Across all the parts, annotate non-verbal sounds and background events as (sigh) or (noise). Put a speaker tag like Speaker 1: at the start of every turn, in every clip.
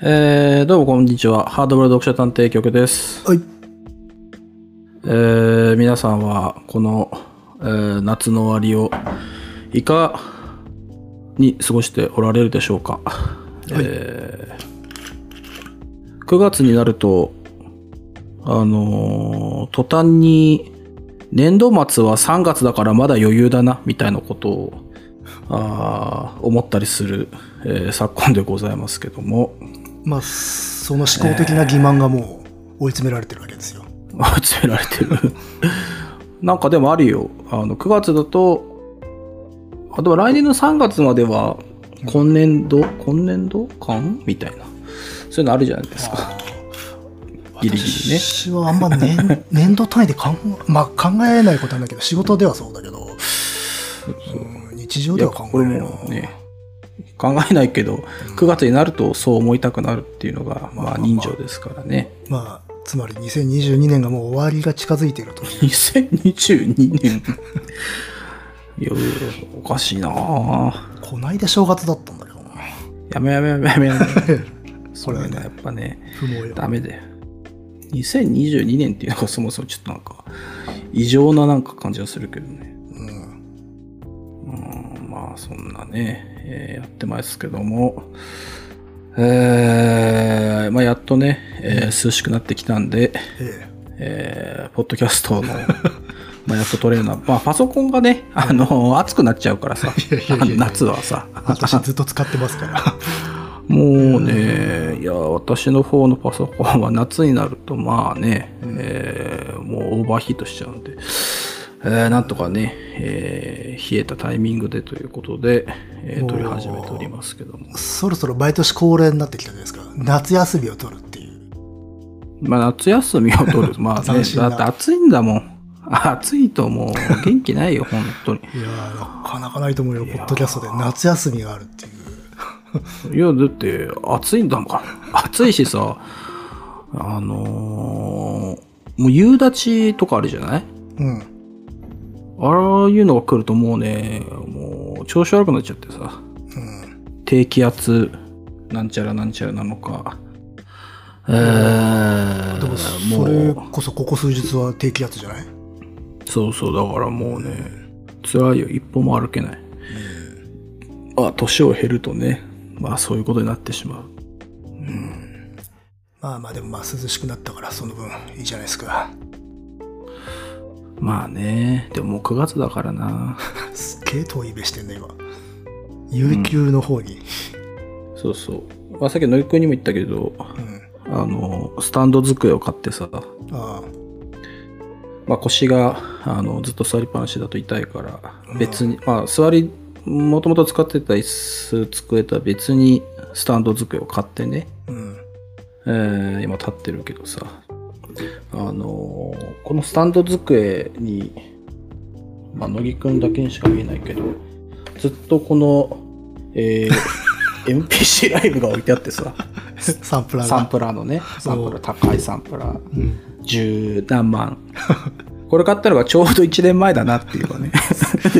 Speaker 1: えー、どうもこんにちは。ハードボール読書探偵局です。
Speaker 2: はい。
Speaker 1: えー、皆さんは、この、えー夏の終わりを、いかに過ごしておられるでしょうか。えー9月になると、あのー途端に、年度末は3月だからまだ余裕だな、みたいなことを、あー思ったりする、えー昨今でございますけども、
Speaker 2: まあ、その思考的な欺瞞がもう追い詰められてるわけですよ。
Speaker 1: 集められてる (laughs) なんかでもあるよあの9月だとあでも来年の3月までは今年度今年度間みたいなそういうのあるじゃないですかギリギリね
Speaker 2: 私はあんま年年度単位で考え,、まあ、考えないことはないけど、仕事ではそうだけど、うん日常
Speaker 1: い
Speaker 2: で
Speaker 1: や
Speaker 2: は考
Speaker 1: こ
Speaker 2: え
Speaker 1: れ
Speaker 2: ないな。
Speaker 1: もね考えないけど9月になるとそう思いたくなるっていうのがまあ人情ですからね
Speaker 2: まあ、つまり2022年がもう終わりが近づいているという。
Speaker 1: 2022年 (laughs) いやおかしいなあ
Speaker 2: こないだ正月だったんだけどな。
Speaker 1: (laughs) やめやめやめやめ (laughs) やめそ
Speaker 2: これ
Speaker 1: れ
Speaker 2: は
Speaker 1: は
Speaker 2: ね
Speaker 1: やっぱね
Speaker 2: 不毛よ。
Speaker 1: ダメだよ。2022年っていうのがそもそもちょっとなんか、異常ななんか感じがするけどね。
Speaker 2: うん。
Speaker 1: うん、まあそんなね、えーやってますけども、えーまあやっとね、えー涼しくなってきたんで、
Speaker 2: え
Speaker 1: (laughs) えーポッドキャストの、まあやっとトレーナー、まあパソコンがね、あの、熱くなっちゃうからさ、
Speaker 2: やいやいやいや
Speaker 1: 夏はさ、
Speaker 2: え。私ずっと使ってますから。
Speaker 1: (laughs) もうね、いや、私の方のパソコンは夏になると、まあね、えーもうオーバーヒートしちゃうんで、えーなんとかね、えー冷えたタイミングでということで、えー撮り始めておりますけども、
Speaker 2: そろそろ毎年恒例になってきたじゃないですか。夏休みを取るっていう。
Speaker 1: まあ夏休みを取る、まあね、
Speaker 2: 斬新
Speaker 1: だ
Speaker 2: な
Speaker 1: って暑いんだもん。暑いともう元気ないよ、本当に。
Speaker 2: いやーなかなかないと思うよ、ポッドキャストで夏休みがあるっていう。
Speaker 1: いや、だって、暑いんだもんか。暑いしさ、あのーもう夕立とかあるじゃない
Speaker 2: うん。
Speaker 1: ああいうのが来るともうね、もう調子悪くなっちゃってさ、
Speaker 2: うん。
Speaker 1: 低気圧、なんちゃらなんちゃらなのか、えー、
Speaker 2: でも、そ
Speaker 1: も
Speaker 2: れ
Speaker 1: う、
Speaker 2: こそここ数日は低気圧じゃない
Speaker 1: そうそう、だからもうね、辛いよ、一歩も歩けない。あ、年を減るとね、まあそういうことになってしまう。
Speaker 2: まあまあ、でもまあ涼しくなったから、その分いいじゃないですか。
Speaker 1: まあね、でももう9月だからな。
Speaker 2: すっげえ遠いべしてんね、今。有給の方に。
Speaker 1: そうそう。まあさっきのりくんにも言ったけど、
Speaker 2: うん。
Speaker 1: あの、スタンド机を買ってさ、
Speaker 2: ああ。
Speaker 1: まあ、腰があのずっと座りっぱなしだと痛いから別に、まあ座りもともと使ってた椅子机とは別にスタンド机を買ってね、
Speaker 2: うん。 (laughs)
Speaker 1: えー今立ってるけどさあのーこのスタンド机に、まあ、乃木くんだけにしか見えないけどずっとこの、えー、NPC ライブが置いてあってさ
Speaker 2: サンプラーが。
Speaker 1: サンプラーのねサンプラー高いサンプラー
Speaker 2: うん。
Speaker 1: 十何万 (laughs) これ買ったのがちょうど1年前だなっていうか (laughs) ね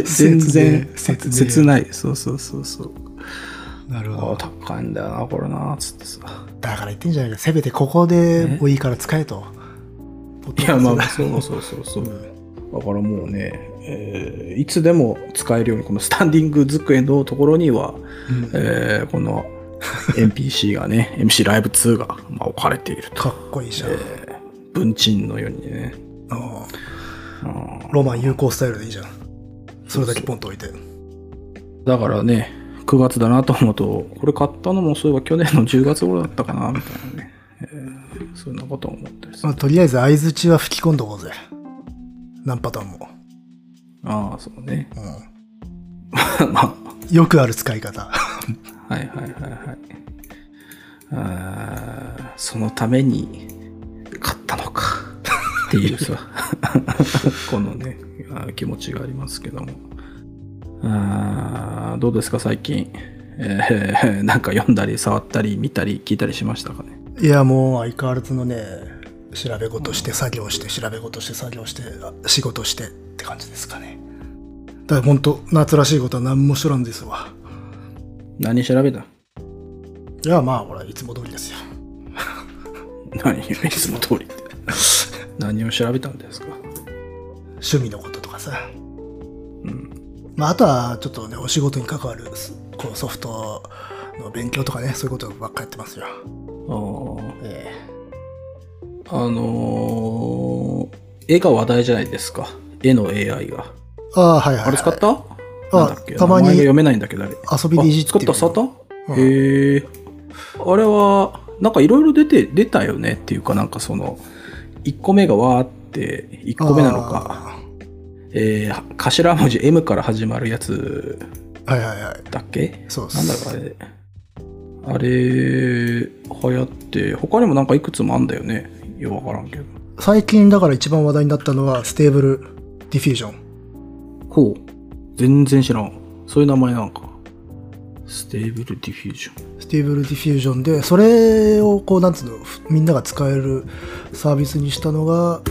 Speaker 1: 全然
Speaker 2: 切ね
Speaker 1: 切ないそうそうそうそう
Speaker 2: なる
Speaker 1: あ
Speaker 2: ほど。
Speaker 1: 高いんだよなこれなつってさ
Speaker 2: だから言ってんじゃないか。せめてここでもいいから使えと。ポッド
Speaker 1: い
Speaker 2: キャ
Speaker 1: や
Speaker 2: スト
Speaker 1: ま
Speaker 2: で
Speaker 1: あそうそうそうそう
Speaker 2: う
Speaker 1: だか
Speaker 2: ん
Speaker 1: らもうね、えーいつでも使えるようにこのスタンディング机のところには、
Speaker 2: うん
Speaker 1: えーこの NPC がね MC ライブ2が、まあ、置かれていると
Speaker 2: かっこいいじゃん。
Speaker 1: 文鎮のようにね
Speaker 2: ああ
Speaker 1: うん
Speaker 2: ロマン有効スタイルでいいじゃん。それだけポンと置いて。
Speaker 1: だからね、9月だなと思うと、これ買ったのもそういえば去年の10月頃だったかな、みたいなね。えーそんなことを思ったりす
Speaker 2: ま
Speaker 1: る。
Speaker 2: あ、とりあえず相づちは吹き込んどこうぜ。何パターンも。
Speaker 1: ああ、そうね。 (laughs)
Speaker 2: う
Speaker 1: ま
Speaker 2: ん、よくある使い方。 (laughs)
Speaker 1: あ、はいはいはいはい。あーそのために買ったのか。っていうさ、 (laughs) このね、あー気持ちがありますけども。あーどうですか、最近。えーなんか読んだり、触ったり、見たり、聞いたりしましたかね。
Speaker 2: いや、もう相変わらずのね、調べ事して作業して、調べ事して作業して、あ仕事してって感じですかね。だから本当夏らしいことは何もしとらんですわ。
Speaker 1: 何調べた
Speaker 2: いや、まあ、ほら、いつも通りですよ。
Speaker 1: 何 (laughs) をいつも通りって。何を調べたんですか
Speaker 2: 趣味のこととかさ。
Speaker 1: うん。
Speaker 2: まあ、あとは、ちょっとね、お仕事に関わる、すこう、ソフトの勉強とかね、そういうことばっかやってます
Speaker 1: あ
Speaker 2: よ。
Speaker 1: あ。
Speaker 2: え
Speaker 1: あのー、絵が話題じゃないですか。絵の AI が。
Speaker 2: えああ、はいはい、はい。
Speaker 1: あれ使った、なんだっけ
Speaker 2: たま
Speaker 1: 名
Speaker 2: に
Speaker 1: 前が読めないんだけど、あれ。
Speaker 2: 遊びでいじ
Speaker 1: あ作った、触った、
Speaker 2: うん
Speaker 1: へえ。あれは、なんかいろいろ出て、出たよねっていうか、なんかその、1個目がわーって、1個目なのか、えー、頭文字 M から始まるやつ
Speaker 2: ああ。はいはいはい。
Speaker 1: だっけ
Speaker 2: そうっす。
Speaker 1: なんだろう、あれ。あれ、流行って、他にもなんかいくつもあんだよね。よくわからんけど。
Speaker 2: 最近だから一番話題になったのはステーブルディフュージョン
Speaker 1: ほう。全然知らん。そういう名前なんか。ステーブルディフュージョン。
Speaker 2: ステーブルディフュージョンでそれをこうなんつうのふみんなが使えるサービスにしたのが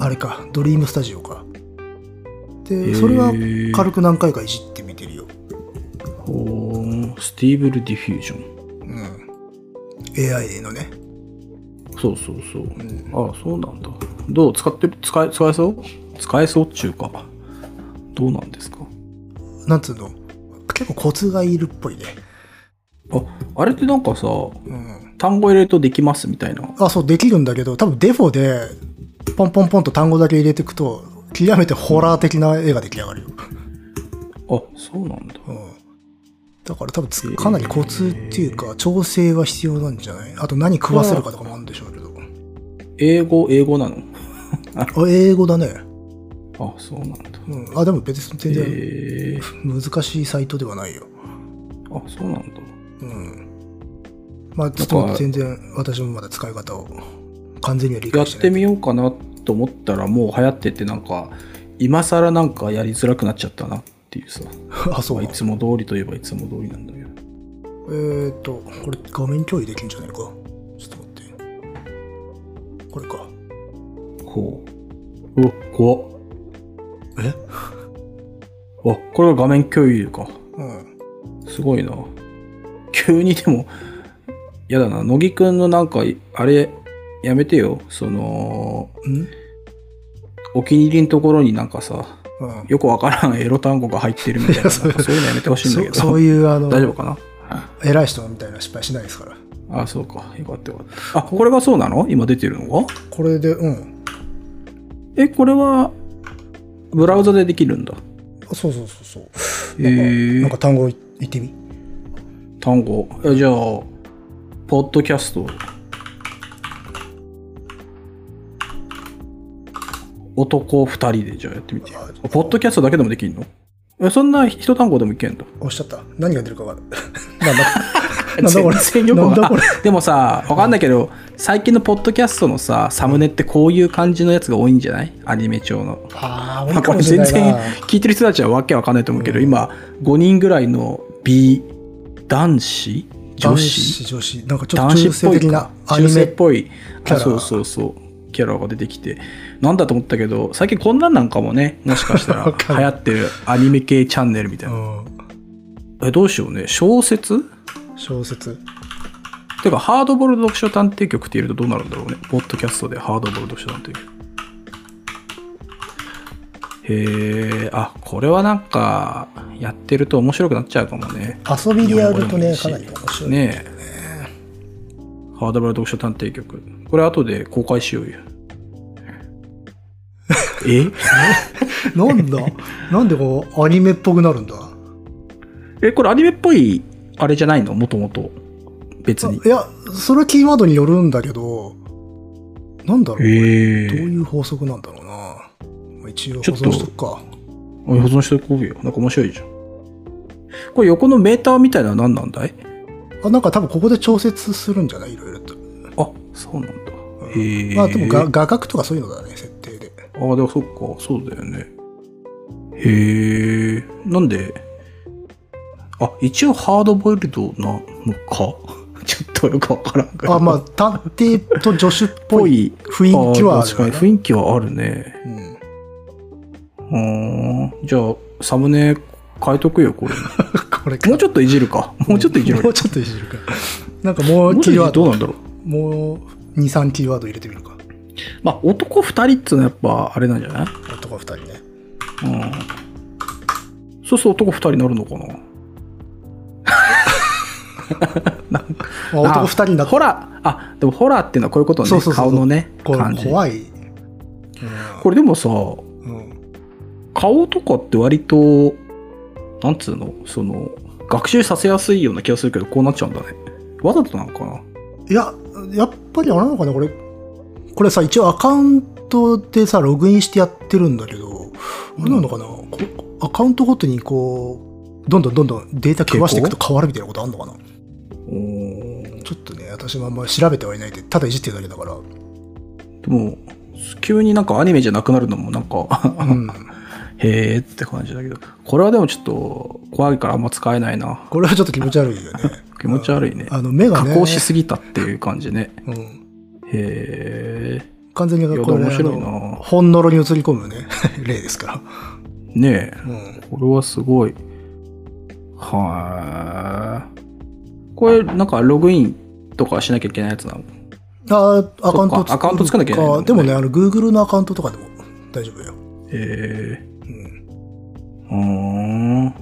Speaker 2: あれかドリームスタジオかでそれは
Speaker 1: へー
Speaker 2: 軽く何回かいじってみてるよ
Speaker 1: ほう。スティーブルディフュージョン。
Speaker 2: うん AI のね
Speaker 1: そうそうそう。ああ、そうなんだ。どう使ってる使え、使えそう使えそうっちゅうか。どうなんですか
Speaker 2: なんつうの結構コツがいるっぽいね
Speaker 1: あ、あれってなんかさ、
Speaker 2: うん
Speaker 1: 単語入れるとできますみたいな。
Speaker 2: あそうできるんだけど多分デフォでポンポンポンと単語だけ入れていくと極めてホラー的な絵が出来上
Speaker 1: (laughs)
Speaker 2: がるよ
Speaker 1: あ、そうなんだ。
Speaker 2: うんだから多分つかなりコツっていうか調整は必要なんじゃないあと何食わせるかとかもあるんでしょうけど
Speaker 1: 英語、英語なの
Speaker 2: あ英語だね、
Speaker 1: あ、そうなんだ。
Speaker 2: うん、あでも別に全然
Speaker 1: えー、
Speaker 2: 難しいサイトではないよ
Speaker 1: あ、そうなんだ。
Speaker 2: うんまあちょっと全然私もまだ使い方を完全には理
Speaker 1: や
Speaker 2: 解
Speaker 1: っ
Speaker 2: して
Speaker 1: て
Speaker 2: ない
Speaker 1: みようかなと思ったらもう流行っててなんか今更なんかやりづらくなっちゃったなっていうさ
Speaker 2: (laughs) あそう
Speaker 1: いつも通りといえばいつも通りなんだけど
Speaker 2: えー、っとこれ画面共有できるんじゃないかちょっと待ってこれか
Speaker 1: こううわ怖っ
Speaker 2: え
Speaker 1: わこれが画面共有か
Speaker 2: うん
Speaker 1: すごいな急にでもやだな乃木くんのなんかあれやめてよその
Speaker 2: ん
Speaker 1: お気に入りのところになんかさ
Speaker 2: うん
Speaker 1: よくわからんエロ単語が入ってるみ
Speaker 2: (laughs)
Speaker 1: たいな
Speaker 2: そう
Speaker 1: なんかそういうのやめてほしいんだけ
Speaker 2: そ
Speaker 1: ど
Speaker 2: そういうあの
Speaker 1: 大丈夫かな
Speaker 2: 偉い人みたいな失敗しないですから
Speaker 1: あそうか。よかったよかった。あ、これがそうなの今出てるのが
Speaker 2: これでうん
Speaker 1: え、これは、ブラウザでできるんだ。
Speaker 2: そうそうそうそう。
Speaker 1: へえ
Speaker 2: なんか単語言ってみ。
Speaker 1: 単語。えじゃあ、ポッドキャスト。男二人でじゃあやってみて。あポッドキャストだけでもできるのえ、そんな一単語でもいけんだ。
Speaker 2: おっしゃった。何が出るかわか (laughs) る。なんだ。なんだこれ。
Speaker 1: (laughs) 全然よく
Speaker 2: なん
Speaker 1: わ
Speaker 2: だ
Speaker 1: か
Speaker 2: こ
Speaker 1: ん
Speaker 2: れ。
Speaker 1: (laughs) でもさ、わかんないけど、最近のポッドキャストのさ、サムネってこういう感じのやつが多いんじゃないアニメ調の。
Speaker 2: あ
Speaker 1: ま
Speaker 2: あ、俺
Speaker 1: あこ
Speaker 2: か
Speaker 1: れ
Speaker 2: もしれ
Speaker 1: 全
Speaker 2: ない
Speaker 1: 然
Speaker 2: な。
Speaker 1: 聞いてる人たちはわけわかんないと思うけど、今5人ぐらいの B 男子女
Speaker 2: 男
Speaker 1: 子
Speaker 2: 子、女子。なんかちょっと
Speaker 1: 男子っ
Speaker 2: 中
Speaker 1: ぽ
Speaker 2: 性
Speaker 1: い
Speaker 2: 的な
Speaker 1: か
Speaker 2: ア
Speaker 1: 中
Speaker 2: ニ
Speaker 1: 性っ
Speaker 2: メ。
Speaker 1: ぽい
Speaker 2: キャ
Speaker 1: あ
Speaker 2: ラ
Speaker 1: そうそうそうキャラが出てきてなんだと思ったけど最近こんなんなんかもねもしかしたら
Speaker 2: (laughs) わかる
Speaker 1: 流行ってるアニメ系チャンネルみたいな、
Speaker 2: うん
Speaker 1: えどうしようね小説
Speaker 2: 小説。
Speaker 1: てかハードボールド読書探偵局って入れるとどうなるんだろうねポッドキャストでハードボールド読書探偵局へえあこれはなんかやってると面白くなっちゃうかもね
Speaker 2: 遊びでやると
Speaker 1: 日本語でもい
Speaker 2: ね、
Speaker 1: いし
Speaker 2: かなり面白い。
Speaker 1: ねえハードボールド読書探偵局これ後で公開しようよえ
Speaker 2: なんだなんでこう、アニメっぽくなるんだ
Speaker 1: (laughs) えこれアニメっぽいあれじゃないのもともと別に
Speaker 2: いや、それはキーワードによるんだけど、なんだろう、
Speaker 1: へ
Speaker 2: どう
Speaker 1: え
Speaker 2: いう法則なんだろうな。まあ一応
Speaker 1: ちょ
Speaker 2: 保
Speaker 1: っと
Speaker 2: 存しとくか。
Speaker 1: 保存しておこうよなんか面白いじゃんこれ横のメーターみたいなのは何なんだい
Speaker 2: あなんか多分ここで調節するんじゃないいろいろと。
Speaker 1: あそうなんだ。へー
Speaker 2: まあでも画画角とかそういうのだね、設定で。
Speaker 1: あーでもそっか、そうだよね。へえ。なんで、あ、一応ハードボイルドなのか。 (laughs) ちょっとよくわからんけど
Speaker 2: あ、まあ、探偵と助手っぽ
Speaker 1: (laughs) ぽ
Speaker 2: い
Speaker 1: い。
Speaker 2: 雰囲気はあ
Speaker 1: ー
Speaker 2: る
Speaker 1: 確かに
Speaker 2: かな。
Speaker 1: 雰囲気はあるね。
Speaker 2: うん、 (laughs)
Speaker 1: うーん。じゃあ、サムネ変えとくよ、これ。
Speaker 2: (laughs) これ
Speaker 1: もうちょっといじるか。もうちょっといじる
Speaker 2: も。うちょっといじるか。なんかもう
Speaker 1: 文
Speaker 2: キ
Speaker 1: 字
Speaker 2: ーワー
Speaker 1: どう
Speaker 2: ド
Speaker 1: なんだろう
Speaker 2: もう23キーワード入れてみるか
Speaker 1: まあ男2人っつうのはやっぱあれなんじゃない
Speaker 2: 男2人ね
Speaker 1: うん。そうすると男2人になるのかな
Speaker 2: あ男2人にな
Speaker 1: あ
Speaker 2: った
Speaker 1: ホラー、あ、でもホラーっていうのはこういうことね。
Speaker 2: そうそうそう
Speaker 1: 顔のね、
Speaker 2: こ
Speaker 1: 感
Speaker 2: れ
Speaker 1: じ。
Speaker 2: 怖い、
Speaker 1: これでもさ、
Speaker 2: うんうん
Speaker 1: 顔とかって割と、なんつうの、その、学習させやすいような気がするけど、こうなっちゃうんだね。わざとなのかない
Speaker 2: ややっぱりあれなのかなこれこれさ一応アカウントでさログインしてやってるんだけどあれなのかな、こアカウントごとにこうどんどんどんどんデータ食わしていくと変わるみたいなことあんのかな
Speaker 1: おー
Speaker 2: ちょっとね私もあんま調べてはいないでただいじってるだけだから
Speaker 1: でも、急になんかアニメじゃなくなるのもなんか、 (laughs)
Speaker 2: うん
Speaker 1: へーって感じだけど、これはでもちょっと怖いからあんま使えないな。
Speaker 2: (laughs) これはちょっと気持ち悪いよね
Speaker 1: 気持ち悪いね。
Speaker 2: あの目が
Speaker 1: 加
Speaker 2: ね
Speaker 1: 工しすぎたっていう感じね。
Speaker 2: うん、
Speaker 1: へえ。
Speaker 2: 完全に
Speaker 1: いや
Speaker 2: これ
Speaker 1: 面
Speaker 2: あ
Speaker 1: 白いな
Speaker 2: のほんのろに映り込むね (laughs) 例ですか
Speaker 1: ねえ。
Speaker 2: ら、うん、
Speaker 1: これはすごい。はーこれ、なんかログインとかしなきゃいけないやつなの
Speaker 2: あーアカウント
Speaker 1: そっかアカウント作んなきゃいけないもんね
Speaker 2: でもねあの Google のアカウントとかでも大丈夫よ、
Speaker 1: へえ。
Speaker 2: うん、
Speaker 1: うーん。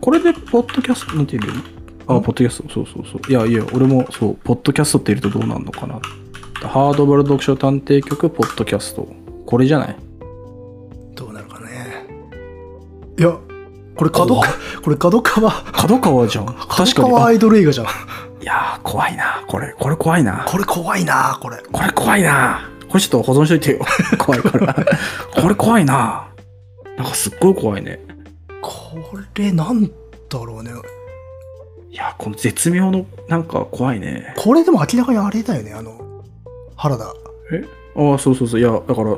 Speaker 1: これで、ポッドキャスト、なんて言うんだろう。あ、ポッドキャスト、そうそうそう。いやいや、俺も、そう、ポッドキャストって言うとどうなんのかな。ハードボール読書探偵局、ポッドキャスト。これじゃない
Speaker 2: どうなるかねいやこれ角川これ角川
Speaker 1: 角川じゃん。確か
Speaker 2: 角
Speaker 1: に。
Speaker 2: 川ア
Speaker 1: あ
Speaker 2: イドル映画じゃん
Speaker 1: いやー、怖いな。これ、これ怖いな。
Speaker 2: これ怖いなこれ
Speaker 1: これ怖いなこれちょっと保存しといてよ。 (laughs) 怖いから。これ怖いななんかすっごい怖いね。
Speaker 2: これなんだろうね
Speaker 1: いや、この絶妙の、なんか怖いね。
Speaker 2: これでも明らかにあれだよねあの原田
Speaker 1: ああ、そうそうそう。いや、だから、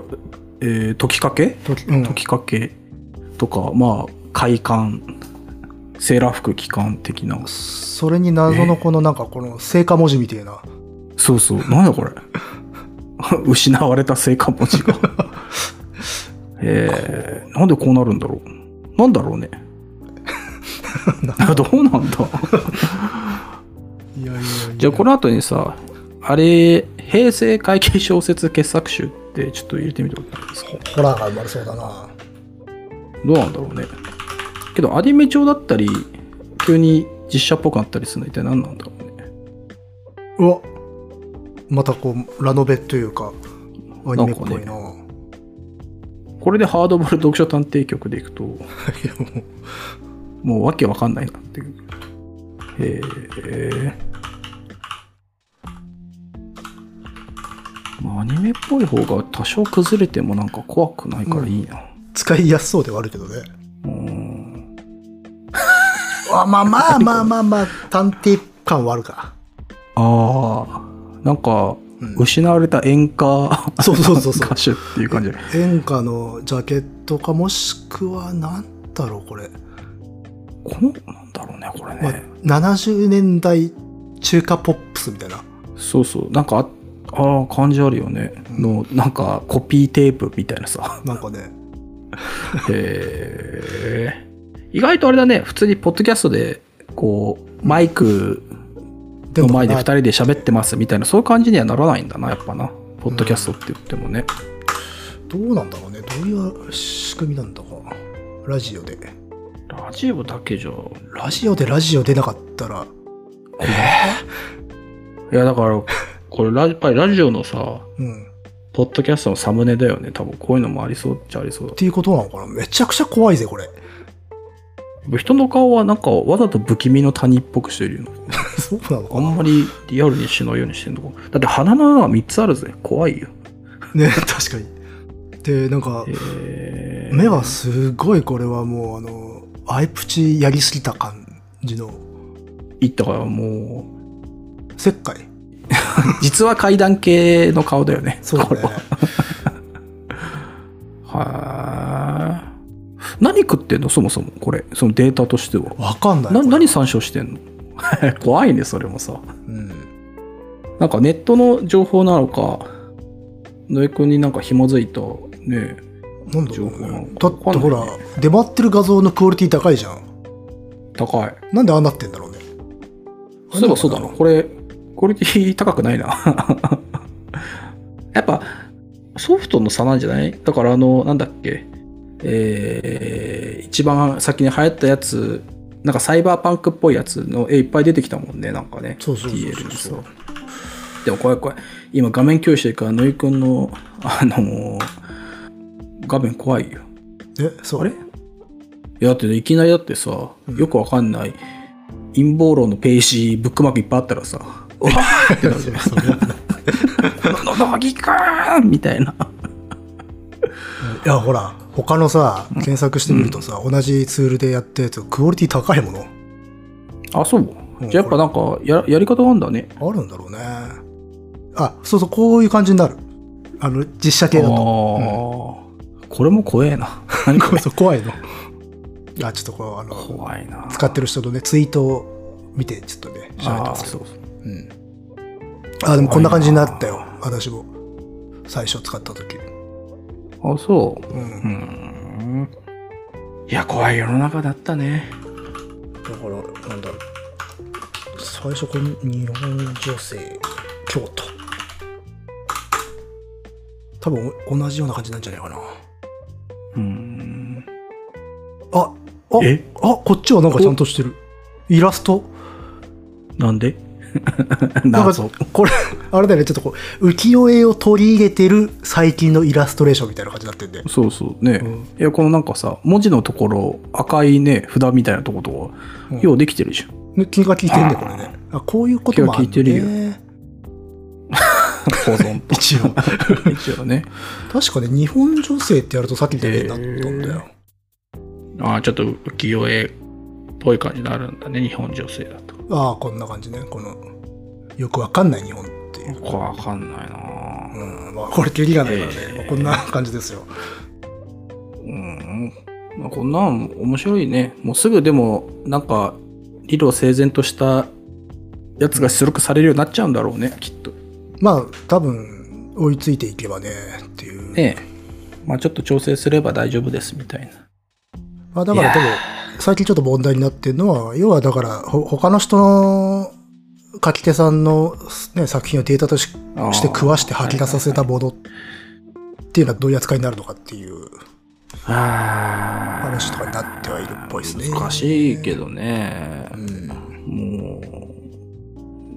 Speaker 1: えー、時かけ
Speaker 2: 時,、うん、
Speaker 1: 時かけとか、まあ、快感、セーラー服機関的な。
Speaker 2: それに謎のこのなんかこの聖火文字みたいな
Speaker 1: そうそう。なんだこれ。 (laughs) 失われた聖火文 (laughs) 字が。えー、なんでこうなるんだろう。なんだろう (laughs) ね。どうなんだ
Speaker 2: いやいやいや
Speaker 1: じゃあこの後にさあれ平成会計小説傑作集ってちょっと入れてみてもらっていいですか
Speaker 2: ホラーが生まれそうだな
Speaker 1: どうなんだろうねけどアニメ調だったり急に実写っぽくなったりするの一体何なんだろうね
Speaker 2: うわまたこうラノベというかアニメっぽいな
Speaker 1: これでハードボール読書探偵局でいくと
Speaker 2: い (laughs) やもう
Speaker 1: もうわけわかんないなっていうへえまあアニメっぽい方が多少崩れてもなんか怖くないからいいな、
Speaker 2: 使いやすそうではあるけどね
Speaker 1: うん
Speaker 2: あまあまあまあまあまあ探偵感はあるか
Speaker 1: ああ、なんか、
Speaker 2: うん
Speaker 1: 失われた演歌、
Speaker 2: そうそうそうそう
Speaker 1: 歌手っていう感じ。
Speaker 2: (laughs) 演歌のジャケットかもしくはなんだろうこれ、
Speaker 1: この、なんだろうね、これね。
Speaker 2: まあ、70年代中華ポップスみたいな
Speaker 1: そうそう、なんか、ああ、感じあるよね。の、なんか、コピーテープみたいな
Speaker 2: (laughs)
Speaker 1: さ。
Speaker 2: なんかね
Speaker 1: へえ。意外とあれだね、普通にポッドキャストで、こう、マイク
Speaker 2: で
Speaker 1: の
Speaker 2: も
Speaker 1: 前で2人で喋ってますみたいな、そういう感じにはならないんだな、やっぱな。ポッドキャストって言ってもね。
Speaker 2: どうなんだろうねどういう仕組みなんだかラジオで
Speaker 1: ラジオだけじゃ
Speaker 2: ラジオでラジオ出なかったら
Speaker 1: いや、だから、これラ、やっぱりラジオのさ、
Speaker 2: うん
Speaker 1: ポッドキャストのサムネだよね。多分こういうのもありそうっちゃありそうだ
Speaker 2: っ。ていうことなのかなめちゃくちゃ怖いぜこれ (laughs)
Speaker 1: 人の顔はなんかわざと不気味の谷っぽくしてるよ。
Speaker 2: そうなの
Speaker 1: あ
Speaker 2: かなん
Speaker 1: まりリアルにしないようにしてんのか。だって鼻の穴が3つあるぜ。怖いよ。
Speaker 2: ね確かにでなんか
Speaker 1: えー、
Speaker 2: 目はすごいこれはもうあのアイプチやりすぎた感じの
Speaker 1: いったからもう、
Speaker 2: 石灰
Speaker 1: 実は階段系の顔だよね。
Speaker 2: そう
Speaker 1: こ
Speaker 2: だ
Speaker 1: れ
Speaker 2: ね
Speaker 1: は。はー何食ってんのそもそも。これ。そのデータとしては。
Speaker 2: わかんない
Speaker 1: な
Speaker 2: これ
Speaker 1: 何参照してんの (laughs) 怖いね、それもさ。
Speaker 2: うん
Speaker 1: なんかネットの情報なのか、野井くんになんか紐づいたね、
Speaker 2: なんだろ
Speaker 1: 情
Speaker 2: う
Speaker 1: 報なの
Speaker 2: ねだ
Speaker 1: か
Speaker 2: ってほ
Speaker 1: わかんない
Speaker 2: ら出回ってる画像のクオリティ高いじゃん
Speaker 1: 高い。
Speaker 2: なんでああなってんだろうね
Speaker 1: そういえばそうだな。これ、クオリティ高くない (laughs) な。やっぱ、ソフトの差なんじゃないだから、あの、なんだっけ。えー、一番先に流行ったやつ、なんかサイバーパンクっぽいやつの絵いっぱい出てきたもんね、なんかね。
Speaker 2: そうそうそう
Speaker 1: TL
Speaker 2: そう
Speaker 1: にさでも怖い怖い。今画面共有してるから、のいくんの、あのー画面怖いよ。
Speaker 2: えそう
Speaker 1: あれいや、だっていきなりだってさ、よくわかんない陰謀論のページ、ブックマークいっぱいあったら
Speaker 2: (laughs)
Speaker 1: さ、おわーってなるじゃん。
Speaker 2: それ
Speaker 1: ののぎくーんみたいな。
Speaker 2: (laughs) いやほら他のさ検索してみるとさ、同じツールでやってるとクオリティ高いもの
Speaker 1: あ、そう。
Speaker 2: うん
Speaker 1: じゃあやっぱなんかや、やり方があんだね。
Speaker 2: あるんだろうねあそうそうこういう感じになるあの実写系だ
Speaker 1: あ
Speaker 2: と
Speaker 1: ーこれも怖えな。 (laughs) 何こ
Speaker 2: こ
Speaker 1: れ
Speaker 2: れそう怖い (laughs) のあちょっとこうあの
Speaker 1: 怖いな。
Speaker 2: 使ってる人のねツイートを見てちょっとね調べたん
Speaker 1: あー
Speaker 2: ですけ
Speaker 1: そ
Speaker 2: ど
Speaker 1: うそう
Speaker 2: うん、あでもこんな感じになったよ私も最初使った時、
Speaker 1: あ、そう。
Speaker 2: う、
Speaker 1: うん
Speaker 2: だ
Speaker 1: ん。いや、怖い世の中だったね。
Speaker 2: からなんだろう最初この日本女性京都多分お同じような感じなんじゃないかな
Speaker 1: うん。
Speaker 2: ああ
Speaker 1: え
Speaker 2: あこっちはなんかちゃんとしてるイラスト
Speaker 1: なん (laughs) で
Speaker 2: なん
Speaker 1: 謎
Speaker 2: か。これあれだよねちょっとこう浮世絵を取り入れてる最近のイラストレーションみたいな感じになってんで
Speaker 1: そうそうね、
Speaker 2: うん
Speaker 1: いやこのなんかさ文字のところ赤いね札みたいなとことか、
Speaker 2: うん
Speaker 1: ようできてるじゃん
Speaker 2: ね気が利いてんねこれねあこういうこともあんね
Speaker 1: 気が利いてる保存と
Speaker 2: (laughs) 一応
Speaker 1: (laughs) 一応ね
Speaker 2: 確かね、日本女性ってやるとさっきみたいになったんだよ。
Speaker 1: ああちょっと浮世絵っぽい感じになるんだね日本女性だと
Speaker 2: ああ、こんな感じね。この、よくわかんない日本っていう。
Speaker 1: これわかんないな
Speaker 2: うん、まあ、これ、キリがないからね。
Speaker 1: えー
Speaker 2: まあこんな感じですよ。
Speaker 1: うん、まあ、こんなん面白いねもうすぐでもなんか理路整然としたやつが出力されるようになっちゃうんだろうねきっと
Speaker 2: まあ、多分、追いついていけばね、っていう。
Speaker 1: ねえまあちょっと調整すれば大丈夫ですみたいな
Speaker 2: まあ、だから、
Speaker 1: い
Speaker 2: で
Speaker 1: や
Speaker 2: も、最近ちょっと問題になってるのは、要はだから、ほ他の人の、書き手さんの、ね、作品をデータとし
Speaker 1: あー
Speaker 2: して食わして吐き出させたものっていうのはどういう扱いになるのかっていう
Speaker 1: ああ
Speaker 2: 話とかになってはいるっぽいですね。
Speaker 1: 難しいけどね、
Speaker 2: うん
Speaker 1: も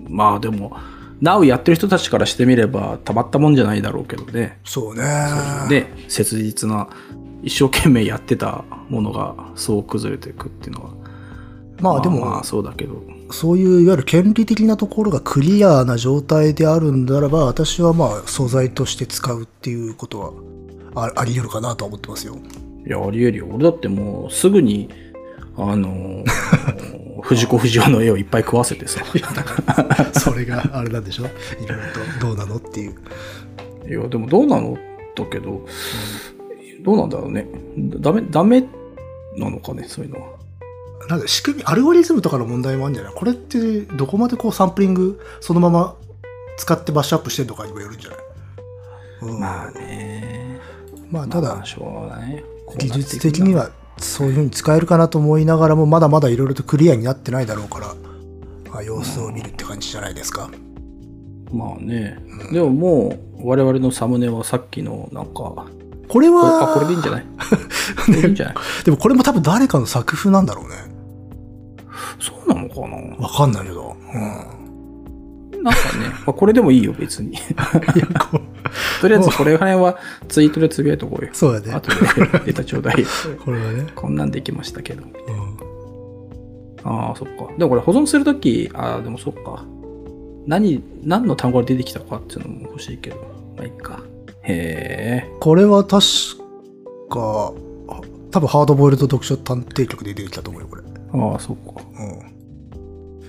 Speaker 1: うまあでも Now やってる人たちからしてみればたまったもんじゃないだろうけどね
Speaker 2: そうね。
Speaker 1: で切実な一生懸命やってたものがそう崩れていくっていうのは
Speaker 2: まあでも、
Speaker 1: まあそうだけど
Speaker 2: そういういわゆる権利的なところがクリアな状態であるんならば、私はまあ素材として使うっていうことはああり得るかなとは思ってますよ。
Speaker 1: いやありえるよ俺だってもうすぐにあの
Speaker 2: (laughs)
Speaker 1: 藤子不二雄の絵をいっぱい食わせてさ
Speaker 2: それがあれなんでしょいろいろとどうなのっていう。
Speaker 1: いや、でもどうなのだけど、どうなんだろうね。ダメ、ダメなのかね、そういうのは。
Speaker 2: なんか仕組み、アルゴリズムとかの問題もあるんじゃないこれってどこまでこうサンプリングそのまま使ってバッシュアップしてるのかにもよるんじゃない、うん、まあ、
Speaker 1: ね。
Speaker 2: ただ、
Speaker 1: まあしょうがないよ。こうなってい
Speaker 2: 技
Speaker 1: くんだ
Speaker 2: 術的に。はそういうふうに使えるかなと思いながらもまだまだいろいろとクリアになってないだろうから、まあ、様子を見るって感じじゃないですか、
Speaker 1: まあね。でももう、我々のサムネはさっきの、なんか、
Speaker 2: これ
Speaker 1: これ
Speaker 2: は
Speaker 1: あ、これでいいんじゃないこれでいいんじゃない
Speaker 2: (laughs) でもこれも多分誰かの作風なんだろうね
Speaker 1: そうなのかななんかね
Speaker 2: わかんないけど、う
Speaker 1: (laughs)
Speaker 2: ん、、
Speaker 1: まあ、これでもいいよ、別に。とりあえず、これ辺はツイートでつぶやいとこうよ。
Speaker 2: そうだ
Speaker 1: あ
Speaker 2: ね
Speaker 1: とでデータちょうだいよ。
Speaker 2: これはね、
Speaker 1: こんなんできましたけど。
Speaker 2: うん、
Speaker 1: ああ、そっか。でもこれ保存するとき、ああ、でもそっか。何、何の単語が出てきたかっていうのも欲しいけど。まあ、いいか。へえ。
Speaker 2: これは確かあ多分ハードボイルド読書探偵局で出てきたと思うよこれ、うん、
Speaker 1: ああ、そっか。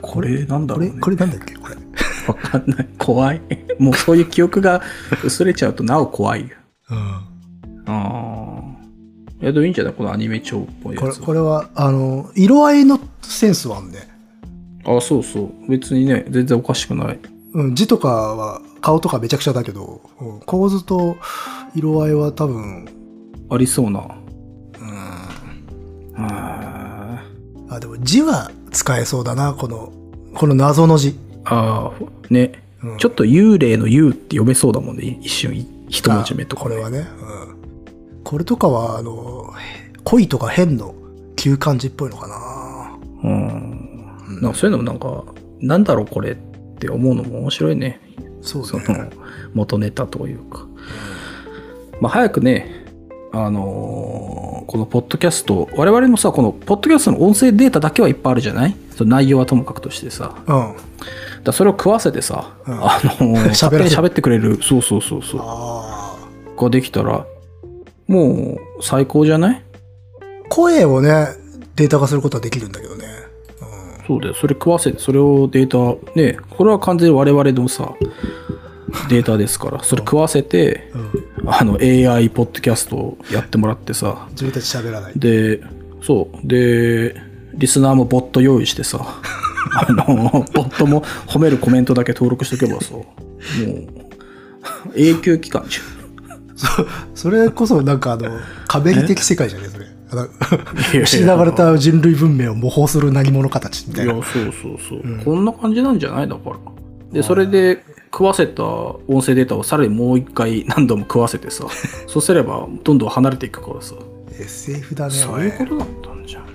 Speaker 1: これなんだ
Speaker 2: こ
Speaker 1: ろう
Speaker 2: れ
Speaker 1: ね。
Speaker 2: これなんだっけこれ
Speaker 1: わかんない。怖い。 (laughs) もうそういう記憶が薄れちゃうとなお怖いよ。
Speaker 2: うん
Speaker 1: ああ。いや、でもいいんじゃないこのアニメ調っぽいや
Speaker 2: これ
Speaker 1: つ。
Speaker 2: これはあの色合いのセンスはあんね
Speaker 1: ああ、そうそう。別にね、全然おかしくない。
Speaker 2: うん、字とかは顔とかめちゃくちゃだけど、うん構図と色合いは多分、
Speaker 1: ありそうな。
Speaker 2: うん、
Speaker 1: ああ。
Speaker 2: あでも字は使えそうだなこのこの謎の字。
Speaker 1: ああ、ね、
Speaker 2: うん
Speaker 1: ちょっと幽霊の幽って読めそうだもんね。一瞬、い一文字目と
Speaker 2: あ
Speaker 1: か
Speaker 2: こ
Speaker 1: ね、
Speaker 2: れはね、うんこれとかは、あの、恋とか変の旧漢字っぽいのか
Speaker 1: う
Speaker 2: な。
Speaker 1: ん。なんかそういうのもなんか、なんだろうこれって思うのも面白いね。
Speaker 2: そう
Speaker 1: そ
Speaker 2: で
Speaker 1: の
Speaker 2: すね。
Speaker 1: 元ネタというか。まあ早くね、あのーこのポッドキャスト、我々もさ、このポッドキャストの音声データだけはいっぱいあるじゃないその内容はともかくとしてさ。
Speaker 2: う
Speaker 1: だ
Speaker 2: ん。
Speaker 1: からそれを食わせてさ、
Speaker 2: うん
Speaker 1: あのー
Speaker 2: (laughs) 喋
Speaker 1: 勝
Speaker 2: らせる
Speaker 1: 手に喋ってくれる、そうそうそうそう、
Speaker 2: ああ。
Speaker 1: ができたら、もう最高じゃない
Speaker 2: 声をね、データ化することはできるんだけどね。
Speaker 1: そうだよ。それ食わせて、それをデータ、ね、これは完全に我々のさ、データですから、それ食わせて、
Speaker 2: うん。うん、
Speaker 1: あの、AI ポッドキャストをやってもらってさ、
Speaker 2: 自分たち喋らない。
Speaker 1: で、そう、で、リスナーもボット用意して
Speaker 2: (laughs)
Speaker 1: さ、あの、ボットも褒めるコメントだけ登録しとけばさ、もう、永久期間中。
Speaker 2: それこそなんかあ (laughs) の、壁理的世界じゃねえ、それ。あの
Speaker 1: いや
Speaker 2: (laughs) 失われた人類文明を模倣する何者形み
Speaker 1: い
Speaker 2: た
Speaker 1: や
Speaker 2: いな。、
Speaker 1: そうそうそう、こんな感じなんじゃないだから。で、それで食わせた音声データをさらにもう一回何度も食わせて
Speaker 2: (laughs)
Speaker 1: さ、そうすればどんどん離れていくからさ、
Speaker 2: SF だね、
Speaker 1: そう
Speaker 2: お
Speaker 1: い
Speaker 2: いう
Speaker 1: ことだったんじゃん。い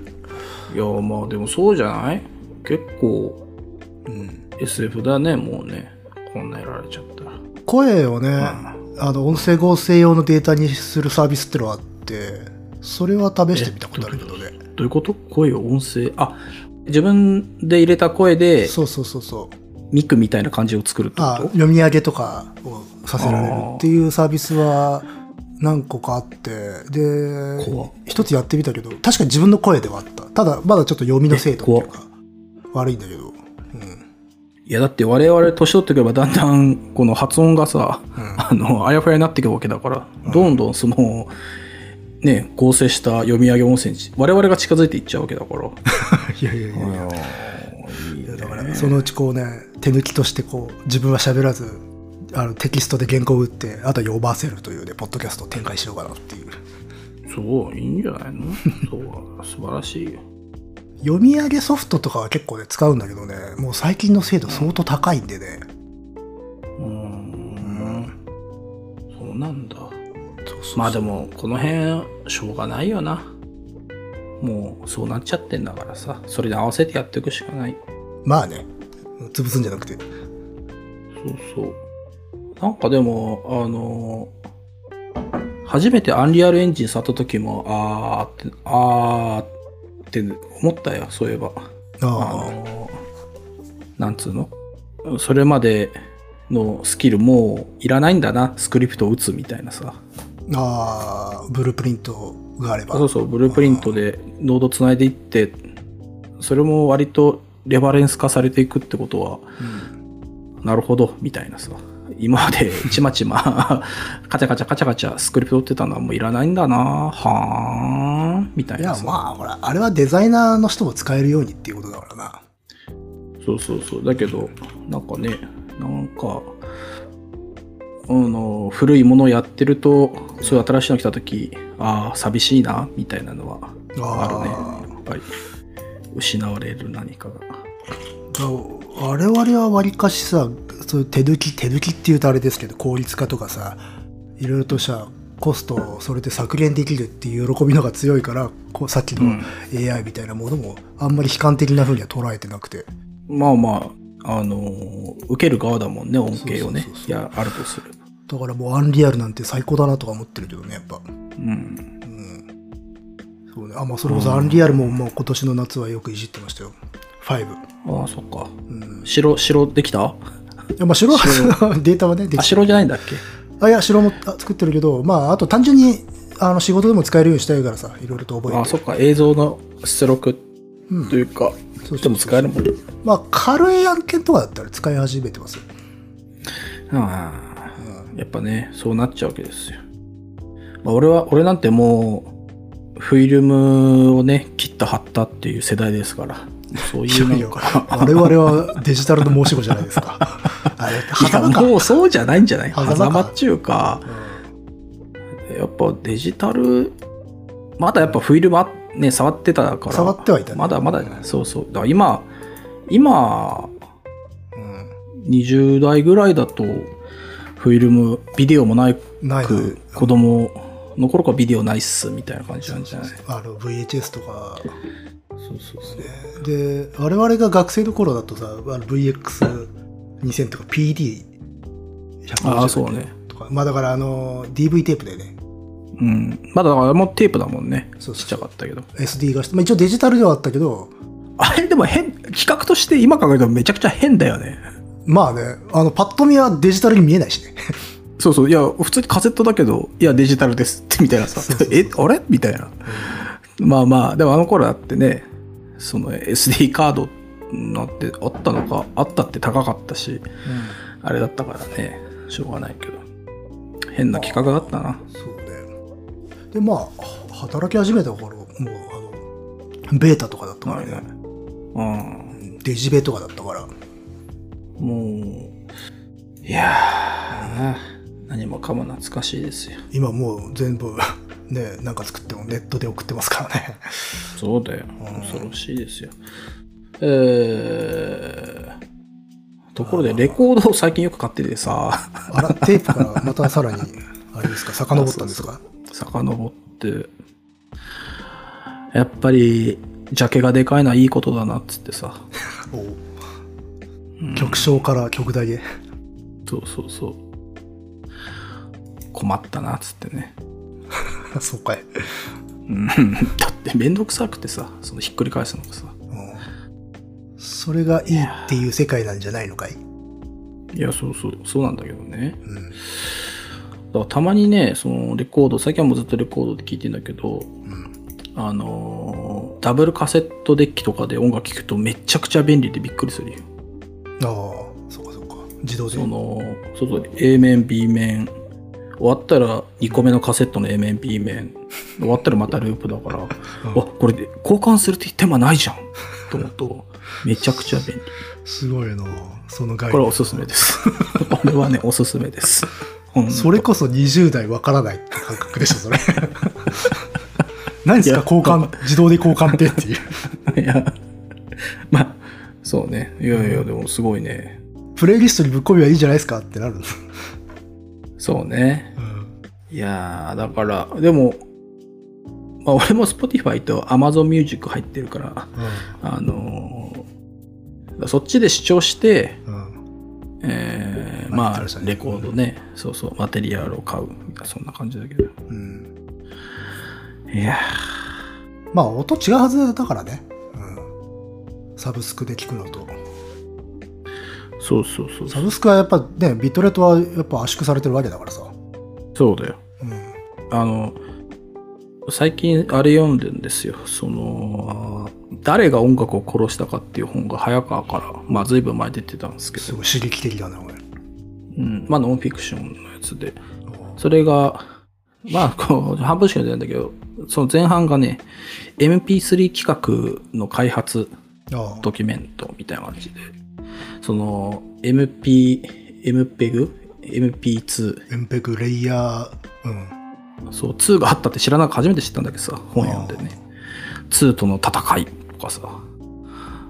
Speaker 1: や、まあでもそうじゃない結構
Speaker 2: うん、
Speaker 1: SF だね、もうね。こんなやられちゃったら。
Speaker 2: 声をね、あの、音声合成用のデータにするサービスってのがあって、それは試してみたことあるけどね。
Speaker 1: どういうこと声を音声、あ、自分で入れた声で
Speaker 2: そうそうそうそう。
Speaker 1: ミクみたいな感じを作るって
Speaker 2: あ
Speaker 1: こ
Speaker 2: 読み上げとかをさせられるっていうサービスは何個かあってで
Speaker 1: 怖っ
Speaker 2: 一つやってみたけど確かに自分の声ではあったただまだちょっと読みの精度っていうか悪いんだけど、うん、
Speaker 1: といや、だって我々年取ってくればだんだんこの発音がさ、
Speaker 2: うん
Speaker 1: あの、あやふやになっていくわけだから、どんどんその、ね、合成した読み上げ音声に我々が近づいていっちゃうわけだから。
Speaker 2: いやいやいやいや
Speaker 1: いいね
Speaker 2: だからそのうちこうね手抜きとしてこう自分は喋らずあのテキストで原稿を打ってあとは呼ばせるというねポッドキャストを展開しようかなっていう
Speaker 1: そう、いいんじゃない
Speaker 2: (laughs)
Speaker 1: のそう、素晴らしいよ。
Speaker 2: 読み上げソフトとかは結構ね使うんだけどねもう最近の精度相当高いんでね
Speaker 1: うーん。そうなんだ。
Speaker 2: そうそう
Speaker 1: まあでも、この辺、しょうがないよな。もう、そうなっちゃってんだからさ、それに合わせてやっていくしかない。
Speaker 2: まあね潰すんじゃなくて
Speaker 1: そうそう。なんかでも、あのー初めてアンリアルエンジン触った時も、あーって、あーって思ったよ、そういえば。あ
Speaker 2: ああ
Speaker 1: のーなんつうのそれまでのスキルもういらないんだな、スクリプトを打つみたいなさ。
Speaker 2: ああブループリントがあれば
Speaker 1: そうそう、ブループリントでノードつないでいって、それも割とレバレンス化されていくってことは、なるほど、みたいなさ。今までちまちま、カチャカチャカチャカチャスクリプト打ってたのはもういらないんだなはーん、みたい
Speaker 2: いや
Speaker 1: なさ。
Speaker 2: まあほらあれはデザイナーの人も使えるようにっていうことだからな
Speaker 1: そうそうそう。だけど、なんかね、なんか、あの、古いものをやってると、そういう新しいの来た時ああ、寂しいな、みたいなのは、あ
Speaker 2: あー
Speaker 1: るね。やっぱり、失われる何かが。
Speaker 2: だ我々はわりかしさそういう手抜き手抜きっていうとあれですけど効率化とかさいろいろとしたコストをそれで削減できるっていう喜びの方が強いからこうさっきの AI みたいなものもあんまり悲観的な風には捉えてなくて
Speaker 1: まあまあ、あの、受ける側だもんね、恩恵をね
Speaker 2: そうそうそうそ。う
Speaker 1: いや、あるとする。
Speaker 2: だからもうアンリアルなんて最高だなとか思ってるけどねやっぱ
Speaker 1: うん。
Speaker 2: そうねあまあそれこそアンリアルももう今年の夏はよくいじってましたよ5
Speaker 1: ああ、そっか。
Speaker 2: うん
Speaker 1: 白、白できた
Speaker 2: いやまあ白は (laughs) データはねで
Speaker 1: あ、
Speaker 2: き
Speaker 1: 白じゃないんだっけ
Speaker 2: あいや白もあ作ってるけどまああと単純にあの仕事でも使えるようにしたいからさいろいろと覚えて
Speaker 1: ああ、そっか。映像の出力というか、
Speaker 2: そうそうそう
Speaker 1: でも使えるもんね。
Speaker 2: まあ、軽い案件とかだったら使い始めてますよ。
Speaker 1: ああ、やっぱね、そうなっちゃうわけですよ。まあ、俺は、俺なんてもう、フィルムをね、切った貼ったっていう世代ですから、そういう
Speaker 2: いやい
Speaker 1: な
Speaker 2: や
Speaker 1: んか、
Speaker 2: 我々はデジタルの申し子じゃないです
Speaker 1: (laughs)
Speaker 2: か。あれ、
Speaker 1: いや
Speaker 2: はか。
Speaker 1: もうそうじゃないんじゃない
Speaker 2: 狭間か
Speaker 1: 狭間っちゅうか、やっぱデジタル、まだやっぱフィルムあね、触ってたから、
Speaker 2: 触ってはいたね
Speaker 1: まだまだじゃない、そうそう。だから今、今、20代ぐらいだと、フィルム、ビデオもない
Speaker 2: ないな
Speaker 1: く、子供の頃からビデオないっす、みたいな感じなんじゃない
Speaker 2: あの VHS とか
Speaker 1: そうそうそう。
Speaker 2: で我々が学生の頃だとさあの VX2000 とか PD150
Speaker 1: ああ、そうね。
Speaker 2: とかまあだからあの DV テープでね
Speaker 1: うん。まだだからあれもテープだもんね。
Speaker 2: そうそ
Speaker 1: ち
Speaker 2: う
Speaker 1: っちゃかったけど。
Speaker 2: SD がして、まあ、一応デジタルではあったけど
Speaker 1: あれでも変、企画として今考えたらめちゃくちゃ変だよね。
Speaker 2: まあねあのパッと見はデジタルに見えないしね
Speaker 1: そうそう。いや、普通にカセットだけど、いや、デジタルですって、みたいなさ
Speaker 2: そうそう。そう
Speaker 1: え、あれみたいな。まあまあ、でもあの頃だってね、その SD カードなんてあったのか、あったって高かったし、あれだったからね、しょうがないけど。変な企画だったな。
Speaker 2: そうねでまあは働き始めた頃もうあのベータとかだったから
Speaker 1: はい
Speaker 2: ね、
Speaker 1: はい。
Speaker 2: うんデジベとかだったから
Speaker 1: うん。もう、いやー、何もかも懐かしいですよ。
Speaker 2: 今もう全部ねなんか作ってもネットで送ってますからね
Speaker 1: そうだよ。
Speaker 2: うん
Speaker 1: 恐ろしいですよ。えー、ところで、レコードを最近よく買っててさ、 (laughs)
Speaker 2: あらテープからまたさらにあれです (laughs) か遡ったんですか
Speaker 1: 遡って、やっぱり、ジャケがでかいのはいいことだなっつってさ。
Speaker 2: おう曲調から曲台へ
Speaker 1: そうそうそう。困ったなっつってね。
Speaker 2: (laughs) そうかい、
Speaker 1: うん (laughs) だってめんどくさくてさ、そのひっくり返すのがさ。
Speaker 2: うんそれがいいっていう世界なんじゃないのかい、
Speaker 1: いや、そうそう、そうなんだけどね。
Speaker 2: うん
Speaker 1: だからたまにね、そのレコード、最近はもうずっとレコードで聴いてんだけど、
Speaker 2: うん、
Speaker 1: あのーダブルカセットデッキとかで音楽聴くとめちゃくちゃ便利でびっくりするよ。
Speaker 2: ああそうかそうか自動で
Speaker 1: その、そうそう A 面、B 面、終わったら2個目のカセットの A 面、B 面、終わったらまたループだから、わ、これで交換するって手間ないじゃんと思うと、めちゃくちゃ便利。
Speaker 2: すごいなその概
Speaker 1: これは
Speaker 2: 念
Speaker 1: おすすめ
Speaker 2: (laughs)
Speaker 1: です。これはね、おすすめです。ほんと
Speaker 2: それこそ20代わからないって感覚でしょ (laughs) それ何ですか
Speaker 1: いや
Speaker 2: 交換自動で交換ってっていう
Speaker 1: いや、まあ、そうね。いやいや、でもすごいね。
Speaker 2: プレイリストにぶっ込みはいいじゃないですかってなるんです、
Speaker 1: そうね。
Speaker 2: うん、
Speaker 1: いやー、だから、でも、まあ、俺も Spotify と Amazon Music 入ってるから、あのーそっちで視聴して、
Speaker 2: うん
Speaker 1: えー
Speaker 2: ま
Speaker 1: ま
Speaker 2: あ言って
Speaker 1: あ
Speaker 2: ました、ね
Speaker 1: レコードね、そうそう、マテリアルを買う、そんな感じだけど。
Speaker 2: うん、
Speaker 1: いや
Speaker 2: まあ音違うはずだからね、うん、サブスクで聞くのと
Speaker 1: ー、そうそうそう
Speaker 2: サ。ブスクはやっぱねビットレートはやっぱ圧縮されてるわけだからさ、
Speaker 1: そうだよ。
Speaker 2: うん、
Speaker 1: あの、最近あれ読んでんですよ。その、誰が音楽を殺したかっていう本が早川から、まあ随分前に出てたんですけ
Speaker 2: す
Speaker 1: ど、
Speaker 2: ごい刺激的だな俺
Speaker 1: うん、まあノンフィクションのやつで、それが、まあこう、半分しか出ないんだけど、その前半がね、MP3 企画の開発
Speaker 2: ああ
Speaker 1: ドキュメントみたいな感じで、その MP、MPEG、MP2、
Speaker 2: エンペクレイヤーうん
Speaker 1: そう、2があったって知らなく初めて知ったんだけどさ、本読んでね。2との戦いとかさ、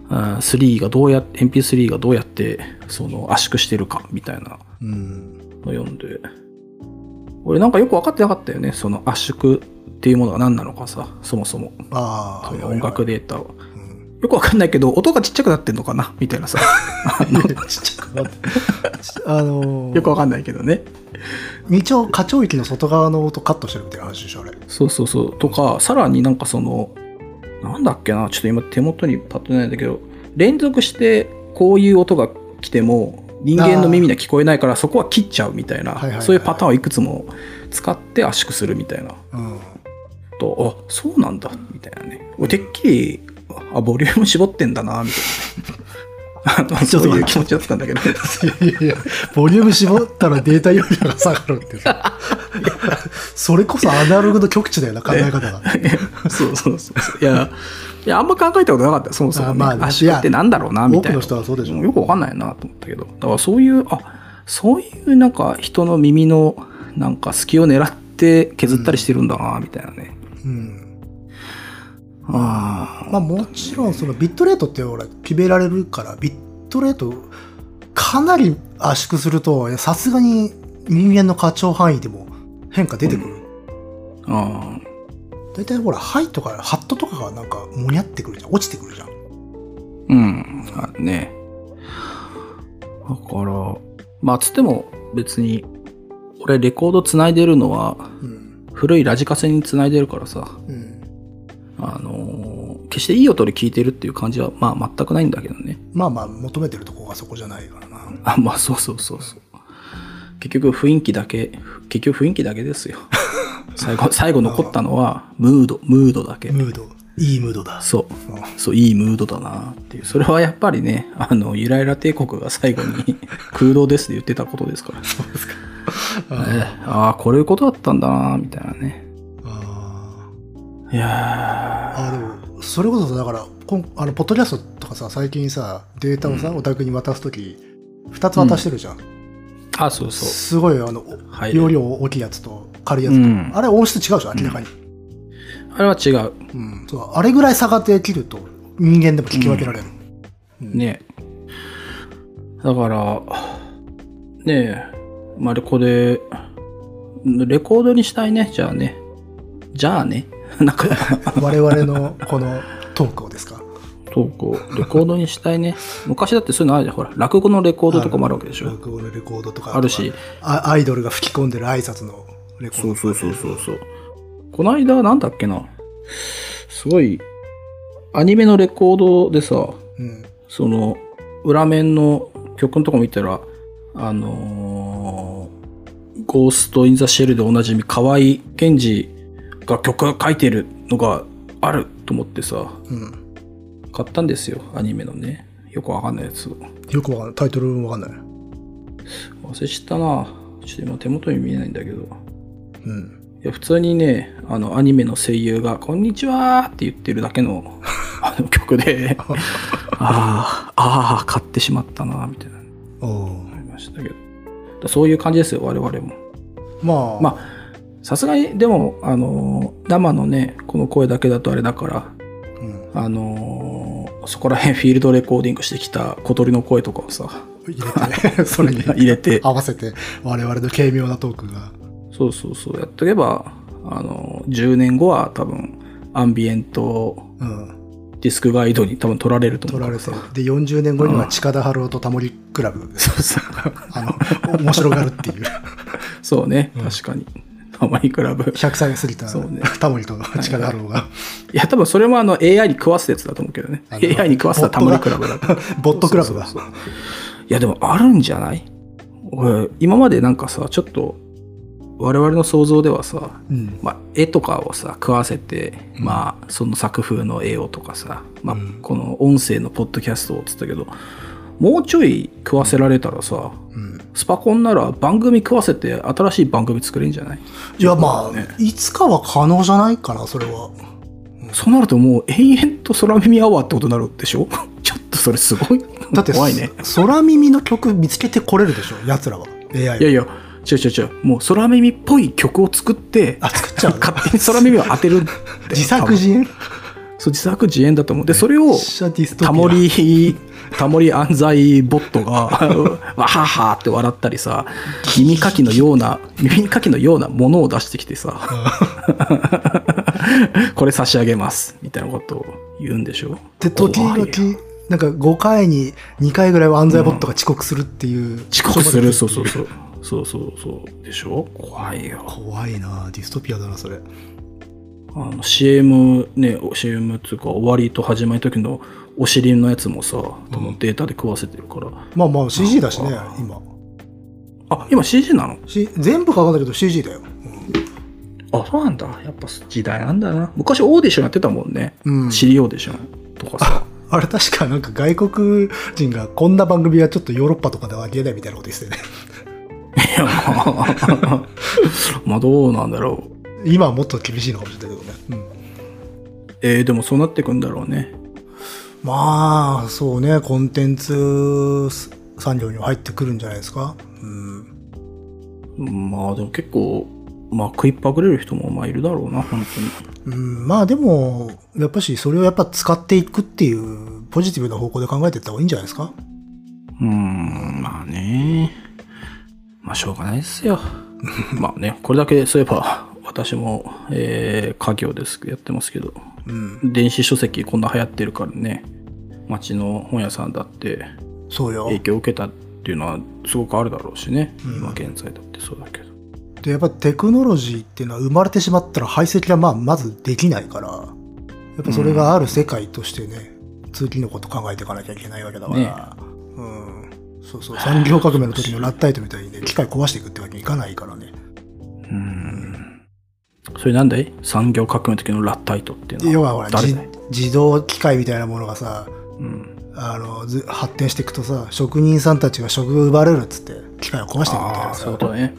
Speaker 1: うん3がどうやっ MP3 がどうやって、その、圧縮してるか、みたいな
Speaker 2: うん
Speaker 1: の読んで。俺なんかよく分かってなかったよね、その圧縮っていうものが何なのかさ、そもそも。
Speaker 2: ああ
Speaker 1: その音楽データを。
Speaker 2: うん
Speaker 1: よく分かんないけど、音がちっちゃくなってんのかなみたいな
Speaker 2: (laughs)
Speaker 1: さ。
Speaker 2: ちっちゃくなってちあの
Speaker 1: (laughs)
Speaker 2: ー
Speaker 1: よく分かんないけどね。
Speaker 2: 一応課長域の外側の音カットしてるみたいな話でしょあれ
Speaker 1: そうそうそう。とか、さらになんかその、なんだっけな、ちょっと今手元にパッと出ないんだけど、連続してこういう音が来ても、人間の耳には聞こえないから、そこは切っちゃうみたい
Speaker 2: はいはいはいは
Speaker 1: な、
Speaker 2: い
Speaker 1: そういうパターンをいくつも使って圧縮するみたいな。
Speaker 2: うん
Speaker 1: と、あ、そうなんだ、みたいなね。俺てっきり、あ、ボリューム絞ってんだな、みたい (laughs) なね。あのそういう気持ちだったんだけど。
Speaker 2: いやいや、ボリューム絞ったらデータ容量が下がるって
Speaker 1: (laughs)
Speaker 2: さ。それこそアナログの極致だよな、考え方が。
Speaker 1: そうそうそう (laughs) そう。いや、いや、あんま考えたことなかった、そもそも、ね
Speaker 2: あまあね
Speaker 1: 圧縮ってなんだろうな、みたいな。
Speaker 2: 多くの人はそうでしょ
Speaker 1: よくわかんないなと思ったけど。だからそういう、あ、そういうなんか人の耳のなんか隙を狙って削ったりしてるんだな、みたいなね。
Speaker 2: うん。
Speaker 1: うあー
Speaker 2: まあもちろんそのビットレートってほら決められるからビットレートかなり圧縮するとさすがに人間の過剰範囲でも変化出てくる、
Speaker 1: あー
Speaker 2: 大体ほらハイとかハットとかがなんかもにゃってくるじゃん落ちてくるじゃん
Speaker 1: うん。あね。だから、まあ、つっても別に、俺レコード繋いでるのは、
Speaker 2: うん
Speaker 1: 古いラジカセに繋いでるからさ、
Speaker 2: うん
Speaker 1: あのー決していい音で聞いてるっていう感じは、まあ、全くないんだけどね。 (laughs)
Speaker 2: まあまあ求めてるとこがそこじゃないからな
Speaker 1: あ、まあ、そうそうそうそう。結局雰囲気だけ、結局雰囲気だけですよ。 (laughs) 最後、最後残ったのは、ムード、ムードだけ。
Speaker 2: ムードいいムー
Speaker 1: (laughs)
Speaker 2: ドだ
Speaker 1: そう。
Speaker 2: うん
Speaker 1: そう、いいムードだなっていう。それはやっぱりね、あの、ゆらゆら帝国が最後 (laughs) に空洞ですって言ってたことですから。そうですか。ああ、こういうことだったんだなみたいなね。
Speaker 2: あ
Speaker 1: いや
Speaker 2: ーあーでもそれこそだからこんあのポッドキャストとかさ最近さデータをさ、お宅に渡す時2つ渡してるじゃん、
Speaker 1: ーあ、そうそう。
Speaker 2: すごいあの、お
Speaker 1: はい
Speaker 2: 容量大きいやつと軽いやつ
Speaker 1: う
Speaker 2: と、
Speaker 1: ん
Speaker 2: あれ音質違うじゃん明らかに、
Speaker 1: あれは違う。
Speaker 2: うんそうあれぐらい差ができると人間でも聞き分けられる、うん
Speaker 1: ねだから、ねえ、まあ、レコで、レコードにしたいね、じゃあね。じゃあね。 (laughs) なんか、
Speaker 2: 我々のこのトークをですか
Speaker 1: そうこう、レコードにしたいね。昔だってそういうのあるじゃん。ほら、落語のレコードとかもあるわけでしょ。
Speaker 2: 録音のレコードとか
Speaker 1: あるし
Speaker 2: あアイドルが吹き込んでる挨拶のレコード
Speaker 1: そうそうそうそうそう。この間、なんだっけな。すごい、アニメのレコードでさ、
Speaker 2: うん
Speaker 1: その、裏面の曲のとこ見たら、あのーゴースト・イン・ザ・シェルでおなじみ、河合健二が曲書いてるのがあると思ってさ、
Speaker 2: うん
Speaker 1: 買ったんですよ、アニメのね。よくわかんないやつを。
Speaker 2: よくわかんないタイトルわかんない
Speaker 1: 忘れちゃったな。ちょっと今手元に見えないんだけど。
Speaker 2: うん
Speaker 1: いや普通にねあのアニメの声優が「こんにちは」って言ってるだけ
Speaker 2: (laughs)
Speaker 1: のあの曲でああああ買ってしまったなみたいなの
Speaker 2: おお
Speaker 1: ありましたけどだそういう感じですよ我々も
Speaker 2: まあ
Speaker 1: まあさすがにでもあの生のねこの声だけだとあれだから
Speaker 2: うん、
Speaker 1: あのそこら辺フィールドレコーディングしてきた小鳥の声とかをさ
Speaker 2: 入れて (laughs) それに
Speaker 1: 入れて
Speaker 2: 合わせて我々の軽妙なトークが
Speaker 1: そうそうそうやっとけばあの10年後は多分アンビエント
Speaker 2: うん
Speaker 1: ディスクガイドに多分取られると思
Speaker 2: 取
Speaker 1: うから
Speaker 2: れ
Speaker 1: ら
Speaker 2: て
Speaker 1: さ
Speaker 2: るで40年後には近田春夫とタモリクラブ
Speaker 1: そうそう。
Speaker 2: あの、面白がるって
Speaker 1: (laughs)
Speaker 2: いう。
Speaker 1: そうね、確かに。たまに比べ。い
Speaker 2: 100歳過ぎた、
Speaker 1: そうね
Speaker 2: タモリと力あろうが。
Speaker 1: や、多分それもあの AI に食わすやつだと思うけどね。
Speaker 2: あの
Speaker 1: AI に食わすのはたまに比べだと。
Speaker 2: ボットク (laughs) ラブ
Speaker 1: (laughs)
Speaker 2: が。
Speaker 1: そうそうそういや、でもあるんじゃない俺今までなんかさ、ちょっと、我々の想像ではさ、
Speaker 2: うん。
Speaker 1: まあ、絵とかをさ食わせて、まあその作風の絵をとかさ、まあ
Speaker 2: うん、
Speaker 1: この音声のポッドキャストをっつったけどもうちょい食わせられたらさ
Speaker 2: うん
Speaker 1: スパコンなら番組食わせて新しい番組作れんじゃない
Speaker 2: いや、まあ、いつかは可能じゃないかな、それは。
Speaker 1: そうなるともう延々と空耳アワーってことになるでしょ (laughs) ちょっとそれすごい。
Speaker 2: だって、
Speaker 1: 怖いね。
Speaker 2: 空耳の曲見つけてこれるでしょ、奴らは。AI
Speaker 1: いや
Speaker 2: はい
Speaker 1: や、違う違う違う。もう空耳っぽい曲を作って、
Speaker 2: あ、作っちゃうの
Speaker 1: 勝手に空耳を当てるんだよ
Speaker 2: 自作自演
Speaker 1: 多分そう、自作自演だと思う。で、それを、タモ。
Speaker 2: めっちゃディストピ
Speaker 1: リ、タモリ安西ボットが、 (laughs) わははって笑ったりさ、耳かきのような、耳かきのようなものを出してきて (laughs) さ、これ差し上げます、みたいなことを言うんでしょ
Speaker 2: アで、時
Speaker 1: 怖いよ
Speaker 2: 々、なんか5回に2回ぐらいは安西ボットが遅刻するっていう。
Speaker 1: 遅刻する、そうそうそう。そうそうそう。でしょ怖いよ。
Speaker 2: 怖いなディストピアだな、それ。
Speaker 1: あの、CM ね、CM っていうか、終わりと始まりの時のお尻のやつもさ、多分データで食わせてるから。
Speaker 2: まあまあ CG だしね、今。
Speaker 1: あ、今 CG なの
Speaker 2: C 全部かかんないけど CG だよ。
Speaker 1: あ、そうなんだ。やっぱ時代なんだな。昔オーディションやってたもんね。
Speaker 2: うん
Speaker 1: 知りオーディションとかさ。
Speaker 2: あれ確かなんか外国人がこんな番組はちょっとヨーロッパとかではありえないみたいなこと言ってたよね。 (laughs)
Speaker 1: いや、まあ (laughs) まあどうなんだろう。
Speaker 2: 今はもっと厳しいのかもしれないけどね。うん
Speaker 1: えー、でもそうなってくんだろうね。
Speaker 2: まあ、そうね、コンテンツ産業には入ってくるんじゃないですか。うん。
Speaker 1: まあでも結構まあ食いっぱぐれる人もまあいるだろうな、本当に。
Speaker 2: うん、まあでも、やっぱしそれをやっぱ使っていくっていうポジティブな方向で考えていった方がいいんじゃないですか
Speaker 1: うーん、まあね。まあしょうがないですよ。 (laughs) まあね、これだけそういえば、私も、えー、家業です、やってますけど、
Speaker 2: うん。
Speaker 1: 電子書籍こんな流行ってるからね、街の本屋さんだって
Speaker 2: そうよ。
Speaker 1: 影響を受けたっていうのはすごくあるだろうしね、今現在だってそうだけど。
Speaker 2: で、やっぱテクノロジーっていうのは生まれてしまったら排斥はまあまずできないから、やっぱそれがある世界としてね、次のこと考えていかなきゃいけないわけだから、うん。そうそう、産業革命の時のラッタイトみたいにね、機械壊していくってわけにいかないからね。
Speaker 1: うん。それなんだい産業革命の時のラッタイトっていう
Speaker 2: 要
Speaker 1: の
Speaker 2: はほ
Speaker 1: は
Speaker 2: ら、
Speaker 1: 誰
Speaker 2: じ
Speaker 1: だい
Speaker 2: 自動機械みたいなものがさ、
Speaker 1: うん。
Speaker 2: あのず発展していくとさ職人さんたちが職奪われるっつって機械を壊していくみたい
Speaker 1: ああ、
Speaker 2: な
Speaker 1: そういう
Speaker 2: さ
Speaker 1: ことね。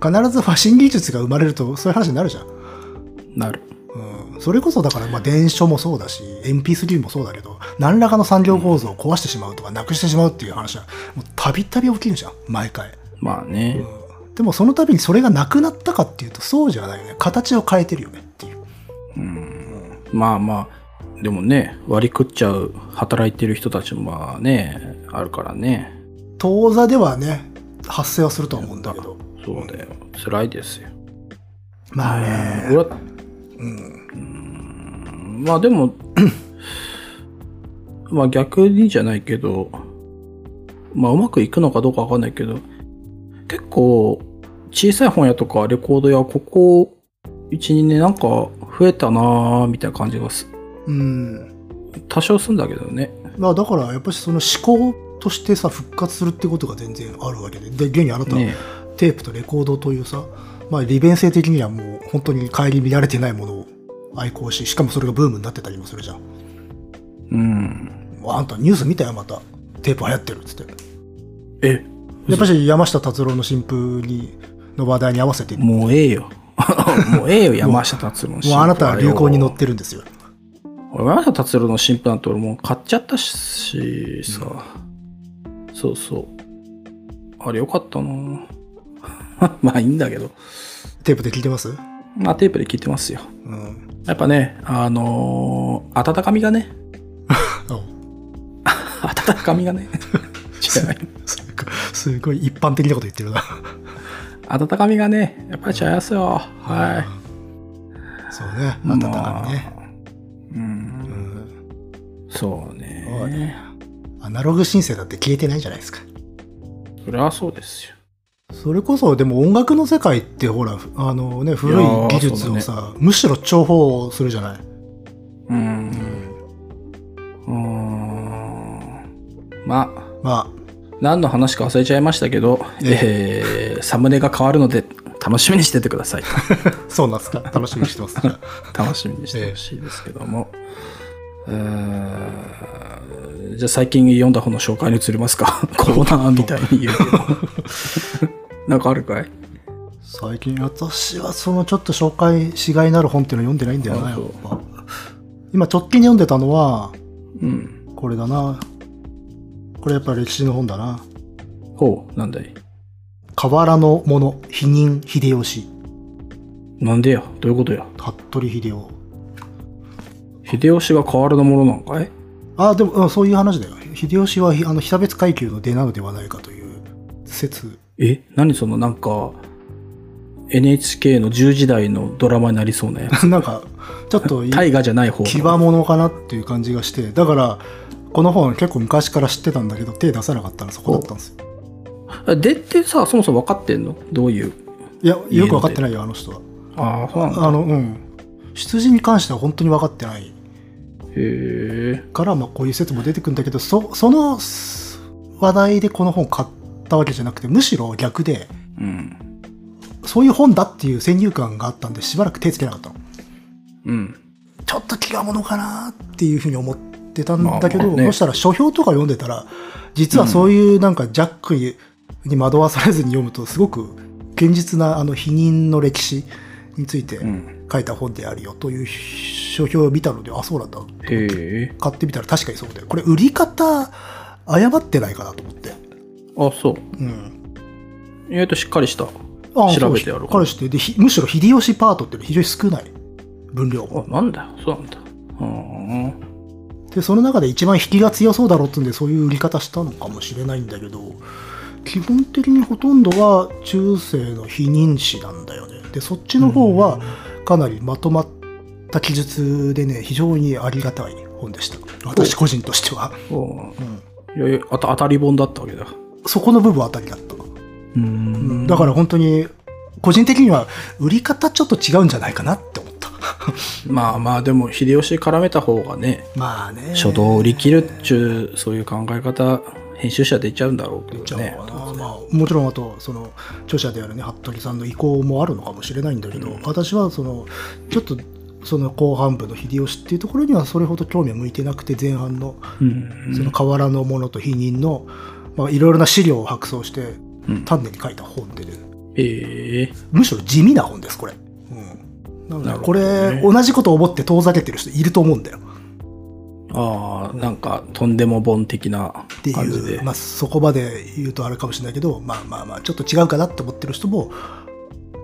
Speaker 2: 必ずファシン技術が生まれるとそういう話になるじゃん、
Speaker 1: なる。
Speaker 2: うん、それこそだからまあ電書もそうだし MP3 もそうだけど何らかの産業構造を壊してしまうとかなくしてしまうっていう話はもうたびたび起きるじゃん毎回、
Speaker 1: まあね。
Speaker 2: うん、でもその度にそれがなくなったかっていうとそうじゃないよね形を変えてるよねっていう
Speaker 1: まあまあ、でもね、割り食っちゃう働いてる人たちもまあね、あるからね。
Speaker 2: 当座ではね発生はするとは思うんだけど
Speaker 1: そうだよ。辛いですよ。
Speaker 2: まあね
Speaker 1: 俺は、うん。まあでも、 (coughs) まあ逆にじゃないけど、まあうまくいくのかどうかわかんないけど、結構小さい本屋とかレコード屋、ここ1、2年なんか増えたなーみたいな感じがす
Speaker 2: うん
Speaker 1: 多少すんだけどね。
Speaker 2: まあだからやっぱりその思考としてさ復活するってことが全然あるわけでで現にあなたは
Speaker 1: ね
Speaker 2: テープとレコードというさ、まあ、利便性的にはもう本当に顧みられてないものを愛好ししかもそれがブームになってたりもするじゃん
Speaker 1: うん。
Speaker 2: あんたニュース見たよまたテープ流行ってるっつって
Speaker 1: え、
Speaker 2: やっぱり山下達郎の新風にの話題に合わせても
Speaker 1: もうええよ。 (laughs) もうええよ、山下達郎の
Speaker 2: うあなたは流行に乗ってるんですよ
Speaker 1: 俺山下達郎の新婦なんて俺もう買っちゃったしさ、そうそうあれよかったな (laughs) まあいいんだけど
Speaker 2: テープで聞いてます
Speaker 1: まあテープで聞いてますよ
Speaker 2: うん
Speaker 1: やっぱねあのー温かみがね (laughs)
Speaker 2: あ
Speaker 1: 温かみが
Speaker 2: (laughs)
Speaker 1: ね違う
Speaker 2: すごいすごい一般的なこと言ってるな
Speaker 1: 温かみがねやっぱり違いますよは
Speaker 2: そうね
Speaker 1: い
Speaker 2: 温かみね、
Speaker 1: まあうん
Speaker 2: うん
Speaker 1: そう
Speaker 2: そう
Speaker 1: ね
Speaker 2: ねアナログ申請だって消えてないじゃないですか。
Speaker 1: それはそうですよ
Speaker 2: それこそ、でも音楽の世界ってほら、あのね、古い技術を
Speaker 1: そ
Speaker 2: さ、むしろ重宝するじゃない。
Speaker 1: うんうーんまあ
Speaker 2: ま
Speaker 1: 何の話か忘れちゃいましたけど、えーサムネが変わるので楽しみにしててくだ (laughs) さい。
Speaker 2: あ、そうなんですか。楽しみにし
Speaker 1: (laughs)
Speaker 2: てます。
Speaker 1: 楽しみにしてほしいですけども。うーんじゃあ最近読んだ本の紹介に移ります (laughs) か。コーナーみたいに言 (laughs) うけど。なんかあるかい
Speaker 2: 最近、私はそのちょっと紹介しがいのある本っていうのを読んでないんだよな、
Speaker 1: あ
Speaker 2: や
Speaker 1: そ
Speaker 2: っ
Speaker 1: う
Speaker 2: ぱ。今直近に読んでたのは、
Speaker 1: うん。
Speaker 2: これだな。これやっぱ歴史の本だな。
Speaker 1: ほう、なんだい
Speaker 2: 河原のもの、否認秀吉、
Speaker 1: なんでよどういうことよ
Speaker 2: 服部秀夫。
Speaker 1: 秀吉が変わるのものなんかい
Speaker 2: あでも、うんそういう話だよ。秀吉はひあの被差別階級の出なのではないかという説。 (laughs)
Speaker 1: え何そのなんか NHK の10時代のドラマになりそうな (laughs) やつ。
Speaker 2: なんか、ちょっ (laughs) とい
Speaker 1: 大河じゃない方の
Speaker 2: 牙物かなっていう感じがして、だから、この本結構昔から知ってたんだけど、手出さなかったらそこだったんですよ。
Speaker 1: でってさ、そもそも分かってんのどういう。
Speaker 2: いや、よく分かってないよ、あの人は。
Speaker 1: ああ、そうなんだ。
Speaker 2: あの、うん。出自に関しては本当に分かってない
Speaker 1: へえ。
Speaker 2: から、まあ、こういう説も出てくるんだけど、そそのす話題でこの本買ったわけじゃなくて、むしろ逆で、
Speaker 1: うん。
Speaker 2: そういう本だっていう先入観があったんで、しばらく手つけなかったの。
Speaker 1: うん。
Speaker 2: ちょっと気が物かなっていうふうに思ってたんだけど、
Speaker 1: まあまあね
Speaker 2: そしたら書評とか読んでたら、実はそういうなんかジャックにに惑わされずに読むと、すごく堅実なあの否認の歴史について
Speaker 1: ん
Speaker 2: 書いた本であるよという書評を見たので、あ、そうなんだ。
Speaker 1: へえ。
Speaker 2: 買ってみたら確かにそうで、これ売り方誤ってないかなと思って。
Speaker 1: あ、そう。
Speaker 2: うん。
Speaker 1: 意外としっかりした。
Speaker 2: ああ
Speaker 1: 調べてやろうか
Speaker 2: 彼氏ってで、ひむしろ秀吉パートっていうのは非常に少ない。分量
Speaker 1: あなんだよそうなんだうん
Speaker 2: で、その中で一番引きが強そうだろうってんで、そういう売り方したのかもしれないんだけど、基本的にほとんどは中世の非認知なんだよね。で、そっちの方はかなりまとまった記述でね、非常にありがたい本でした。私個人としては。
Speaker 1: おう
Speaker 2: うん
Speaker 1: いやいやあた当たり本だったわけだ
Speaker 2: そこの部分あたりだった。
Speaker 1: うん
Speaker 2: だから本当に、個人的には売り方ちょっと違うんじゃないかなって思った。
Speaker 1: まあまあでも秀吉絡めた方がね
Speaker 2: まあね。
Speaker 1: 初動を売り切るっちゅうそういう考え方編集者出ちゃうんだろうけ
Speaker 2: じ
Speaker 1: ど
Speaker 2: ゃあ、
Speaker 1: ね
Speaker 2: まあ、もちろんあとその著者であるね服部さんの意向もあるのかもしれないんだけど、私はそのちょっとその後半部の秀吉っていうところにはそれほど興味を向いてなくて前半の
Speaker 1: うん
Speaker 2: その河原のものと否認のまあいろいろな資料を白装して
Speaker 1: うん
Speaker 2: 丹念に書いた本でね、
Speaker 1: ええ
Speaker 2: むしろ地味な本ですこれ、うん、な
Speaker 1: なる
Speaker 2: ので
Speaker 1: ほ
Speaker 2: こ
Speaker 1: どね
Speaker 2: れ、同じことを思って遠ざけてる人いると思うんだよ
Speaker 1: ああなんかとんでも本的な
Speaker 2: って
Speaker 1: 感じで
Speaker 2: いう、まあ、そこまで言うとあれかもしれないけど、まあまあまあ、ちょっと違うかなって思ってる人も、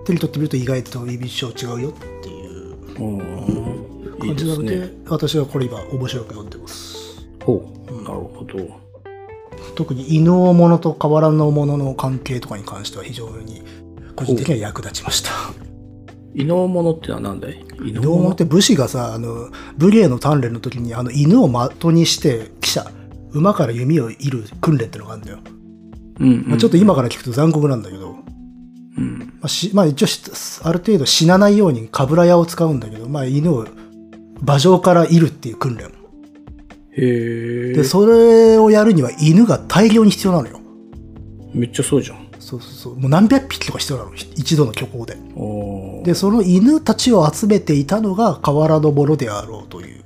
Speaker 2: 手に取ってみると意外と印象違うよっていう
Speaker 1: うんいいで
Speaker 2: 感じな
Speaker 1: す
Speaker 2: ので、
Speaker 1: ね
Speaker 2: 私はこれ今面白く読んでます。
Speaker 1: ほうなるほど
Speaker 2: 特に犬のものと河原のものの関係とかに関しては非常に個人的には役立ちました。
Speaker 1: 異能ものってのは何だい異
Speaker 2: 犬のものって武士がさ、あの、武芸の鍛錬の時にあの犬を的にして汽車、馬から弓を射る訓練ってのがあるんだよ。
Speaker 1: うんうん、
Speaker 2: まあ、ちょっと今から聞くと残酷なんだけど、
Speaker 1: うん、
Speaker 2: まあしまあ、一応しある程度死なないようにかぶら屋を使うんだけど、まあ、犬を馬上からいるっていう訓練
Speaker 1: へえ
Speaker 2: でそれをやるには犬が大量に必要なのよ
Speaker 1: めっちゃそうじゃん
Speaker 2: そうそうそうもう何百匹とか必要なのひ一度の虚構で
Speaker 1: おー
Speaker 2: でその犬たちを集めていたのが河原のものであろうという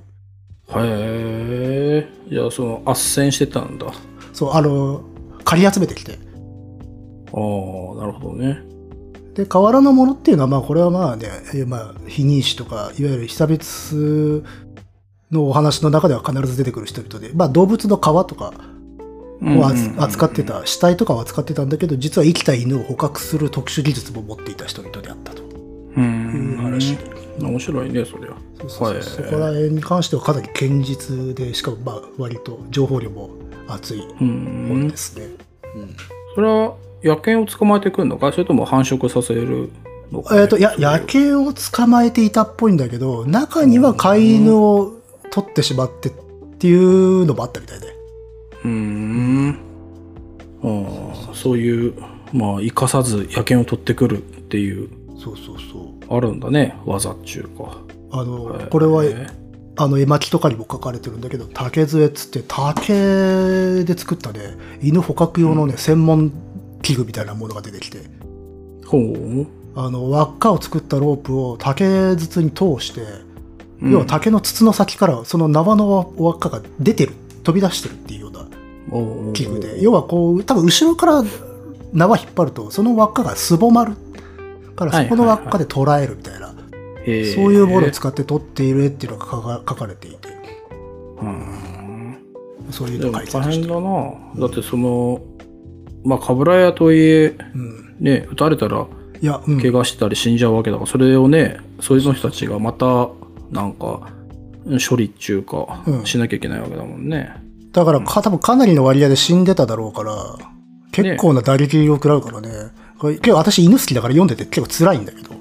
Speaker 1: へえじゃあその斡旋してたんだああ
Speaker 2: そうあの借り集めてきて
Speaker 1: なるほどね
Speaker 2: で河原のものっていうのはまあこれはまあね、えーまあ、非認視とかいわゆる被差別のお話の中では必ず出てくる人々で、まあ、動物の皮とかをあつ扱ってた死体とかを扱ってたんだけど実は生きた犬を捕獲する特殊技術も持っていた人々であったと
Speaker 1: うん
Speaker 2: いう話
Speaker 1: 面白いねそりゃ
Speaker 2: そうそうそう
Speaker 1: はい
Speaker 2: そこら辺に関してはかなり堅実でしかもまあ割と情報量も厚いう本
Speaker 1: ん
Speaker 2: ですね、
Speaker 1: それは野犬を捕まえてくるのかそれとも繁殖させるのか、
Speaker 2: えーとや野犬を捕まえていたっぽいんだけど中には飼い犬を取ってしまってっていうのもあったみたいで
Speaker 1: うーんああそういうまあ生かさず野犬を取ってくるっていう
Speaker 2: そうそうそう
Speaker 1: あるんだね技っちゅうか
Speaker 2: あのこれは、
Speaker 1: へえ
Speaker 2: あの絵巻とかにも書かれてるんだけど竹杖っつって竹で作ったね犬捕獲用のね、専門器具みたいなものが出てきて
Speaker 1: ほう
Speaker 2: あの輪っかを作ったロープを竹筒に通して、
Speaker 1: うん
Speaker 2: 要は竹の筒の先からその縄の輪っかが出てる飛び出してるっていうような
Speaker 1: おー
Speaker 2: 器具で要はこう多分後ろから縄引っ張るとその輪っかがすぼまるからそこの輪っかで捉えるみたいな、
Speaker 1: へえ
Speaker 2: そういうものを使って撮っている絵っていうのが書か書かれていて
Speaker 1: うん
Speaker 2: そういう
Speaker 1: で
Speaker 2: のを
Speaker 1: も
Speaker 2: 解
Speaker 1: 大
Speaker 2: 説し
Speaker 1: 変
Speaker 2: て。
Speaker 1: だなだってそのまあ冠屋とはいえ
Speaker 2: うん
Speaker 1: ね撃たれたら
Speaker 2: いや、うん、
Speaker 1: 怪我したり死んじゃうわけだから、それをねそういう人たちがまたなんか処理っちゅうか、
Speaker 2: うん
Speaker 1: しなきゃいけないわけだもんね
Speaker 2: だからか、多分かなりの割合で死んでただろうから、結構な打撃を食らうからね。これ結構私犬好きだから読んでて結構辛いんだけど。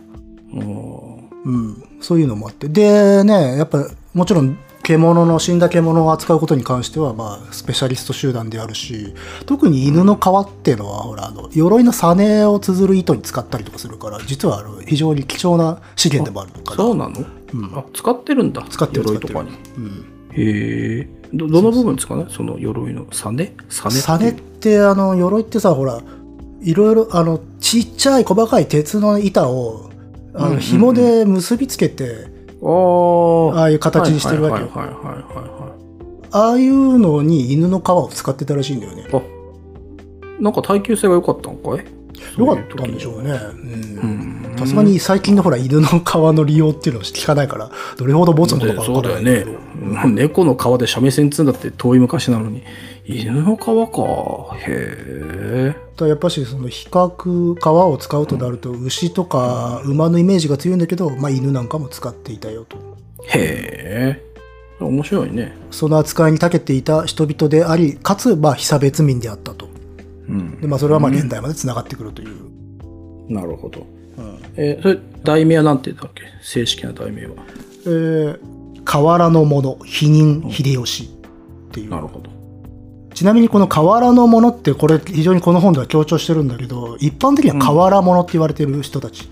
Speaker 1: うん
Speaker 2: うん。そういうのもあって。で、ね、やっぱ、もちろん、獣の、死んだ獣を扱うことに関しては、まあ、スペシャリスト集団であるし、特に犬の皮っていうのは、ほら、あの、鎧のサネを綴る糸に使ったりとかするから、実は、あの、非常に貴重な資源でもあるから。
Speaker 1: そうなの、
Speaker 2: うん
Speaker 1: あ使ってるんだ
Speaker 2: 使ってる
Speaker 1: 鎧とかに
Speaker 2: 使ってるうん。
Speaker 1: へえどどの部分ですかねその鎧のサネサネ
Speaker 2: サネってあの鎧ってさほらいろいろあのちっちゃい細かい鉄の板を
Speaker 1: う
Speaker 2: あ
Speaker 1: んうんう
Speaker 2: の
Speaker 1: ん
Speaker 2: 紐で結びつけて
Speaker 1: あー
Speaker 2: ああいう形にしてるわけよ
Speaker 1: はいはいはいはい
Speaker 2: ああいうのに犬の皮を使ってたらしいんだよね
Speaker 1: はいはいあなんか耐久性が良かったんかい
Speaker 2: よかったんでしょ
Speaker 1: う
Speaker 2: うね
Speaker 1: いう時に
Speaker 2: ん
Speaker 1: うん
Speaker 2: さすがに最近のほら犬の皮の利用っていうのを聞かないからどれほどボツ
Speaker 1: そ
Speaker 2: の
Speaker 1: う
Speaker 2: こと
Speaker 1: だよそう
Speaker 2: かわか
Speaker 1: だよ
Speaker 2: らないけ
Speaker 1: ね
Speaker 2: ど、
Speaker 1: うん猫の皮で三味線つんだって遠い昔なのに犬の皮か。へえ。
Speaker 2: だからやっぱしその比較皮を使うとなると牛とか馬のイメージが強いんだけど、まあ、犬なんかも使っていたよと
Speaker 1: へえ。面白いね。
Speaker 2: その扱いに長けていた人々でありかつまあ被差別民であったと
Speaker 1: うん。
Speaker 2: で、まあ、それはまあ現代までつながってくるという、
Speaker 1: なるほど。
Speaker 2: うん
Speaker 1: えーそれ、題名はなんて言ったっけ正式な題名は。
Speaker 2: えー河原の者否認秀吉っていう、
Speaker 1: なるほど。
Speaker 2: ちなみにこの河原の者ってこれ非常にこの本では強調してるんだけど一般的には河原者って言われてる人たち、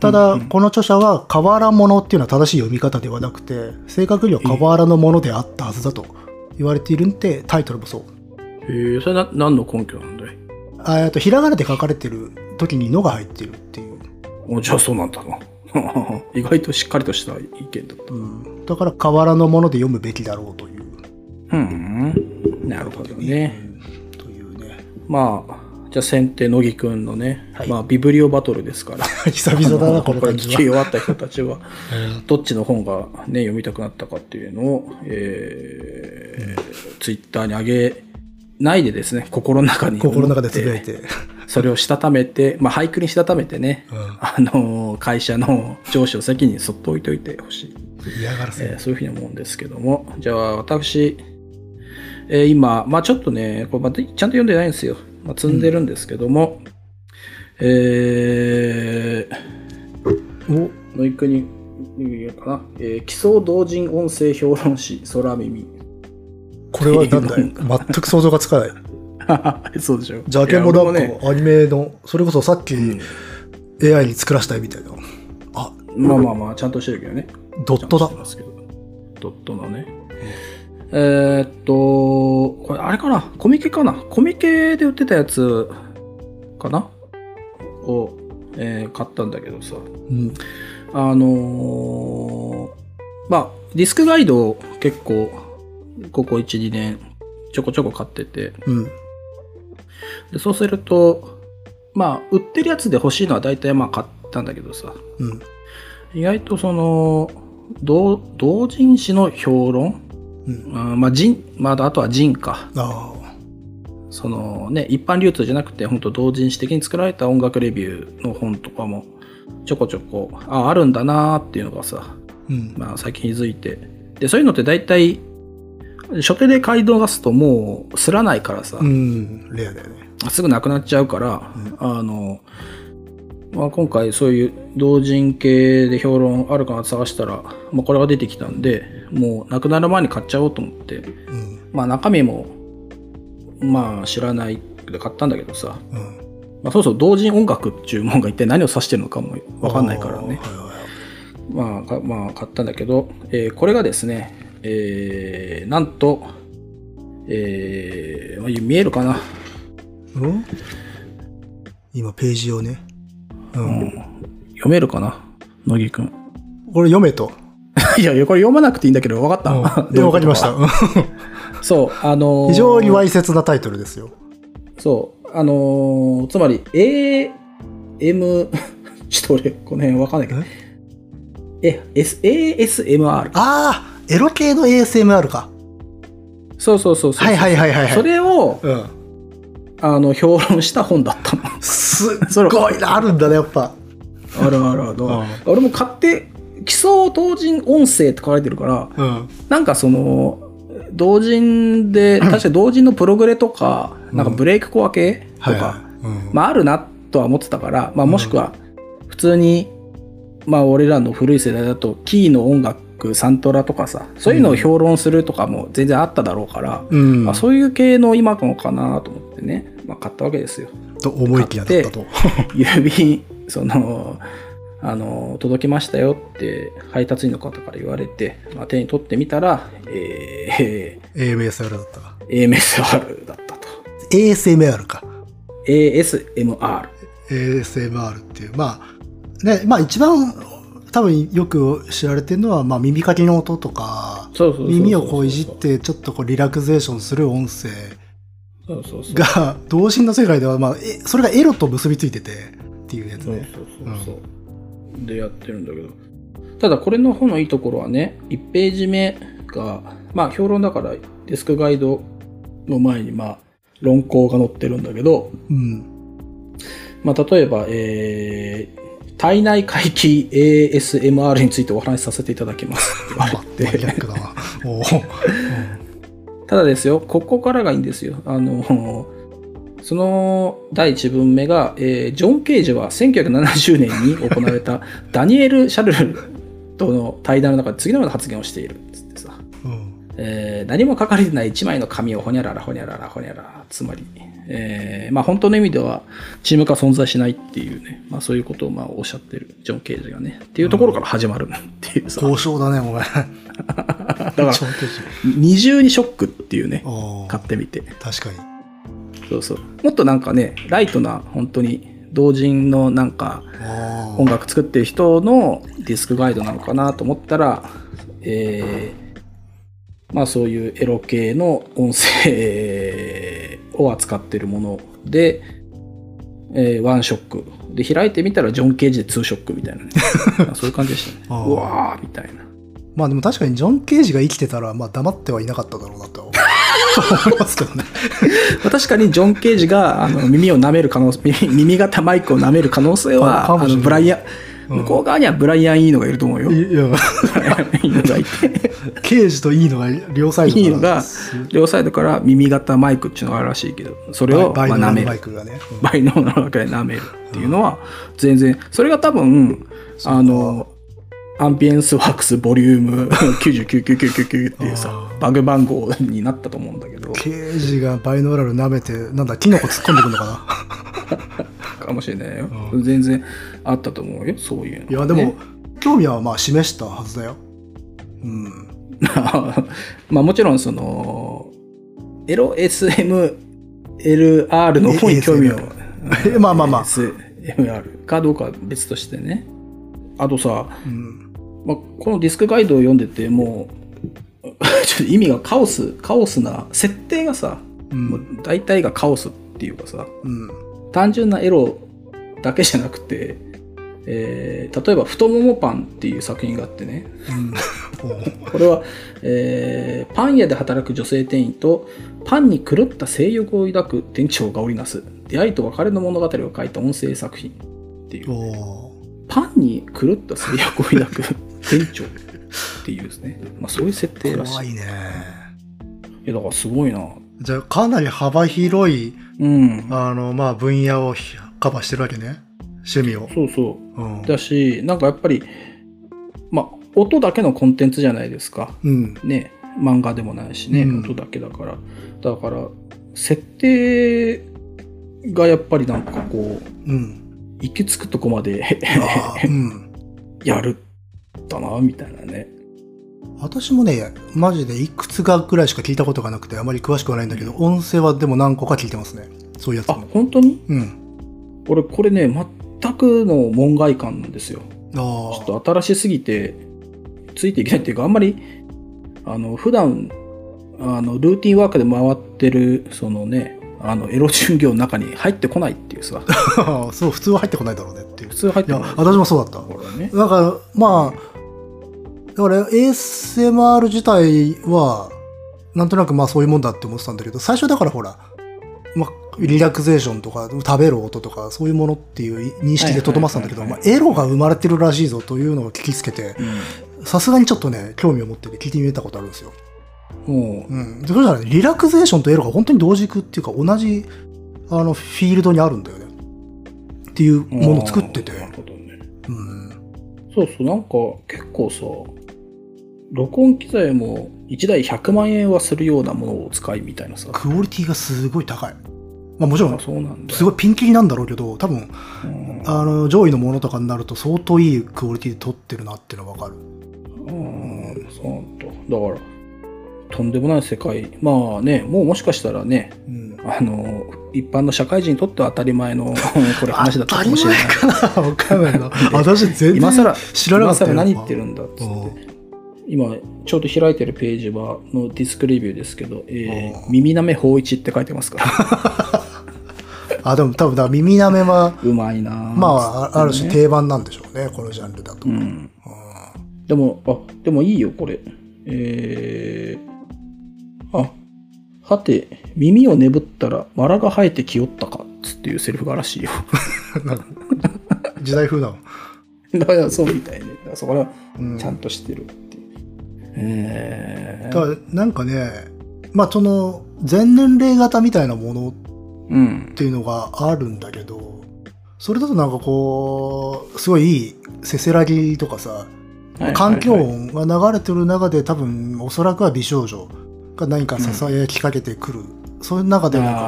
Speaker 2: た
Speaker 1: う
Speaker 2: だ
Speaker 1: んうん
Speaker 2: この著者は河原者っていうのは正しい読み方ではなくて正確には河原の者であったはずだと言われているんでタイトルもそう
Speaker 1: へえ、それな何の根拠なんだい
Speaker 2: あえっとひらがなで書かれてる時に「の」が入ってるっていう、
Speaker 1: おじゃあそうなんだな。 (laughs) 意外としっかりとした意見だった。
Speaker 2: うん、だから河原の者で読むべきだろうという
Speaker 1: うん。なるほどね。
Speaker 2: うんというね
Speaker 1: まあ、じゃあ先手、乃木くんのね、
Speaker 2: はい
Speaker 1: まあ、ビブリオバトルですから。
Speaker 2: (laughs) 久々だなこの
Speaker 1: (laughs) これ
Speaker 2: 感
Speaker 1: 聞
Speaker 2: じ
Speaker 1: き
Speaker 2: は
Speaker 1: 終わった人たちは、 (laughs) どっちの本が、ね、読みたくなったかっていうのを、えー、ツイッターに上げないでですね、心の中に。
Speaker 2: 心の中でつぶやいて、
Speaker 1: それをしたためて、まあ、俳句にしたためてね、
Speaker 2: うん
Speaker 1: あのー会社の上司の責任にそっと置いといてほしい、
Speaker 2: 嫌がら
Speaker 1: えーそういうふうに思うんですけどもじゃあ私、えー今、まあ、ちょっとねこれまたちゃんと読んでないんですよ、まあ、積んでるんですけども、え
Speaker 2: お
Speaker 1: ー、のいくに言うかな、えー、基礎同人音声評論誌空耳 (laughs)
Speaker 2: これはなんだ
Speaker 1: っ
Speaker 2: い
Speaker 1: ていう
Speaker 2: 全く想像がつかない。
Speaker 1: そうでしょ
Speaker 2: ジャケもな
Speaker 1: いや
Speaker 2: ん
Speaker 1: 俺もね
Speaker 2: かアニメの、それこそさっき
Speaker 1: ん
Speaker 2: AI に作らせたいみたいな。あ、
Speaker 1: まあまあまあちゃんとしてるけどね
Speaker 2: ドットだ
Speaker 1: ちゃんとして。ますけどドットのね。えーっと、これあれかなコミケかなコミケで売ってたやつかなを、えー買ったんだけどさ。
Speaker 2: うん。
Speaker 1: あのーまあ、ディスクガイドを結構、ここ1、2年、ちょこちょこ買ってて。
Speaker 2: うん。
Speaker 1: でそうすると、まあ、売ってるやつで欲しいのは大体まあ買ったんだけどさ。
Speaker 2: うん。
Speaker 1: 意外とその同同人誌の評論、
Speaker 2: うん。
Speaker 1: うんまあ人まあ、あとは人か
Speaker 2: あ
Speaker 1: その、ね、一般流通じゃなくて本当同人誌的に作られた音楽レビューの本とかもちょこちょこああるんだなーっていうのがさ、
Speaker 2: あ。うん。
Speaker 1: まあ、最近気づいてでそういうのって大体初手で買い逃すともうすらないからさ、
Speaker 2: うん。レアだよね。
Speaker 1: すぐなくなっちゃうから、あの、まあ、今回そういう同人系で評論あるかなって探したら、まあ、これが出てきたんで、もうなくなる前に買っちゃおうと思って、
Speaker 2: うん。
Speaker 1: まあ中身も、まあ知らないで買ったんだけどさ、
Speaker 2: うん。
Speaker 1: まあ、そもそも同人音楽っていうもんが一体何を指してるのかもわかんないからね
Speaker 2: あ。ーはい
Speaker 1: まあ、
Speaker 2: はいはい
Speaker 1: かまあ、買ったんだけど、えーこれがですね、えーなんと、えーまあ見えるかな
Speaker 2: うん今ページをね。うん。
Speaker 1: 読めるかな乃木くん。 (laughs)
Speaker 2: これ読めと。
Speaker 1: いやいや、これ読まなくていいんだけど、分かった。
Speaker 2: うん
Speaker 1: (laughs) ど
Speaker 2: で、
Speaker 1: ういうこと
Speaker 2: わかりました。うん
Speaker 1: そう、あのー
Speaker 2: 非常にわいせつなタイトルですよ。
Speaker 1: そう、あのーつまり、A、M、ち (laughs) ょっと俺、この辺分かんないけど、え、S、ASMR か。
Speaker 2: ああエロ系の ASMR か。
Speaker 1: そうそうそうそう。
Speaker 2: はいはいはいはいはい。
Speaker 1: それを、
Speaker 2: うん。
Speaker 1: あの、評論した本だったの。
Speaker 2: すっごいな、あるんだね、やっぱ。
Speaker 1: あるあ (laughs) るある。
Speaker 2: うん
Speaker 1: 俺も買って、基礎同人音声って書かれてるから、
Speaker 2: うん。
Speaker 1: なんかその、同人
Speaker 2: (clears throat)
Speaker 1: で、確かに同人のプログレとか、なんかブレイクコア系とか、
Speaker 2: うん
Speaker 1: まあ、あるなとは思ってたから、まあ、もしくは普通に、まあ、俺らの古い世代だとキーの音楽サントラとかさそういうのを評論するとかも全然あっただろうから、
Speaker 2: うん
Speaker 1: まあ、そういう系の今のかなと思ってね、まあ、買ったわけ (laughs) ですよ。
Speaker 2: と思いきやだったと。
Speaker 1: 郵便そのあの届きましたよって配達員の方から言われて、まあ、手に取ってみたら、え
Speaker 2: AMSR だったか。
Speaker 1: ー、AMSR (laughs) だったと
Speaker 2: ASMR か。
Speaker 1: ASMR
Speaker 2: ASMR っていう。まあ、ね、まあ一番多分よく知られてるのは、まあ耳かきの音とか、
Speaker 1: そうそうそうそう
Speaker 2: 耳をこういじってちょっとこうリラクゼーションする音声
Speaker 1: そうそうそう
Speaker 2: が、 (laughs) 同心の世界では、まあ、えそれがエロと結びついててっていうやつ
Speaker 1: そう
Speaker 2: ね。
Speaker 1: そうそうそう、でやってるんだけどただこれの方のいいところはね1ページ目がまあ評論だからデスクガイドの前に、まあ、論考が載ってるんだけど、
Speaker 2: うん。
Speaker 1: まあ、例えば、えー体内回帰 ASMR についてお話しさせていただきますって言われて
Speaker 2: マニアックだな。おー
Speaker 1: ただですよ、ここからがいいんですよ。あの、その第1文目が、えージョン・ケージは1970年に行われ
Speaker 2: (laughs)
Speaker 1: たダニエル・シャルルとの対談の中で次のような発言をしている。つってさ、
Speaker 2: (laughs) うん。
Speaker 1: えー何も書かれてない1枚の紙をほにゃららほにゃららほにゃらら、つまり、えーまあ本当の意味ではチーム化存在しないっていうね、まあそういうことをまあおっしゃってる、ジョン・ケージがね、っていうところから始まるっていうさ、
Speaker 2: 交渉だね、お前。
Speaker 1: だから
Speaker 2: ちょっとし
Speaker 1: 二重にショックっていうね、
Speaker 2: おー
Speaker 1: 買ってみて。
Speaker 2: 確かに。
Speaker 1: そうそう。もっとなんかね、ライトな、本当に、同人のなんか、
Speaker 2: あ
Speaker 1: 音楽作ってる人のディスクガイドなのかなと思ったら、えー、まあそういうエロ系の音声を扱ってるもので、えーワンショック。で、開いてみたらジョン・ケージでツーショックみた
Speaker 2: (laughs)
Speaker 1: いなね。そういう感じでしたね。
Speaker 2: あー
Speaker 1: うわーみたいな。
Speaker 2: ーまあでも確かにジョン・ケージが生きてたら、まあ黙ってはいなかっただろうなとは思 (laughs) 思いますけどね。
Speaker 1: まあ確かにジョン・ケージがあの耳を舐める可能性、耳耳型マイクを舐める可能性
Speaker 2: あ
Speaker 1: は、
Speaker 2: か
Speaker 1: あ
Speaker 2: もしれない
Speaker 1: のブライアン、
Speaker 2: うん
Speaker 1: 向こう側にはブライアン・イーノがいると思うよ。
Speaker 2: いや、
Speaker 1: ブライアン・イーノがいて、
Speaker 2: ケージといいのが両サイドから
Speaker 1: いいのが両サイドから耳型マイクっていうのがあるらしいけど、それをまあ
Speaker 2: バイバイ
Speaker 1: 舐
Speaker 2: ナル
Speaker 1: め
Speaker 2: マイ
Speaker 1: る。
Speaker 2: クがね。
Speaker 1: バイノーの中で舐めるっていうのは、全然、それが多分、あの、アンビエンスワークスボリューム99999っていうさ、バグ番号になったと思うんだけど、
Speaker 2: ケージがバイノーラル舐めて、なんだ、キノコ突っ込んでくるのか
Speaker 1: かもしれないよ
Speaker 2: う。
Speaker 1: 全然あったと思うよ、そういうの
Speaker 2: な (laughs) いや、でも、興味はまあ示したはずだよ。うん。
Speaker 1: まあ (laughs) まあもちろんその、エロ SMLR の方に興味を。
Speaker 2: (laughs) えまあまあまあ
Speaker 1: SMR かどうかは別としてね。あとさ、
Speaker 2: (laughs) うん。
Speaker 1: まあ、このディスクガイドを読んでても (laughs) う、ちょっと意味がカオス、カオスな、設定がさ、
Speaker 2: うん
Speaker 1: もう大体がカオスっていうかさ、
Speaker 2: (laughs) うん。
Speaker 1: 単純なエロだけじゃなくて、えー例えば、太ももパンっていう作品があってね、
Speaker 2: うん。おう
Speaker 1: これは、えーパン屋で働く女性店員とパンに狂った性欲を抱く店長が織りなす出会いと別れの物語を書いた音声作品っていう
Speaker 2: おう
Speaker 1: パンに狂った性欲を抱く店長っていうですね、まあ、そういう設定らしい
Speaker 2: 怖いね。
Speaker 1: いやだからすごいな
Speaker 2: じゃあ、かなり幅広い、
Speaker 1: うん
Speaker 2: あの、まあ、分野をひカバーしてるわけね。趣味を。
Speaker 1: そうそう
Speaker 2: うん。
Speaker 1: だしなんかやっぱりまあ音だけのコンテンツじゃないですか
Speaker 2: うん。
Speaker 1: ね漫画でもないしね、
Speaker 2: うん
Speaker 1: 音だけだからだから設定がやっぱりなんかこう
Speaker 2: うん。
Speaker 1: 行き着くとこまで
Speaker 2: あーうん。
Speaker 1: (laughs) やるんだなみたいなね
Speaker 2: 私もね、マジでいくつかぐらいしか聞いたことがなくて、あまり詳しくはないんだけど、音声はでも何個か聞いてますね。そういうやつ
Speaker 1: あ
Speaker 2: も。
Speaker 1: 本当に
Speaker 2: うん。
Speaker 1: 俺これね全くの門外観なんですよ
Speaker 2: ああ。
Speaker 1: ちょっと新しすぎてついていけないっていうかあんまりあの普段あのルーティンワークで回ってるそのねあのエロ巡業の中に入ってこないっていうさ
Speaker 2: (laughs) そう、普通は入ってこないだろうねっていう。
Speaker 1: 普
Speaker 2: い
Speaker 1: 通入って
Speaker 2: や
Speaker 1: こない、
Speaker 2: 私もそうだっ
Speaker 1: これね
Speaker 2: (laughs) た。だから、まあ、だから ASMR 自体は、なんとなくまあそういうもんだって思ってたんだけど、最初だからほら、まあ、リラクゼーションとか、食べる音とか、そういうものっていう認識でとどまってたんだけど、
Speaker 1: はい
Speaker 2: ま
Speaker 1: は
Speaker 2: あ
Speaker 1: いはいは
Speaker 2: エロが生まれてるらしいぞというのを聞きつけて、さすがにちょっとね、興味を持ってて聞いてみたことあるんですよ。
Speaker 1: も
Speaker 2: うん。でそしたらね、リラクゼーションとエロが本当に同軸っていうか、同じ、あの、フィールドにあるんだよね。っていう
Speaker 1: う
Speaker 2: ものを作ってて。
Speaker 1: あーなるほどね
Speaker 2: うん。
Speaker 1: そうそうなんか結構さ録音機材も1台100万円はするようなものを使いみたいなさあ
Speaker 2: クオリティがすごい高い。まあもちろん、
Speaker 1: そうなんだ
Speaker 2: すご
Speaker 1: い、
Speaker 2: いピンキリなんだろうけど、多分、
Speaker 1: うん
Speaker 2: あの、上位のものとかになると相当いいクオリティで撮ってるなっていうのはわかる。
Speaker 1: うんそうなんだだからとんでもない世界まあねもうもしかしたらね
Speaker 2: うん。
Speaker 1: あの一般の社会人にとっては当たり前の
Speaker 2: (laughs)
Speaker 1: これ話だったかもしれない
Speaker 2: 当たり前かなわかんないな。私全
Speaker 1: 今
Speaker 2: 然
Speaker 1: 更
Speaker 2: 知らなかったよ
Speaker 1: 今更何言ってるんだっつっ
Speaker 2: お
Speaker 1: て今ちょうど開いてるページはのディスクレビューですけど「えー耳なめ法一」って書いてますから
Speaker 2: あ、でも多分、だから耳なめは、
Speaker 1: うまいなぁつ
Speaker 2: ま
Speaker 1: っ
Speaker 2: あ、
Speaker 1: て
Speaker 2: ある種定番なんでしょうね、このジャンルだと。
Speaker 1: うんでもあでもいいよこれえー、あはて、耳を眠ったら、バラが生えてきよったか、つっていうセリフがあるらしいよ。 (laughs)
Speaker 2: なんか時代風だわ
Speaker 1: だから、そうみたいね。だからそこら、
Speaker 2: うん
Speaker 1: ちゃんとしてるっていう。え
Speaker 2: だ
Speaker 1: ー、
Speaker 2: からなんかねまあその全年齢型みたいなもの
Speaker 1: うん
Speaker 2: っ。ていうのがあるんだけどそれだとなんかこうすごいいいせせらぎとかさ
Speaker 1: はい
Speaker 2: 環境
Speaker 1: はいはい
Speaker 2: 音が流れてる中で多分おそらくは美少女が何かささやきかけてくる、そういう中でなんか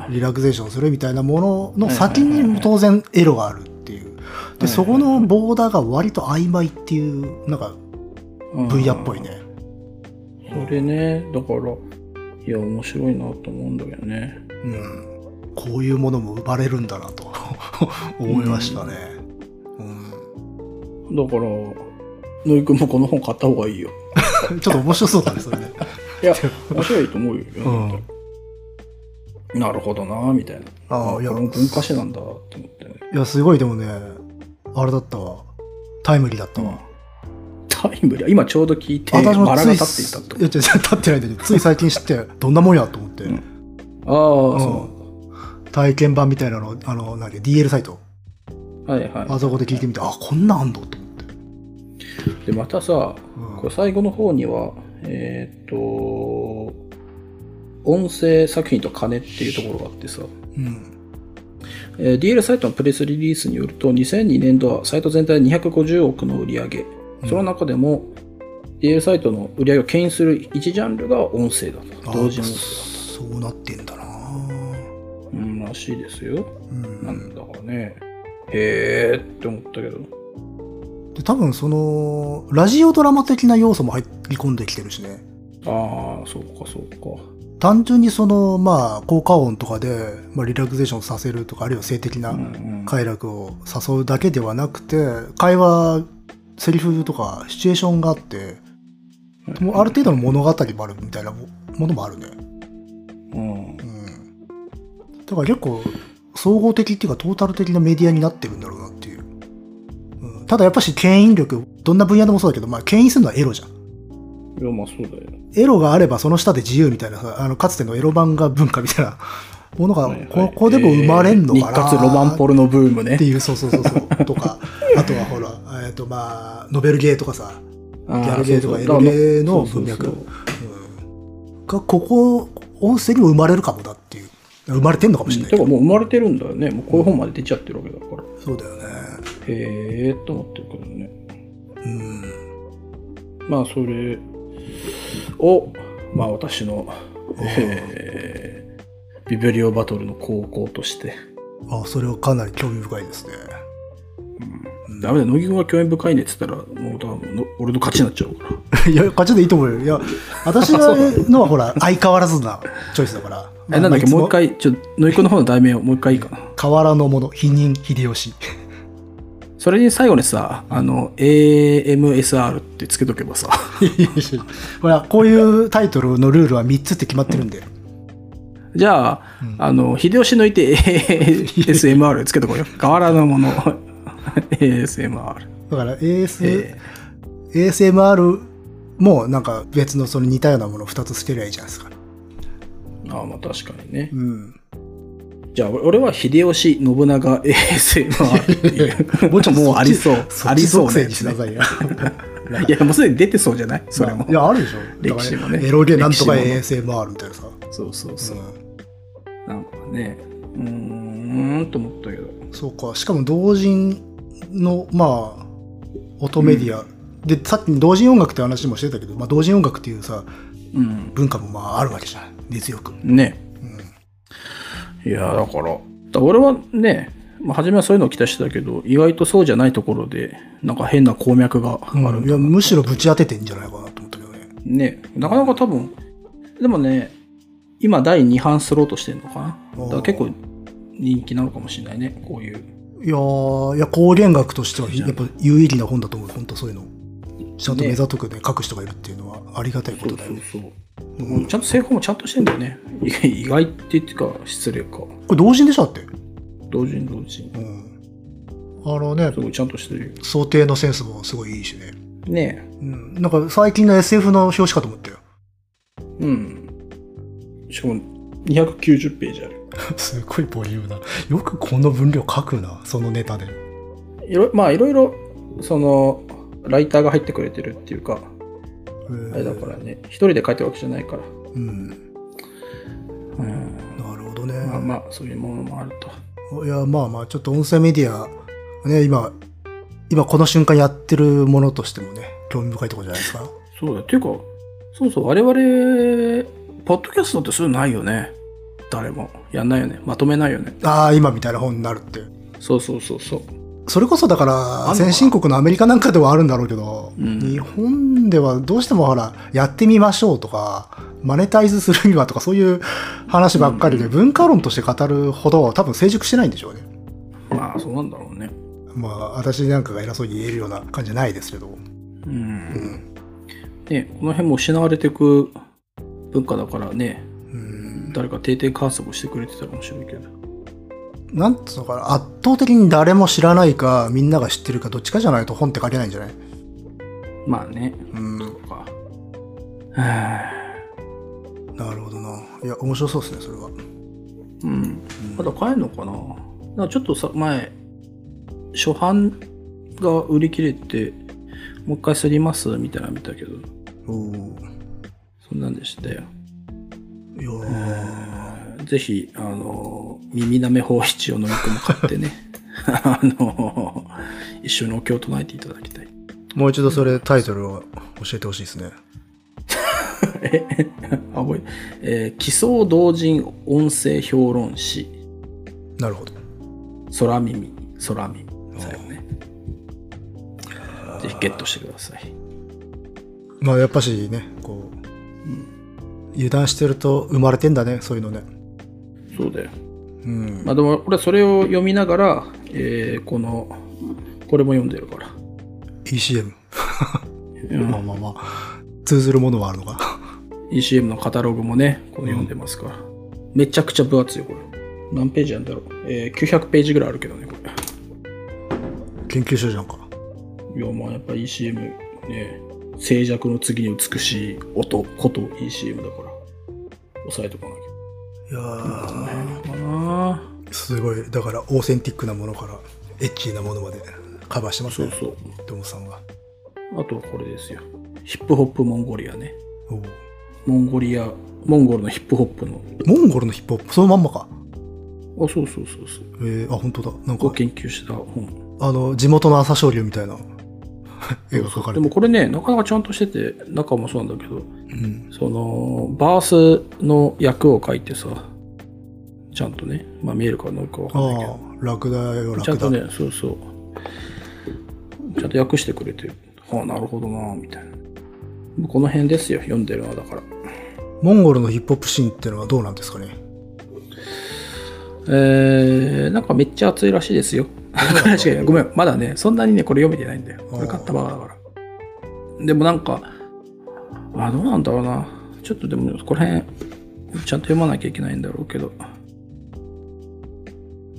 Speaker 1: あ
Speaker 2: こうリラクゼーションするみたいなものの先
Speaker 1: はいはいはいは
Speaker 2: に
Speaker 1: い
Speaker 2: 当然エロがあるっていう
Speaker 1: はいはいは
Speaker 2: で
Speaker 1: い
Speaker 2: そこのボーダーが割と曖昧っていうなんか
Speaker 1: ー
Speaker 2: 分野っぽい。ね
Speaker 1: うんそれね、だから、いや、面白いなと思うんだけどね。
Speaker 2: うんこういうものも生まれるんだなと思いましたね、
Speaker 1: だから、野井くんもこの本買った方がいいよ。
Speaker 2: うんちょっと面白そうだねそれね
Speaker 1: いや、面白いと思うよ。
Speaker 2: う
Speaker 1: なるほどな、みたいな。
Speaker 2: あ
Speaker 1: あ
Speaker 2: あいや
Speaker 1: これも文化史なんだと思って、ね。
Speaker 2: いや、すごいでもね、あれだったわ。タイムリーだったわ。
Speaker 1: タイムリー。今ちょうど聞いて、バラ
Speaker 2: 私も
Speaker 1: が
Speaker 2: つい、
Speaker 1: 立っていたと
Speaker 2: いや、違う違う、立ってないんだけど、つい最近知って、どんなもんやと思って、
Speaker 1: うんああ、そ
Speaker 2: うん体験版みたいなの、あの、なんだっけ DL サイト、
Speaker 1: う。はいは
Speaker 2: あそこで聞いてみて、あ、こんなんあんのと思って。
Speaker 1: い。で、またさ、
Speaker 2: うん
Speaker 1: これ最後の方には、えーっと、音声作品と金っていうところがあってさ、
Speaker 2: うん。
Speaker 1: えー DL サイトのプレスリリースによると、2002年度はサイト全体で250億の売り上げ。その中でも、DL サイトの売り上げを牽引する一ジャンルが音声だ
Speaker 2: あ
Speaker 1: と。同時音声
Speaker 2: そうなってんだな
Speaker 1: だと。うん、らしいですよ。
Speaker 2: う
Speaker 1: なんだかね。へえーって思ったけど。
Speaker 2: で多分そのラジオドラマ的な要素も入り込んできてるしね
Speaker 1: ああ、そうかそうか。
Speaker 2: 単純にそのまあ効果音とかで、まあ、リラクゼーションさせるとかあるいは性的な、
Speaker 1: うんうん
Speaker 2: 快楽を誘うだけではなくて会話セリフとかシチュエーションがあってもうある程度の物語もあるみたいなもものもあるね、
Speaker 1: うん
Speaker 2: うん、だから結構総合的っていうかトータル的なメディアになってるんだろうなっていう、うん、ただやっぱし牽引力どんな分野でもそうだけど、まあ、牽引するのはエロじゃん
Speaker 1: いや、まあそうだよ。
Speaker 2: エロがあればその下で自由みたいなさあのかつてのエロ漫画文化みたいな (laughs) ものが
Speaker 1: はいはい
Speaker 2: ここでも生まれんの
Speaker 1: え
Speaker 2: かな、
Speaker 1: ー日活ロマンポルノブームね
Speaker 2: って。いう、そうそうそうそう、とか、 (laughs) あとはほら、えっ、とまあ、ノベルゲーとかさ、
Speaker 1: あー
Speaker 2: ギャルゲーとか
Speaker 1: そうそう
Speaker 2: エロゲーの
Speaker 1: そうそうそう
Speaker 2: 文うん、がここ、音声にも生まれるかもだっていう、生まれてんのかもしれない
Speaker 1: て
Speaker 2: け
Speaker 1: か
Speaker 2: ど、
Speaker 1: もう生まれてるんだよね。もうこういう本まで出ちゃってるわけだから。
Speaker 2: そうだよね。
Speaker 1: へえーと思ってるけどね。
Speaker 2: うん。
Speaker 1: まあそれを、まあ私の、えービブリオバトルの高校として。
Speaker 2: あ、それはかなり興味深いですね。 (laughs)
Speaker 1: ダメだ、乃木君が興味深いねって言ったら、もう多分の俺の勝ちになっちゃうから。
Speaker 2: いや、勝ちでいいと思うよ。いや、私がのはほら、相変わらずなチョイスだから。
Speaker 1: (laughs) え、なんだっけ、
Speaker 2: まあ
Speaker 1: もう一。回、ちょ、のいこの方の題名をもう一回いいかな。
Speaker 2: いつ河原のもの、否認、秀吉。
Speaker 1: それに最後にさ、あの、AMSR ってつけとけばさ。
Speaker 2: (laughs) ほら、こういうタイトルのルールは3つって決まってるんで。
Speaker 1: じゃあ、あの、秀吉抜いて ASMR つけと
Speaker 2: (laughs)
Speaker 1: こうよ。変わらぬもの (laughs) ASMR。
Speaker 2: だから AS、
Speaker 1: え
Speaker 2: ASMR もなんか別のその似たようなもの2つつけりゃいいじゃないですか。
Speaker 1: ああ、まあ確かにね。
Speaker 2: うん。
Speaker 1: じゃあ、俺は秀吉、信長、ASMR っていう。
Speaker 2: もうちょっとそ
Speaker 1: (laughs)
Speaker 2: っち
Speaker 1: もうありそう。
Speaker 2: そ
Speaker 1: あ
Speaker 2: っち
Speaker 1: りそうな
Speaker 2: 属性
Speaker 1: や
Speaker 2: に
Speaker 1: つ
Speaker 2: し
Speaker 1: ね
Speaker 2: なさい
Speaker 1: (laughs)
Speaker 2: (laughs) よ。
Speaker 1: いや、もうすでに出てそうじゃないそれも。
Speaker 2: いや、あるでしょ。
Speaker 1: 歴史もね
Speaker 2: だからエロゲなんとか
Speaker 1: 歴
Speaker 2: ASMR みたいなさ。
Speaker 1: そうそうそう。
Speaker 2: う
Speaker 1: なんかね、うーんと思ったけど。
Speaker 2: ん、そうか。しかも同人の、まあ、音メディア。で、さっき同人音楽って話もしてたけど、まあ、同人音楽っていうさ、
Speaker 1: うん。
Speaker 2: 文化もまああるわけじゃない。熱力。
Speaker 1: ね。
Speaker 2: う
Speaker 1: いやだからだ俺はね、まあ、初めはそういうのを期待してたけど意外とそうじゃないところでなんか変な鉱脈があ
Speaker 2: ん。
Speaker 1: る、
Speaker 2: いや、むしろぶち当ててんじゃないかなと思ったけどね。
Speaker 1: ねなかなか多分でもね今第2版スローとしてるのかなだから結構人気なのかもしれないねこういう
Speaker 2: いやーいや光源学としてはやっぱ有意義な本だと思う本当そういうのちゃんと目ざとくね書く人がいるっていうのはありがたいこ
Speaker 1: そ
Speaker 2: と
Speaker 1: う
Speaker 2: だ
Speaker 1: そう
Speaker 2: よね
Speaker 1: そう
Speaker 2: う
Speaker 1: ちゃんと成功もちゃんとしてんだよねい意外って言ってか失礼か
Speaker 2: これ同人でしょだって、
Speaker 1: 同時に同時に
Speaker 2: うん、あのね
Speaker 1: すごいちゃんとしてるよ
Speaker 2: 想定のセンスもすごいいいしね、
Speaker 1: ね
Speaker 2: うん、なんか最近の SF の表紙かと思ったよ
Speaker 1: うんしかも290ページある。
Speaker 2: (laughs) すごいボリュームだ。よくこの分量書くな、そのネタで。
Speaker 1: いろまあいろいろそのライターが入ってくれてるっていうかあれだからね一人で書いてるわけじゃないから、
Speaker 2: うん。
Speaker 1: うん
Speaker 2: なるほどね。
Speaker 1: まあまあそういうものもあると
Speaker 2: いや、まあまあ、ちょっと音声メディア、ね、今、今この瞬間やってるものとしてもね、興味深いところじゃないですか。 (laughs)
Speaker 1: そうだっていうかそうそう我々ポッドキャストってそういうのないよね誰もやんないよねまとめないよね
Speaker 2: ああ、今みたいな本になるって。
Speaker 1: そうそうそうそう
Speaker 2: それこそだか
Speaker 1: あ
Speaker 2: ら、
Speaker 1: んのかな
Speaker 2: 先進国のアメリカなんかではあるんだろうけど、
Speaker 1: うん
Speaker 2: 日本ではどうしてもほら、やってみましょうとか、マネタイズするにはとか、そういう話ばっかりで、文化論として語るほど、多分成熟してないんでしょうね。
Speaker 1: まあそうなんだろうね
Speaker 2: まあ、私なんかが偉そうに言えるような感じじゃないですけど。
Speaker 1: う
Speaker 2: うんん。
Speaker 1: ねこの辺も失われていく文化だからね
Speaker 2: うん
Speaker 1: 誰か定点観測してくれてたら面白いけど
Speaker 2: なんつうのかな圧倒的に誰も知らないかみんなが知ってるかどっちかじゃないと本って書けないんじゃない
Speaker 1: まあね
Speaker 2: うん
Speaker 1: そうか (sighs) はあ
Speaker 2: なるほどないや面白そうですねそれは
Speaker 1: うん、まだ買えるのかななんかちょっとさ前初版が売り切れてもう一回すりますみたいなの見たけど
Speaker 2: おおー
Speaker 1: そんなんでしたよ
Speaker 2: いやー
Speaker 1: ぜひあの耳なめ法七を飲み込む買ってね (laughs) あの一緒にお経を唱えていただきたい (laughs)
Speaker 2: もう一度それタイトルを教えてほしいですね
Speaker 1: えあ覚ええー「奇想同人音声評論誌
Speaker 2: なるほど
Speaker 1: 空耳空耳」最後ねぜひゲットしてください
Speaker 2: まあやっぱしねこう、油断してると生まれてんだねそういうのね
Speaker 1: そうだよ
Speaker 2: うん
Speaker 1: まあでも俺はそれを読みながら、えーこのこれも読んでるから、
Speaker 2: ECM
Speaker 1: うん
Speaker 2: まあまあまあ通ずるものはあるのか
Speaker 1: ECM のカタログもねこの読んでますから、めちゃくちゃ分厚いよこれ何ページなんだろう、えー900ページぐらいあるけどねこれ
Speaker 2: 研究所じゃんか
Speaker 1: いやまあやっぱ ECM ね静寂の次に美しい音こと ECM だから押さえとかなきゃ
Speaker 2: いやー
Speaker 1: かな
Speaker 2: すごいだからオーセンティックなものからエッチーなものまでカバーしてます
Speaker 1: そう
Speaker 2: ね
Speaker 1: そう
Speaker 2: ドムさんは
Speaker 1: あとはこれですよヒップホップモンゴリアね
Speaker 2: おう
Speaker 1: モンゴリアモンゴルのヒップホップの
Speaker 2: モンゴルのヒップホップそのまんまか
Speaker 1: あそうそうそうそう
Speaker 2: えー、あ本当だなん
Speaker 1: を
Speaker 2: か
Speaker 1: 研究した本
Speaker 2: あの地元の朝青龍み
Speaker 1: (laughs)
Speaker 2: たいな絵が描かれ
Speaker 1: で
Speaker 2: て
Speaker 1: もこれねなかなかちゃんとしてて中もそうなんだけど
Speaker 2: うん
Speaker 1: そのバースの役を書いてさちゃんとね、まあ、見えるかどうかわか
Speaker 2: あ
Speaker 1: んないけど
Speaker 2: あラクダよラ
Speaker 1: ちゃ
Speaker 2: ク
Speaker 1: んと
Speaker 2: ダ、
Speaker 1: ねそうそうちゃんと訳してくれてはあなるほどなみたいなこの辺ですよ読んでるのはだから
Speaker 2: モンゴルのヒップホップシーンってのはどうなんですかね
Speaker 1: えー、なんかめっちゃ熱いらしいですよ確かにごめんまだねそんなにねこれ読めてないんだよこれ買ったばっかだからでもなんかあどうなんだろうなちょっとでもこの辺ちゃんと読まなきゃいけないんだろうけど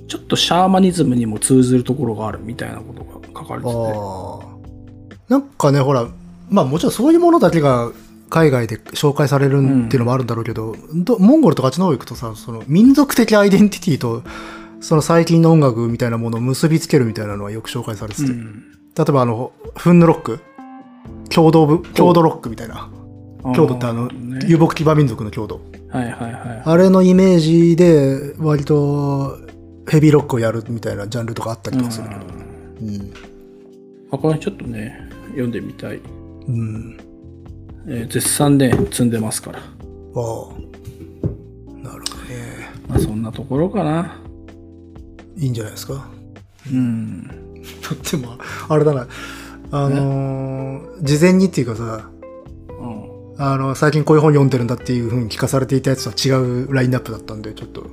Speaker 1: ちょっとシャーマニズムにも通ずるところがあるみたいなことが書かれてて
Speaker 2: ああなんかねほらまあもちろんそういうものだけが海外で紹介されるっていうのもあるんだろうけど、どモンゴルとかあっちの方行くとさその民族的アイデンティティとその最近の音楽みたいなものを結びつけるみたいなのはよく紹介されてて、
Speaker 1: うん
Speaker 2: 例えばあのフンヌロック郷土部郷土ロックみたいな郷土ってあの、
Speaker 1: ね
Speaker 2: 遊牧騎馬民族の郷土
Speaker 1: はいはいは
Speaker 2: あれのイメージで割とヘビーロックをやるみたいなジャンルとかあったりとかするけど、うん
Speaker 1: い、まあ、この辺ちょっとね読んでみたい、
Speaker 2: うん、
Speaker 1: えー絶賛で、積んでますから
Speaker 2: ああなるほどね
Speaker 1: まあそんなところかない
Speaker 2: いんじゃないですか (laughs)
Speaker 1: うん
Speaker 2: でもあれだなあのー事前にっていうかさ
Speaker 1: うん
Speaker 2: あの最近こういう本読んでるんだっていうふうに聞かされていたやつとは違うラインナップだったんでちょっと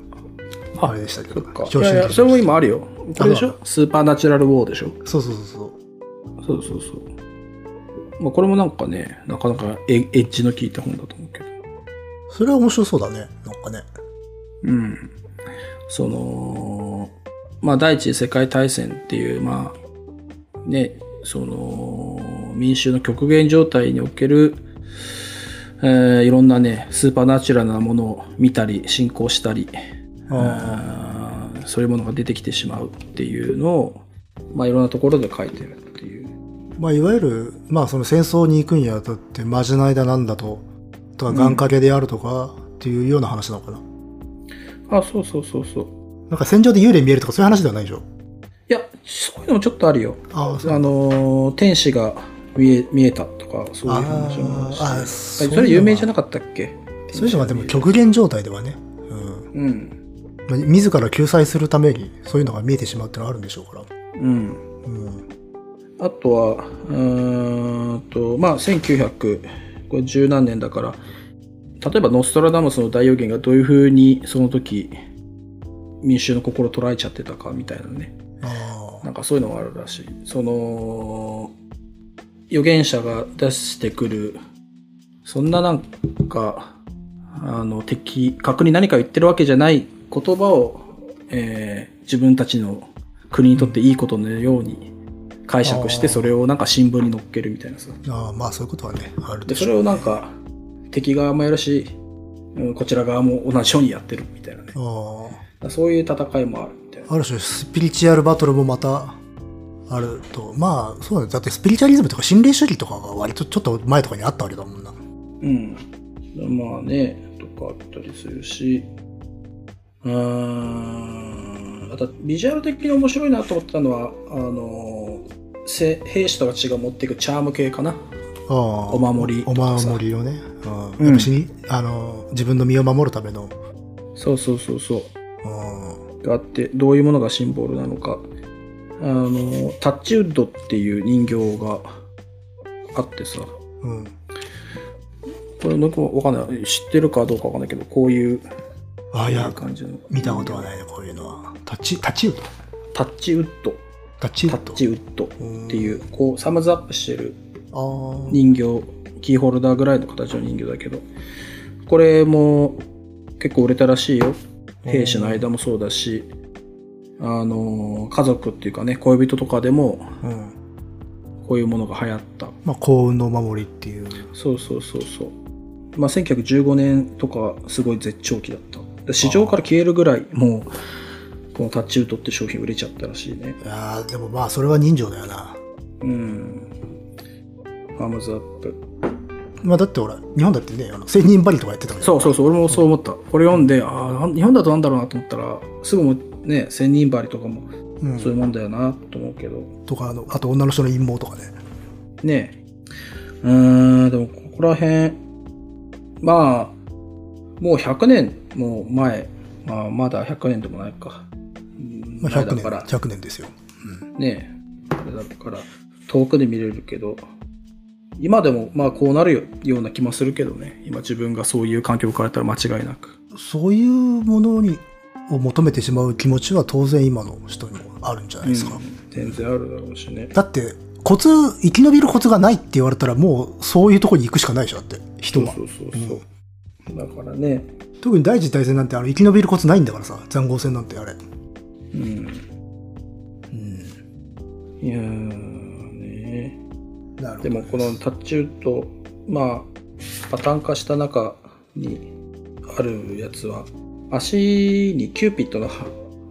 Speaker 1: あ
Speaker 2: あれでしたけ
Speaker 1: そ
Speaker 2: ど
Speaker 1: っか。い
Speaker 2: 調子
Speaker 1: やい
Speaker 2: に乗
Speaker 1: や、
Speaker 2: り
Speaker 1: それも今あるよ。これでし
Speaker 2: あ
Speaker 1: ょスーパーナチュラルウォーでしょ
Speaker 2: そうそうそうそう
Speaker 1: そうそうそう。まあ、これもなんかね、なかなかエエッジの効いた本だと思うけど。
Speaker 2: それは面白そうだねなんかね
Speaker 1: うん。その、まあ、第一次世界大戦っていう、まあ、ね、その、民衆の極限状態における、ええーいろんなね、スーパーナチュラルなものを見たり、進行したり、
Speaker 2: あ
Speaker 1: あーそういうものが出てきてしまうっていうのを、まあ、いろんなところで書いてるっていう。
Speaker 2: ーまあ、いわゆる、まあ、その戦争に行くにあたって、まじないだなんだと、とか、願掛けであるとか、っていうような話なのかな。
Speaker 1: あ、そうそうそうそう。
Speaker 2: なんか戦場で幽霊見えるとか、そういう話ではないでしょ。
Speaker 1: いや、そういうのもちょっとあるよ。
Speaker 2: ああ、そう
Speaker 1: あのー天使が見え見えたとか、そういう話もあるし。
Speaker 2: あーあー
Speaker 1: あ
Speaker 2: そういう
Speaker 1: そ
Speaker 2: のは
Speaker 1: れ有名じゃなかったっけ
Speaker 2: それじゃまあでも
Speaker 1: 曲。
Speaker 2: 極限状態ではね、うん
Speaker 1: うん。
Speaker 2: まあ、自ら救済するためにそういうのが見えてしまうってのはあるんでしょうから。
Speaker 1: うん。
Speaker 2: うん、
Speaker 1: あとは、うーんと、まあ、1950何年だから、例えばノストラダムスの大予言がどういうふうにその時、民衆の心を捉えちゃってたかみたいなね。
Speaker 2: あ
Speaker 1: なんかそういうのがあるらしい。その、預言者が出してくる、そんななんか、あの、的確に何か言ってるわけじゃない言葉を、えー自分たちの国にとっていいことのように解釈し
Speaker 2: あ
Speaker 1: て、
Speaker 2: ー
Speaker 1: それをなんか新聞に載っけるみたいなさ。
Speaker 2: ーあーまあそういうことはねある
Speaker 1: で、
Speaker 2: で
Speaker 1: そ
Speaker 2: し
Speaker 1: れ
Speaker 2: ょう。
Speaker 1: をなんか、敵側もやるし、うんこちら側も同じようにやってるみたいなね。だか
Speaker 2: あ
Speaker 1: らそういう戦いもあるみたいな。
Speaker 2: ーある種スピリチュアルバトルもまたあるとまあそうだねだってスピリチュアリズムとか心霊主義とかが割とちょっと前とかにあったわけだもんな。
Speaker 1: うん。まあね、とかあったりするし、うーん、あとビジュアル的に面白いなと思ったのは、あの、せ兵士とか違う持っていくチャーム系かな。
Speaker 2: あ
Speaker 1: お
Speaker 2: お
Speaker 1: 守り
Speaker 2: お
Speaker 1: とかさ。
Speaker 2: 守りをね、うん
Speaker 1: うん
Speaker 2: やっぱしにあの自分の身を守るための、
Speaker 1: そうそうそうそう。
Speaker 2: うん
Speaker 1: があって、どういうものがシンボルなのか。あの、タッチウッドっていう人形があってさ、
Speaker 2: うん、
Speaker 1: これなんかわかんない。知ってるかどうかわかんないけど、こういう、
Speaker 2: ああ
Speaker 1: こう
Speaker 2: い
Speaker 1: い
Speaker 2: や
Speaker 1: う感じの。
Speaker 2: 見たことはないねこういうのは。タッチタッチウッド
Speaker 1: タッチウッド。
Speaker 2: タッチウ
Speaker 1: タ
Speaker 2: ッ
Speaker 1: ッ
Speaker 2: ド
Speaker 1: チウッドっていう、こう、サムズアップしてる
Speaker 2: あー
Speaker 1: 人形、キーホルダーぐらいの形の人形だけど、これも結構売れたらしいよ。兵士の間もそうだし、あの、家族っていうかね、恋人とかでも、
Speaker 2: うん
Speaker 1: こういうものが流行った。
Speaker 2: まあ、幸運のお守りっていう
Speaker 1: そうそうそうそう。まあ、1915年とか、すごい絶頂期だった。で市場から消えるぐらい、もう、このタッチウッドって商品売れちゃったらしいね。
Speaker 2: いやーでもまあそれは人情だよな、
Speaker 1: うん。サムズアップ。
Speaker 2: まあ、だってほら日本だってねあの千人針とかやってたから
Speaker 1: そうそうそう、俺もそう思った。これ読んで、ああ、なん日本だとなんだろうなと思ったら、すぐもうね、千人針とかも
Speaker 2: う、ん
Speaker 1: そういうもんだよなと思うけど、
Speaker 2: とかあのあと女の人の陰謀とかね
Speaker 1: ねえ。うーん、でもここら辺、まあ、もう100年も前、まあ、まだ100年でもないか。うん
Speaker 2: まあ、
Speaker 1: 前
Speaker 2: 100
Speaker 1: だ
Speaker 2: 年
Speaker 1: から、
Speaker 2: 100年ですよ
Speaker 1: ねえ。あれだから、遠くで見れるけど、今でもまあこうなるよような気もするけどね。今自分がそういう環境を置かれたら間違いなく。
Speaker 2: そういうものにを求めてしまう気持ちは当然今の人にもあるんじゃないですか、
Speaker 1: うん全然あるだろうしね。
Speaker 2: だってコツ生き延びるコツがないって言われたらもうそういうとこに行くしかないでしょだって人は
Speaker 1: そうそうそうそう、だからね、
Speaker 2: 特に第一次大戦なんてあの生き延びるコツないんだからさ塹壕戦なんてあれ
Speaker 1: うん、
Speaker 2: うん
Speaker 1: いやーね
Speaker 2: なるほ
Speaker 1: で
Speaker 2: ど
Speaker 1: もこのタッチウッドまあパターン化した中にあるやつは足にキューピッドのは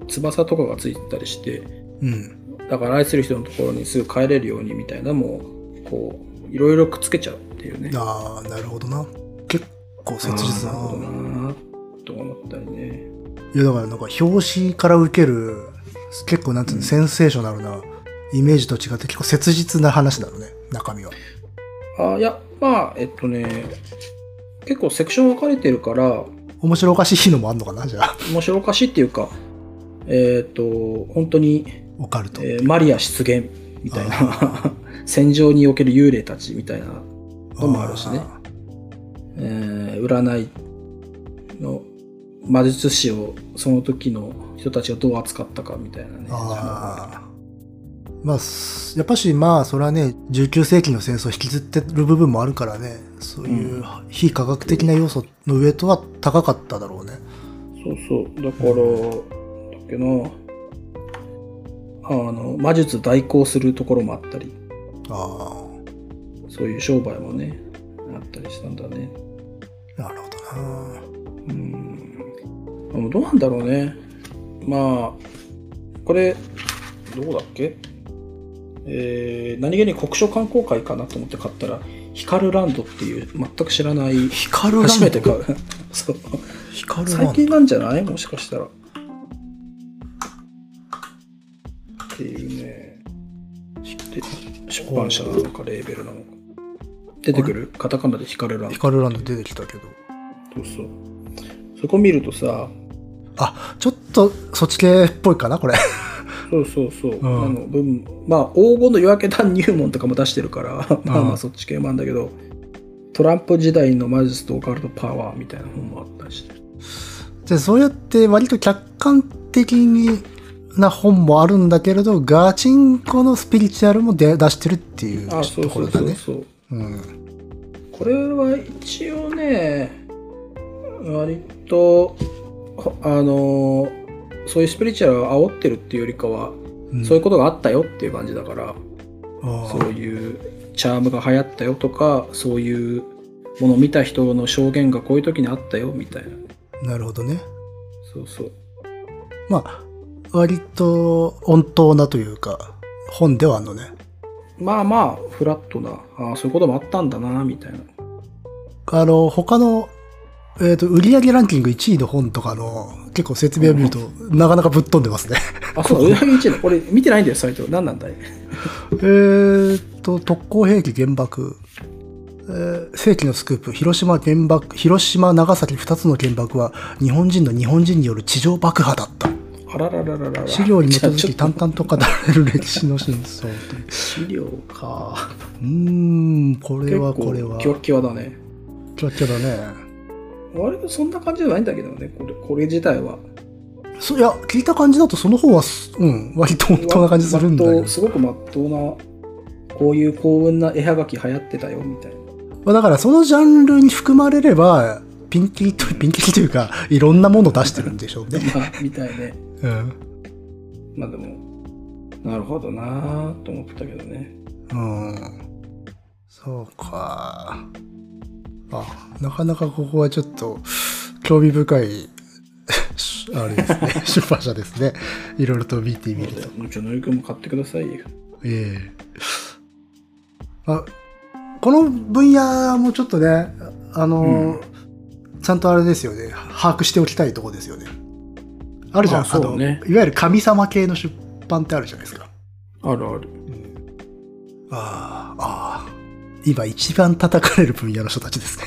Speaker 1: 翼とかがついてたりして
Speaker 2: うん
Speaker 1: だから愛する人のところにすぐ帰れるようにみたいなもうこういろいろくっつけちゃうっていうね
Speaker 2: ああなるほどな結構切実だ
Speaker 1: あーなるほ
Speaker 2: な
Speaker 1: どなーと思ったりね
Speaker 2: いやだからなんか表紙から受ける結構なんていうの、センセーショナルなイメージと違って結構切実な話なのね中身は
Speaker 1: あいやまあえっとね結構セクション分かれてるから
Speaker 2: 面白おかしいのもあんのかなじゃあ
Speaker 1: 面白おかしいっていうか、えっ、と、本当に、
Speaker 2: (laughs) オカルト、
Speaker 1: えーマリア出現みたいな、 (laughs) 戦場における幽霊たちみたいなのもあるしね、えー占いの魔術師をその時の人たちがどう扱ったかみたいなね。
Speaker 2: あーまあすやっぱしまあそれはね19世紀の戦争を引きずってる部分もあるからねそういう非科学的な要素の上とは高かっただろうね
Speaker 1: そうそう、だから、だけど、あの、魔術代行するところもあったり、
Speaker 2: ああ
Speaker 1: そういう商売もね、あったりしたんだね。
Speaker 2: なるほどな
Speaker 1: でもどうなんだろうね。まあ、これ、どこだっけえー、何気に国書観光会かなと思って買ったら、ヒカルランドっていう全く知らない、
Speaker 2: 光るランド
Speaker 1: 初めて買う。 (laughs) そう。
Speaker 2: 光るラ
Speaker 1: 最
Speaker 2: ンド
Speaker 1: 近なんじゃないもしかしたら。っていうね。で出版社なのか、レーベルなのか。出てくるカタカナでヒカルランド。
Speaker 2: 光るランド出てきたけど
Speaker 1: そうそう。そこ見るとさ、
Speaker 2: あちょっとそっち系っぽいか
Speaker 1: (laughs)
Speaker 2: なこれ
Speaker 1: そうそうそう、
Speaker 2: ん
Speaker 1: あの文まあ黄金の夜明け団入門とかも出してるから (laughs) まあまあそっち系もあるんだけど、トランプ時代の魔術とオカルトパワーみたいな本もあったりして
Speaker 2: じゃあそうやって割と客観的にな本もあるんだけれどガチンコのスピリチュアルも出出してるっていう
Speaker 1: あそ
Speaker 2: と
Speaker 1: う
Speaker 2: こ
Speaker 1: そ
Speaker 2: ろ
Speaker 1: う
Speaker 2: だ
Speaker 1: そう
Speaker 2: ね
Speaker 1: そう、
Speaker 2: うん
Speaker 1: これは一応ね割とほあのーそういうスピリチュアルを煽ってるっていうよりかは、
Speaker 2: うん
Speaker 1: そういうことがあったよっていう感じだから
Speaker 2: あ
Speaker 1: そういうチャームが流行ったよとかそういうものを見た人の証言がこういう時にあったよみたいな
Speaker 2: あなるほどね
Speaker 1: そうそう
Speaker 2: まあ割と温当なというか本ではあるのね
Speaker 1: まあまあフラットなああそういうこともあったんだなみたいな
Speaker 2: あの他の、えー、と売上ランキング1位の本とかの結構説明を見ると、なかなかぶっ飛んでますね
Speaker 1: あそうだ裏切り1位だ俺見てないんだよサイト何なんだい
Speaker 2: えーと特攻兵器原爆、えー世紀のスクープ広島原爆広島長崎2つの原爆は日本人の日本人による地上爆破だった
Speaker 1: あらららららら
Speaker 2: 資料に基
Speaker 1: じ
Speaker 2: づ
Speaker 1: ゃあちょっ
Speaker 2: き
Speaker 1: と
Speaker 2: 淡々と語られる歴史の真相という
Speaker 1: 資料か
Speaker 2: うーんこれ
Speaker 1: 結
Speaker 2: は
Speaker 1: 構
Speaker 2: これは
Speaker 1: キワキワだね
Speaker 2: キラキラだね
Speaker 1: 割とそんな感じじゃないんだけどねこれこれ自体は
Speaker 2: そいや聞いた感じだとその方はすうん割と本当な感じするんだけ
Speaker 1: ま
Speaker 2: ど
Speaker 1: っとうすごくまっとうなこういう幸運な絵はがき流行ってたよみたいな (laughs)
Speaker 2: まあ、だからそのジャンルに含まれれば、ピンキリと、ピンキリというか、いろんなものを出してるんでしょうね。
Speaker 1: まあみたいね
Speaker 2: うん。
Speaker 1: まあでもなるほどなーと思ったけどね
Speaker 2: うん。そうか。あ、なかなかここはちょっと、興味深い、 (laughs) あれですね、 (laughs) 出版社ですね。いろいろと見てみると。
Speaker 1: うちのゆくんも買ってくださいよ
Speaker 2: ええあ、この分野もちょっとね、あの、ちゃんとあれですよね、把握しておきたいところですよね。あるじゃん、
Speaker 1: あそうね
Speaker 2: のいわゆる神様系の出版ってあるじゃないですか。
Speaker 1: あるある
Speaker 2: ああ、ああ。今一番叩かれる分野の人たちですね。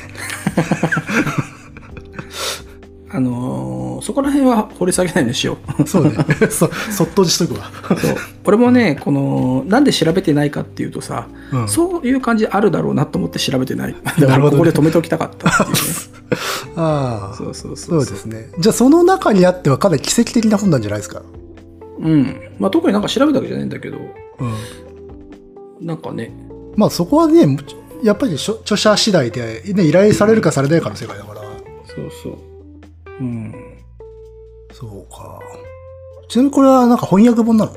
Speaker 1: あのーそこら辺は掘り下げないようにしよう。
Speaker 2: (laughs) (laughs) そうね。そ、そっとじしとくわ。
Speaker 1: そう俺もね、この、なんで調べてないかっていうとさ、
Speaker 2: うん
Speaker 1: そういう感じあるだろうなと思って調べてない。だか
Speaker 2: な
Speaker 1: ら
Speaker 2: るほどね
Speaker 1: ここで止めておきたかったっていうね。
Speaker 2: (laughs) ああ。
Speaker 1: そうそう
Speaker 2: そ
Speaker 1: そうう
Speaker 2: で。すね。じゃあその中にあってはかなり奇跡的な本なんじゃないですか。
Speaker 1: うん。まあ特になんか調べたわけじゃないんだけど、
Speaker 2: うん。
Speaker 1: なんかね、
Speaker 2: まあそこはね、もうちょやっぱりしょ著者次第で、ね、依頼されるかされないかの世界だから。
Speaker 1: そうそう。うん。
Speaker 2: そうか。ちなみにこれはなんか翻訳本なの
Speaker 1: あ、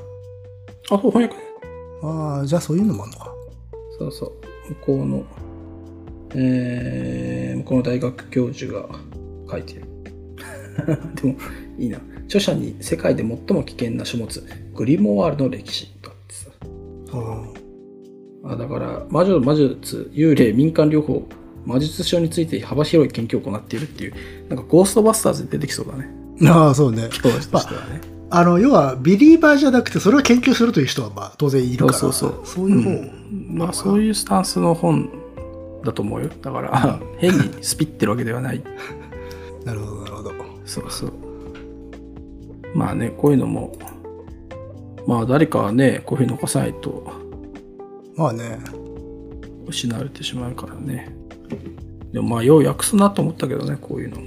Speaker 1: そう、翻訳ね。
Speaker 2: ああ、じゃあそういうのもあるのか。
Speaker 1: そうそう。向こうの、えー、向こうの大学教授が書いてる。 (laughs) でも、いいな。著者に世界で最も危険な書物、グリモワールの歴史だってさ。
Speaker 2: うん。
Speaker 1: あだから、魔女、魔術、幽霊、民間療法、魔術症について幅広い研究を行っているっていう、なんかゴーストバスターズに出てきそうだね。
Speaker 2: ああ、そうね。
Speaker 1: 当時としてはね。
Speaker 2: あの、要は、ビリーバーじゃなくて、それを研究するという人は、まあ、当然いるから。
Speaker 1: そうそうそう
Speaker 2: そういう方、
Speaker 1: うんまあ、そういうスタンスの本だと思うよ。だ (laughs) から、変にスピってるわけではない。
Speaker 2: なるほど、なるほど。
Speaker 1: そうそう。まあね、こういうのも、まあ誰かはね、こういうふうに残さないと
Speaker 2: まあね。
Speaker 1: 失われてしまうからね。でもまあ、よう訳すなと思ったけどね、こういうのも。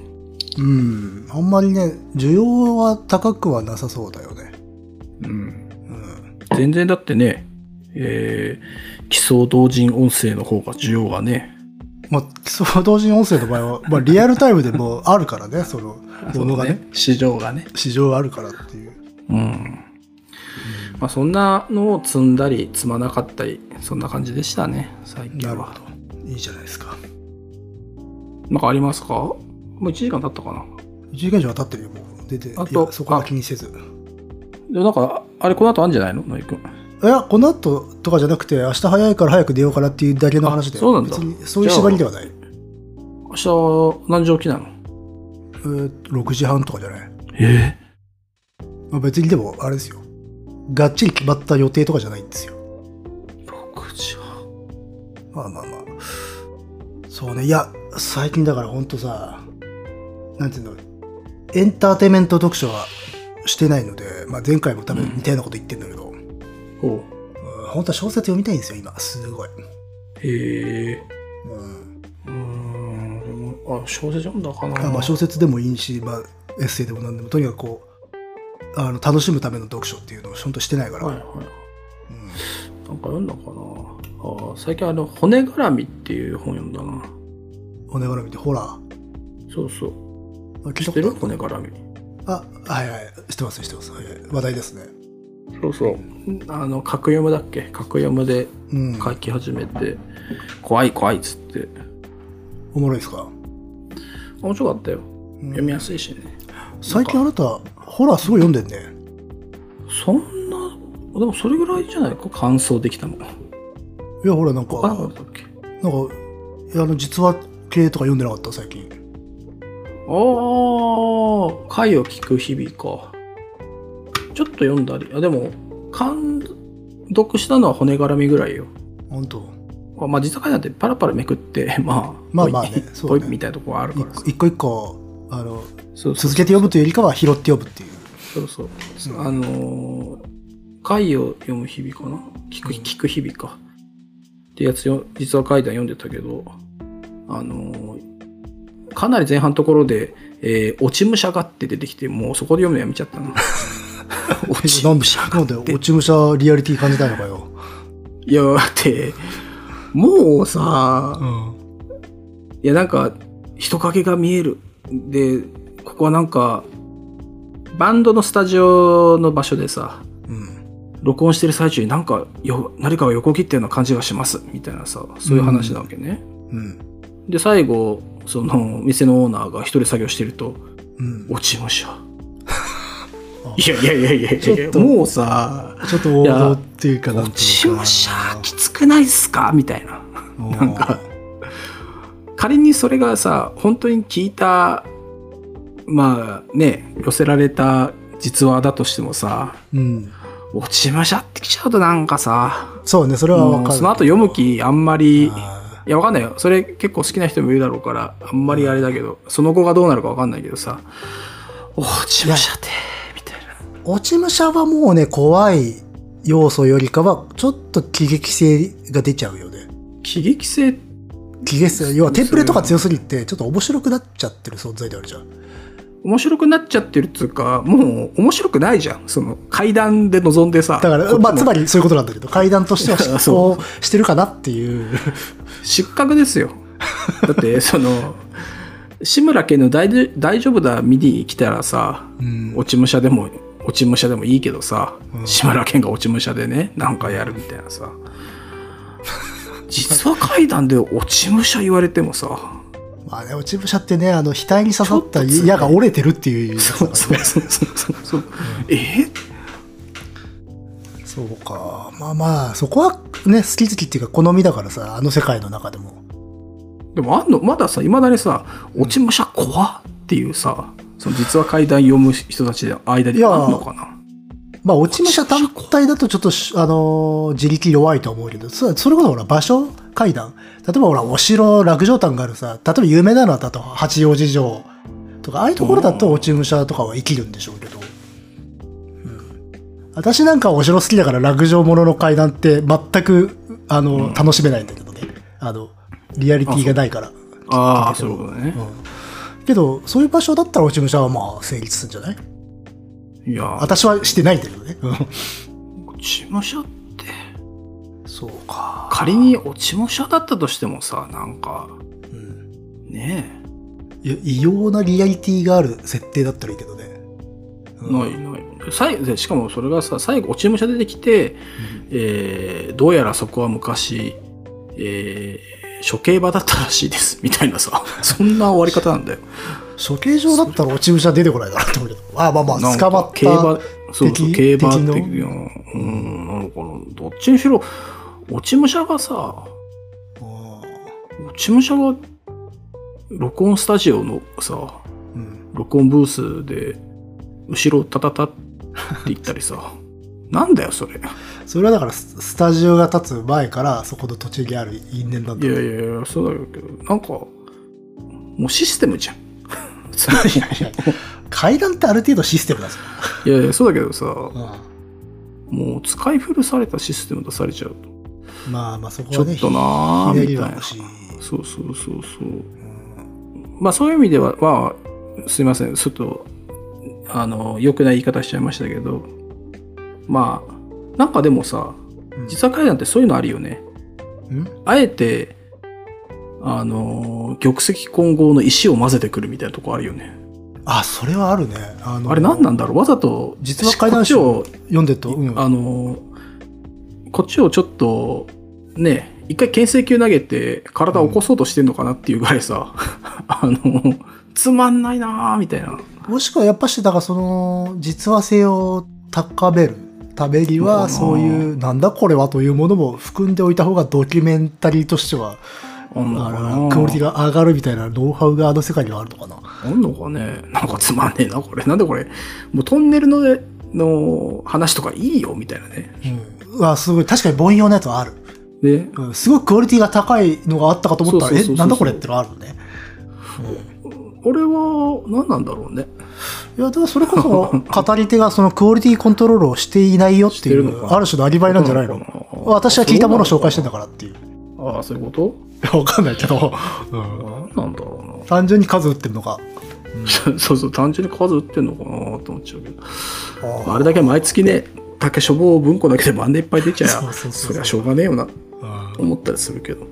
Speaker 2: うん。あんまりね、需要は高くはなさそうだよね。
Speaker 1: うん。
Speaker 2: うん。
Speaker 1: 全然だってね、えー、基礎同人音声の方が需要がね、
Speaker 2: まあ、そう、同人音声の場
Speaker 1: (laughs)
Speaker 2: 合は、まあ、リアルタイムでもあるからね、その、ものがね。
Speaker 1: 市場がね。
Speaker 2: 市場あるからっていう。
Speaker 1: うん。まあ、そんなのを積んだり、積まなかったり、そんな感じでしたね、最近は。
Speaker 2: なるほど。いいじゃないですか。
Speaker 1: なんかありますかもう1時間経ったかな
Speaker 2: 1時間以上は経ってるよ、もう。出て、
Speaker 1: あと
Speaker 2: いやそこは気にせず。
Speaker 1: でもなんか、あれこの後あるんじゃないの野井くん。
Speaker 2: いや、この後とかじゃなくて、明日早いから早く出ようかなっていうだけの話で、
Speaker 1: あそうなんだ
Speaker 2: 別にそういう縛りではない。え
Speaker 1: 明日何時起きなの
Speaker 2: ー6時半とかじゃない。
Speaker 1: え
Speaker 2: まあ、別にでも、あれですよ。がっちり決まった予定とかじゃないんですよ。
Speaker 1: え ?6 時半。
Speaker 2: まあまあまあ。そうね、いや、最近だからほんとさ、なんていうの、エンターテインメント読書はしてないので、まあ、前回も多分似たようなこと言ってんだけど、うん、
Speaker 1: おう。
Speaker 2: 本当は小説読みたいんですよ、今。すごい。
Speaker 1: へえ。
Speaker 2: うん。
Speaker 1: うーん。でもあ、小説読んだかな
Speaker 2: あまあ、小説でもいいし、まあ、エッセイでも何でも、とにかくこう、あの楽しむための読書っていうのをほんとしてないから。
Speaker 1: はいはい。
Speaker 2: うん
Speaker 1: なんか読んだかなあー最近あの、骨絡みっていう本読んだな。
Speaker 2: おねがら見て、ほら。あ
Speaker 1: そうそう。
Speaker 2: 聞い
Speaker 1: 知
Speaker 2: た
Speaker 1: ってる
Speaker 2: こと
Speaker 1: 骨絡み。
Speaker 2: あ、はいはい。知ってます、知ってます。はいはい話題ですね。
Speaker 1: そうそう。あの、格読むだっけ格読むで
Speaker 2: うん。
Speaker 1: 書き始めて、怖い怖いっつって。
Speaker 2: おもろいですか、
Speaker 1: 面白かったよ。
Speaker 2: うん
Speaker 1: 読みやすいしね。
Speaker 2: 最近あなた、ホラーすごい読んでんね。
Speaker 1: そんな、でもそれぐらいじゃないか感想できたの。
Speaker 2: いや、ほら、なんか、
Speaker 1: あな
Speaker 2: なん
Speaker 1: かあった
Speaker 2: か、
Speaker 1: っけ
Speaker 2: いやあの、実話系とか読んでなかった、最近。
Speaker 1: ああ、回を聞く日々か。ちょっと読んだり、あ、でも、感読したのは骨絡みぐらいよ。
Speaker 2: 本当
Speaker 1: あまあ、実は書いてあってパラパラめくって、 (laughs) まあ、
Speaker 2: まあまあね
Speaker 1: ポイ
Speaker 2: そうね
Speaker 1: ポイみたいなとこはあるからさ
Speaker 2: 一個一個、あの、
Speaker 1: そうそう
Speaker 2: 続けて読むというよりかは拾って読むっていう。
Speaker 1: そうそう。
Speaker 2: うん
Speaker 1: あのー、回を読む日々かな聞く、
Speaker 2: うん
Speaker 1: 聞く日々か。ってやつよ、実は怪談読んでたけど、あのーかなり前半のところで、えー、落ち武者がって出てきて、もうそこで読むのやめちゃったな。落ち
Speaker 2: なんで、なんで、落ち武者リアリティ感じたいのかよ。
Speaker 1: いや、だって、もうさ、
Speaker 2: うん。
Speaker 1: いや、なんか、人影が見える。で、ここはなんか、バンドのスタジオの場所でさ、
Speaker 2: うん。
Speaker 1: 録音してる最中になんかよ、何かが横切ったような感じがします、みたいなさ、そういう話なわけね。
Speaker 2: うん。
Speaker 1: で、最後、その、店のオーナーが一人作業してると、
Speaker 2: うん。
Speaker 1: 落ちま
Speaker 2: (laughs)
Speaker 1: した。いやいやいやいやい
Speaker 2: ち
Speaker 1: やい
Speaker 2: ょっ
Speaker 1: や、
Speaker 2: と
Speaker 1: もうさ、
Speaker 2: ちょっと王道っていうかなんて
Speaker 1: 落
Speaker 2: いう
Speaker 1: ち
Speaker 2: か。
Speaker 1: ました、きつくないっすかみたいな。
Speaker 2: なんか。
Speaker 1: 仮にそれがさ本当に聞いたまあね寄せられた実話だとしてもさ
Speaker 2: うん。
Speaker 1: 落ちましゃってきちゃうとなんかさ
Speaker 2: そうね、それはわ
Speaker 1: も
Speaker 2: か
Speaker 1: う
Speaker 2: る。
Speaker 1: その後読む気あんまりい
Speaker 2: あ
Speaker 1: やわかんないよそれ結構好きな人もいるだろうからあんまりあれだけどその後がどうなるかわかんないけどさ落ちましゃってみたいな
Speaker 2: ー。落ち武者はもうね、怖い要素よりかは、ちょっと喜劇性が出ちゃうよね。
Speaker 1: 喜劇性
Speaker 2: 喜劇性、要はテンプレとか強すぎて、ちょっと面白くなっちゃってる存在であるじゃん。
Speaker 1: 面白くなっちゃってるっつうかもう面白くないじゃんその階段で望んでさ
Speaker 2: だから、
Speaker 1: こっちも
Speaker 2: まあ、つまりそういうことなんだけど、階段としては
Speaker 1: そう
Speaker 2: こうしてるかなっていう。
Speaker 1: 失格ですよ (laughs) だってその志村けんの大「大丈夫だ」見に来たらさ
Speaker 2: うん
Speaker 1: 落ち武者でも落ち武者でもいいけどさ、
Speaker 2: うん
Speaker 1: 志村けんが落ち武者でねなんかやるみたいなさ実は階段で落ち武者言われてもさ
Speaker 2: まあね、落ち武者ってね、あの、額に刺さった
Speaker 1: ちょっとつらい
Speaker 2: 矢が折れてるっていう。
Speaker 1: そうそうそうそうそうえ
Speaker 2: そうか。まあまあ、そこはね、好き好きっていうか好みだからさ、あの世界の中でも。
Speaker 1: でもあんのまださいまだにさ「落ち武者怖っ」っていうさその実は階段読む人たちの間にあんのかな
Speaker 2: まあ、落ち武者単体だとちょっとし、あのー自力弱いと思うけど、そそれこそほら、場所階段。例えばほら、お城、落城譚があるさ、例えば有名なのはだと八王子城とか、ああいうところだと落ち武者とかは生きるんでしょうけど。うん、私なんかお城好きだから、落城ものの階段って全く、あの、楽しめないんだけどね。あの、リアリティがないから。
Speaker 1: ああそういうことね、
Speaker 2: けど、そういう場所だったら落ち武者はまあ成立するんじゃない
Speaker 1: いやー
Speaker 2: 私はしてないんだけどね。
Speaker 1: 落ち武者って
Speaker 2: そうか。
Speaker 1: 仮に落ち武者だったとしてもさなんか
Speaker 2: うん、
Speaker 1: ね
Speaker 2: いや異様なリアリティがある設定だったらいいけどね。
Speaker 1: え、
Speaker 2: うん
Speaker 1: ないない最後でしかもそれがさ最後落ち武者出てきて、えーどうやらそこは昔、え処刑場だったらしいです、みたいなさ、 (laughs) そんな終わり方なんだよ。
Speaker 2: 処刑場だったら落ち武者出てこないだろうと思うけど。ああ、ま (laughs) あまあ、
Speaker 1: なん
Speaker 2: 捕
Speaker 1: か
Speaker 2: まった。
Speaker 1: 競馬、そうそう、
Speaker 2: 敵
Speaker 1: 競馬的
Speaker 2: 敵の
Speaker 1: な、うん、なのかな。どっちにしろ、落ち武者がさ、
Speaker 2: あ
Speaker 1: 落ち武者が、録音スタジオのさ、
Speaker 2: ーうん。
Speaker 1: 録音ブースで、後ろタタタって言ったり
Speaker 2: (laughs)
Speaker 1: さ、なんだよ、それ。
Speaker 2: それはだからス、スタジオが立つ前から、そこの土地にある因縁だった
Speaker 1: いやいやいや、そうだけど、なんか、もうシステムじ
Speaker 2: (laughs)
Speaker 1: ゃん。そのいやいや
Speaker 2: 階段ってある程度システムなんですよ。
Speaker 1: いやいや、そうだけどさ、も
Speaker 2: あ
Speaker 1: う使い古されたシステム出されちゃうと、
Speaker 2: あまあまあ、そこ
Speaker 1: ちょ
Speaker 2: はね、
Speaker 1: っとな
Speaker 2: ひ
Speaker 1: ぁ、
Speaker 2: ね
Speaker 1: み
Speaker 2: り
Speaker 1: た
Speaker 2: はい
Speaker 1: な
Speaker 2: 欲。しい。
Speaker 1: そうそうそうそう。
Speaker 2: うん
Speaker 1: まあそういう意味では、まあ、すいません、ちょっと、あの、良くない言い方しちゃいましたけど、まあ、なんかでもさ、
Speaker 2: うん
Speaker 1: 実は階段ってそういうのあるよね。
Speaker 2: うん
Speaker 1: あえて、あの、玉石混合の石を混ぜてくるみたいなとこあるよね。
Speaker 2: あ、それはあるね。あの
Speaker 1: あれ何なんだろうわざと、
Speaker 2: 実は怪談
Speaker 1: こっ
Speaker 2: 集
Speaker 1: ちを
Speaker 2: 読んでると、うん
Speaker 1: あのこっちをちょっとね一回牽制球投げて体を起こそうとしてんのかなっていうぐらいさ、 (laughs) あのつまんないなーみたいな
Speaker 2: もしくはやっぱし、だからその、実話性を高めるために
Speaker 1: う
Speaker 2: は、
Speaker 1: ん
Speaker 2: そういう、なんだこれはというものも含んでおいた方がドキュメンタリーとしては、
Speaker 1: あんのか
Speaker 2: あ
Speaker 1: な
Speaker 2: のクオリティが上がるみたいなノウハウがあの世界にはあるのかな。
Speaker 1: あんのかねなんかつまんねえなこれなんでこれもうトンネルのの話とかいいよみたいなね
Speaker 2: うん。うわ、すごい。確かに凡庸なやつはある。
Speaker 1: で
Speaker 2: うん。すごくクオリティが高いのがあったかと思った
Speaker 1: そうそう
Speaker 2: ら、え、
Speaker 1: そうそう
Speaker 2: なんだこれってのがあるのね。うん
Speaker 1: 俺は何なんだろうね
Speaker 2: いや、だからそれこそ、語り手がそのクオリティコントロールをしていないよってい
Speaker 1: してるのか
Speaker 2: う、
Speaker 1: な
Speaker 2: ある種のアリバイなんじゃないの
Speaker 1: そうなのかな
Speaker 2: 私は聞いたものを紹介してんだからっていう。
Speaker 1: ああそういうこと
Speaker 2: (laughs) わかんないけど、うん
Speaker 1: 何なんだろうな
Speaker 2: 単純に数打ってるのか。
Speaker 1: (laughs) そうそう単純に数打ってんのかなと思っちゃうけど
Speaker 2: あ
Speaker 1: あれだけ毎月ね竹書房文庫だけで万年いっぱい出ちゃ
Speaker 2: そうそうそうそう
Speaker 1: そりゃしょうがねえよなと
Speaker 2: あ
Speaker 1: 思ったりするけど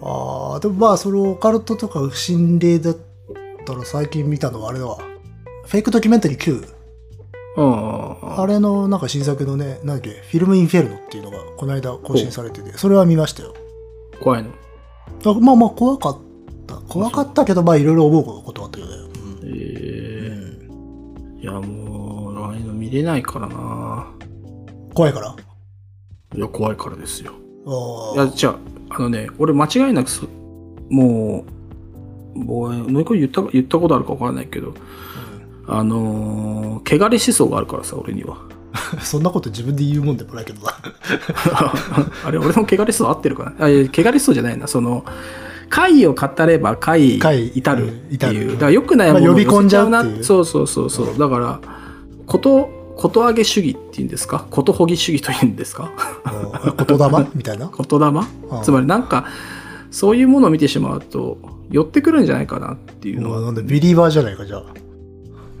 Speaker 2: あーでもまあ、そのオカルトとか心霊だったら最近見たのはあれだわ。フェイクドキュメンタリー Q。
Speaker 1: ああ
Speaker 2: あれのなんか新作のね、なんだっけ、フィルムインフェルノっていうのがこの間更新されてて、それは見ましたよ。
Speaker 1: 怖いの
Speaker 2: あまあまあ、怖かった。怖かったけど、まあ、いろいろ思うことはあったけどね。
Speaker 1: え
Speaker 2: うん
Speaker 1: えいやもうああいうの見れないからな
Speaker 2: 怖いから。あ
Speaker 1: いや怖いからですよいや
Speaker 2: あ。
Speaker 1: じゃああのね俺間違いなくそもうもうもう一回言った言ったことあるか分からないけどあのー、汚れ思想があるからさ俺には (laughs)
Speaker 2: うん (laughs) そんなこと自分で言うもんでもないけどな。
Speaker 1: あれ俺の汚れ思想合ってるかなあいや汚れ思想じゃないなその怪異を語れば怪異
Speaker 2: 怪異
Speaker 1: 至る
Speaker 2: うん
Speaker 1: って
Speaker 2: 至
Speaker 1: いう、
Speaker 2: る
Speaker 1: だから良くないもの
Speaker 2: まあ
Speaker 1: を
Speaker 2: 呼び込んじゃうっていう
Speaker 1: 寄せなそうそうそうそう、だからことことあげ主義っていうんですかことほぎ主義というんですか (laughs)
Speaker 2: うん言霊みたいな。
Speaker 1: 言霊、
Speaker 2: うん
Speaker 1: つまりなんかそういうものを見てしまうと寄ってくるんじゃないかなっていうのは、
Speaker 2: なんでビリーバーじゃないかじゃあ。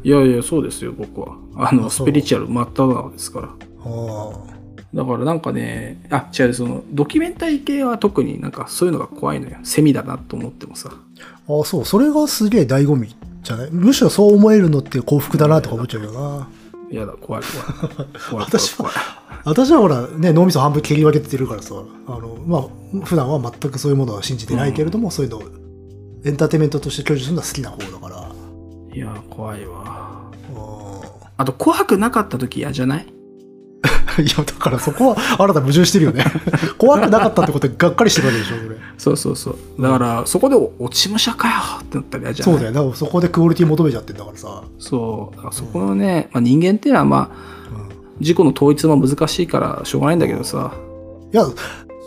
Speaker 1: いやいやそうですよ僕はあの
Speaker 2: あそ
Speaker 1: ス
Speaker 2: う
Speaker 1: ピリチュアル真っ只中ですから
Speaker 2: あ
Speaker 1: だからなんかね、あ、違う、その、ドキュメンタリー系は特になんかそういうのが怖いのよ。セミだなと思ってもさ。
Speaker 2: あそうそれがすげえ醍醐味じゃないむしろそう思えるのって幸福だなとか思っちゃうよな
Speaker 1: 嫌だ、怖い、怖い。
Speaker 2: (laughs)
Speaker 1: 怖い怖い、
Speaker 2: 私
Speaker 1: 怖い。
Speaker 2: 私はほらね脳みそ半分切り分けてるからさあのまあ普段は全くそういうものは信じてないけれども、そういうのをエンターテインメントとして享受するのは好きな方だから
Speaker 1: いや、怖いわ。
Speaker 2: う
Speaker 1: あと、怖くなかった時嫌じゃない
Speaker 2: んいやだからそこはあなた矛盾して
Speaker 1: (laughs)
Speaker 2: るよね怖くなかったってことでがっかりしてるわけでしょこれ
Speaker 1: そうそうそう。だから、そこで落ち武者かよってなったら嫌じゃ
Speaker 2: そ
Speaker 1: ないう
Speaker 2: だよだからそこでクオリティ求めちゃってんだからさ、
Speaker 1: そう。だからそこのね、まあ、人間っていうのはまあ、
Speaker 2: うん
Speaker 1: 自己の統一も難しいからしょうがないんだけどさ。
Speaker 2: いや、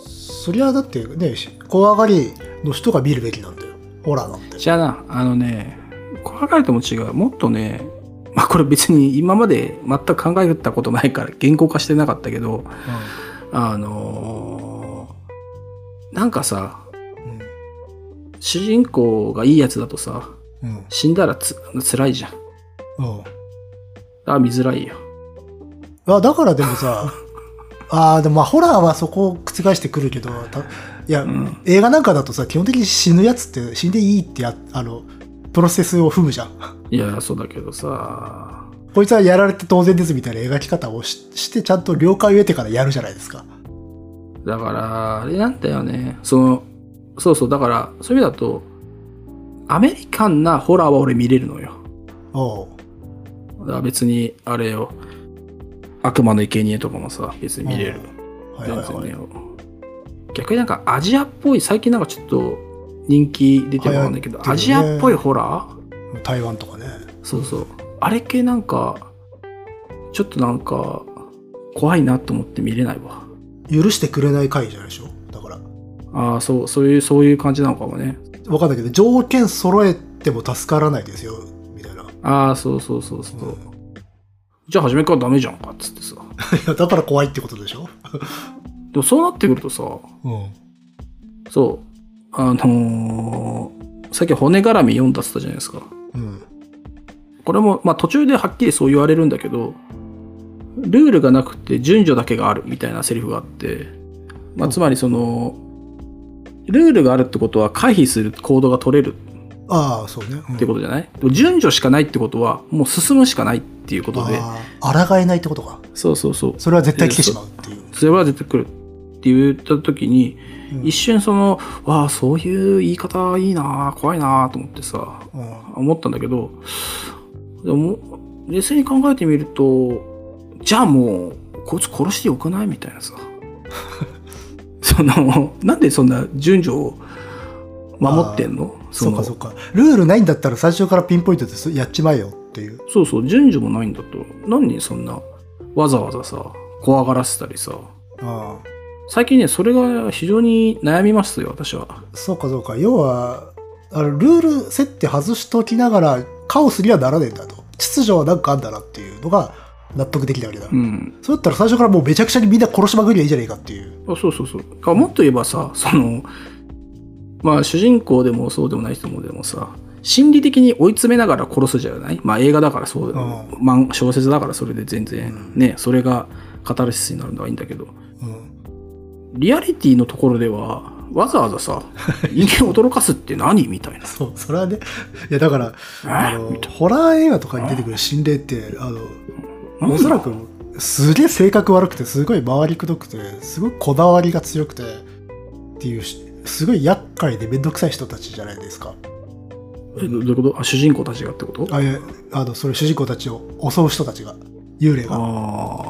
Speaker 2: そりゃだってね、怖がりの人が見るべきなんだよ。ホラーなんて。
Speaker 1: じゃあな、あのね、怖がるとも違う。もっとね、まあこれ別に今まで全く考えたことないから言語化してなかったけど、あのーなんかさ、主人公がいいやつだとさ、
Speaker 2: うん。うん。
Speaker 1: 死んだらつ辛いじゃん。
Speaker 2: うん。
Speaker 1: あ見づらいよ。
Speaker 2: あだからでも (laughs) さ、ああ、でもまあホラーはそこを覆してくるけど、たいや、
Speaker 1: ん
Speaker 2: 映画なんかだとさ、基本的に死ぬやつって死んでいいってや、あの、プロセスを踏むじゃん。 (laughs)
Speaker 1: いや、そうだけどさ、
Speaker 2: こいつはやられて当然ですみたいな描き方をしして、ちゃんと了解を得てからやるじゃないですか。
Speaker 1: だから、あれなんだよね。その、そうそう、だから、そういう意味だと、アメリカンなホラーは俺見れるのよ。
Speaker 2: ああ。
Speaker 1: だから別に、あれよ、悪魔の生贄とかもさ、別に見れる。
Speaker 2: はい
Speaker 1: 全
Speaker 2: はい
Speaker 1: 然
Speaker 2: は
Speaker 1: ね
Speaker 2: い。
Speaker 1: 逆になんかアジアっぽい、最近なんかちょっと人気出てるんだけど、
Speaker 2: 流行ってるね
Speaker 1: アジアっぽいホラー
Speaker 2: 台湾とかね。
Speaker 1: そうそう。あれ系なんか、ちょっとなんか、怖いなと思って見れないわ。
Speaker 2: 許してくれない会じゃないでしょ。だから。
Speaker 1: ああ、そう、そういう、そういう感じなのかもね。
Speaker 2: わかんないけど、条件揃えても助からないですよ。みたいな。 (laughs)
Speaker 1: ああ、そうそうそうそう。じゃあ初めからダメじゃんか、っつってさ。
Speaker 2: いやだから怖いってことでしょ。
Speaker 1: でもそうなってくるとさ、
Speaker 2: うん。
Speaker 1: そう、あのーさっき骨絡み読んだって言ったじゃないですか。
Speaker 2: うん。
Speaker 1: これも、まあ途中ではっきりそう言われるんだけど、ルールがなくて順序だけがあるみたいなセリフがあって、まあつまりその、ルールがあるってことは回避する行動が取れる
Speaker 2: ああ、そうね。うん
Speaker 1: ってことじゃない、でも順序しかないってことはもう進むしかないっていうことで、
Speaker 2: ああ、抗えないってことか。
Speaker 1: そうそうそう。
Speaker 2: それは絶対来てしまうっていう。
Speaker 1: それは出てくるって言った時に、
Speaker 2: うん
Speaker 1: 一瞬その、わあ、そういう言い方いいな怖いなと思ってさ、
Speaker 2: うん
Speaker 1: 思ったんだけど、でも、冷静に考えてみると、じゃあもう、こいつ殺してよくないみたいなさ。 (laughs) その、なんでそんな順序を守ってんのそ
Speaker 2: そう
Speaker 1: の
Speaker 2: かそうか。ルールないんだったら最初からピンポイントですやっちまえよっていう。
Speaker 1: そうそう、順序もないんだと。何そんな、わざわざさ、怖がらせたりさ。
Speaker 2: ああ
Speaker 1: 最近ね、それが非常に悩みますよ、私は。
Speaker 2: そうかそうか。要は、あのルール設定外しときながらカオスにはならねえんだと。秩序はなんかあんだなっていうのが納得できたわけだ。
Speaker 1: うん。
Speaker 2: そうだったら最初からもうめちゃくちゃにみんな殺しまくりゃいいじゃねえかっていう。
Speaker 1: あそうそうそう。かもっと言えばさ、その、まあ主人公でもそうでもない人もでもさ、心理的に追い詰めながら殺すじゃないまあ映画だからそうだよ、まあ小説だからそれで全然ね、それがカタルシスになるのはいいんだけど、
Speaker 2: うん。
Speaker 1: リアリティのところでは、わざわざ
Speaker 2: (laughs)
Speaker 1: さ、人間を驚かすって何みたいな。
Speaker 2: そう、それはね。いや、だから、あの、ホラー映画とかに出てくる心霊って、あの、おそらく、すげえ性格悪くて、すごい回りくどくて、すごいこだわりが強くて、っていうし、すごい厄介でめんどくさい人たちじゃないですか。
Speaker 1: えどどういうことあ主人公たちがってこと
Speaker 2: あいやあの、それ主人公たちを襲う人たちが、幽霊が。
Speaker 1: あ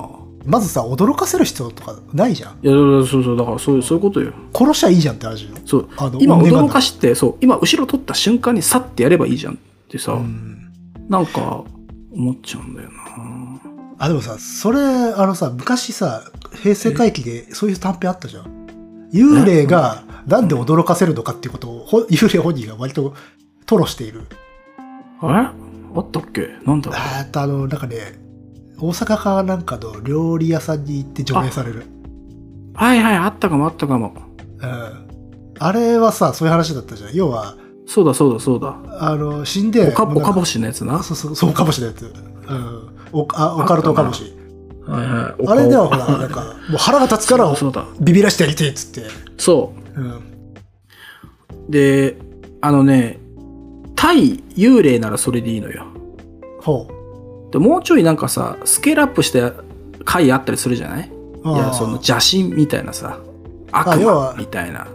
Speaker 1: あ。
Speaker 2: まずさ、驚かせる必要とかないじゃん。
Speaker 1: いや、そうそうそう、だからそういうそういうことよ。
Speaker 2: 殺しゃいいじゃんって話よ。
Speaker 1: そう
Speaker 2: あの
Speaker 1: 今
Speaker 2: お願いだ
Speaker 1: 驚かしてそう今後ろ取った瞬間にさってやればいいじゃんってさ、
Speaker 2: うん。
Speaker 1: なんか思っちゃうんだよな
Speaker 2: あ、でもさ、それ、あのさ、昔さ、平成回帰でそういう短編あったじゃん。幽霊がなんで驚かせるのかっていうことを、ほ幽霊本人が割と吐露している。
Speaker 1: あれあったっけなんだろう
Speaker 2: あーっと、あの、なんかね、大阪かなんかの料理屋さんに行って除名される。
Speaker 1: はいはいあったかもあったかも
Speaker 2: うん。あれはさ、そういう話だったじゃん。要は、
Speaker 1: そうだそうだそうだ
Speaker 2: あの、死んで、
Speaker 1: おか
Speaker 2: もう
Speaker 1: お
Speaker 2: なん
Speaker 1: かぼしのやつな
Speaker 2: あそうそう、そう、おかぼしのやつ。うん。おあオカルトおかぼし。
Speaker 1: はいはいお
Speaker 2: あ
Speaker 1: か
Speaker 2: れではほら、なんか、もう腹が立つから
Speaker 1: そうだ
Speaker 2: ビビらしてやりてえっつって。
Speaker 1: そ
Speaker 2: うん。
Speaker 1: うであのね対幽霊ならそれでいいのよ
Speaker 2: ほう。
Speaker 1: でもうちょいなんかさスケールアップして回あったりするじゃないい
Speaker 2: あ
Speaker 1: や
Speaker 2: ー
Speaker 1: その邪神みたいなさ
Speaker 2: あ
Speaker 1: 悪
Speaker 2: 要は
Speaker 1: 魔みたいな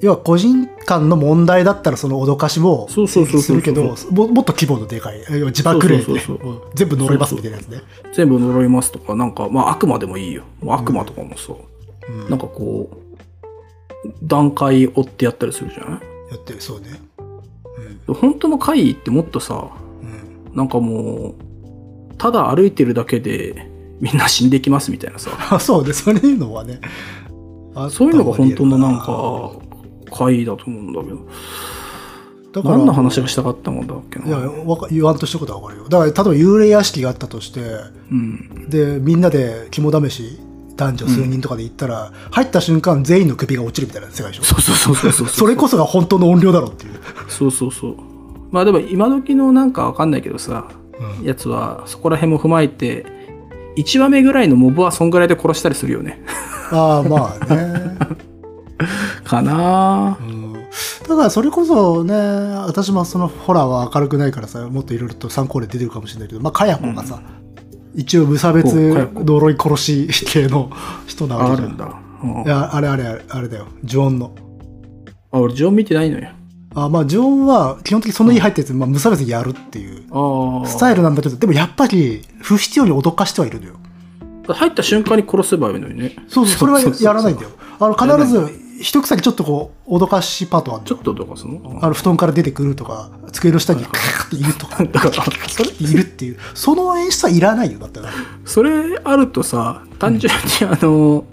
Speaker 2: 要は個人間の問題だったらその脅かしも
Speaker 1: そうそうそうそう
Speaker 2: するけどももっと規模のでかい要は自爆霊で
Speaker 1: そうそうそうそう
Speaker 2: もう全部呪いますみたいなやつね
Speaker 1: 全部呪いますとか、なんか、まあ悪魔でもいいよ。もう悪魔とかもさ、
Speaker 2: うん
Speaker 1: なんかこう、段階追ってやったりするじゃない
Speaker 2: やってるそうね
Speaker 1: 本当の怪異ってもっとさ、
Speaker 2: うん、うん、
Speaker 1: なんかもう、ただ歩いてるだけでみんな死んできますみたいなさ、
Speaker 2: あそうねそういうのはね
Speaker 1: (laughs)
Speaker 2: あ
Speaker 1: そういうのが本当のなんか、怪異だと思うんだけど、
Speaker 2: だ
Speaker 1: 何の話がしたかったもんだっけ
Speaker 2: いや
Speaker 1: な。
Speaker 2: わか言わんとしたことはわかるよだから例えば幽霊屋敷があったとして
Speaker 1: うん。
Speaker 2: でみんなで肝試し男女数人とかで行ったら、入った瞬間全員の首が落ちるみたいな世界でしょ
Speaker 1: そうそうそうそうそう。
Speaker 2: (laughs) それこそが本当の音量だろうっていう
Speaker 1: そうそうそう。まあでも今時のなんかわかんないけどさ、やつはそこら辺も踏まえて、1話目ぐらいのモブはそんぐらいで殺したりするよね。 (laughs)
Speaker 2: ああまあね
Speaker 1: かなぁ
Speaker 2: うんただそれこそね私もそのホラーは明るくないからさもっといろいろと参考例出てるかもしれないけどまあカヤコがさ、一応無差別
Speaker 1: おカヤコ
Speaker 2: 呪い殺し系の人なわ
Speaker 1: あ
Speaker 2: けじゃ
Speaker 1: る
Speaker 2: ん
Speaker 1: んだ。うん
Speaker 2: いやあれあれあれだよ呪音の
Speaker 1: あ、俺、ジョン見てないのよ。
Speaker 2: あまあ、ジョンは基本的にその家入ったやつ、まあ、無差別にやるっていう
Speaker 1: ああ。
Speaker 2: スタイルなんだけど、でもやっぱり不必要に脅かしてはいるのよ。
Speaker 1: 入った瞬間に殺せばいいのにね。
Speaker 2: そうそう、それはやらないんだよ。あの、
Speaker 1: やら
Speaker 2: 必
Speaker 1: な
Speaker 2: ず、一草にちょっとこう、脅かしパートあるの
Speaker 1: ちょ
Speaker 2: よ
Speaker 1: っとどうかすんの
Speaker 2: あの、布団から出てくるとか、机の下にカーっているとか、
Speaker 1: だから
Speaker 2: それっているっていう、その演出はいらないよ、だった
Speaker 1: (laughs)
Speaker 2: ら。
Speaker 1: それあるとさ、単純にあの、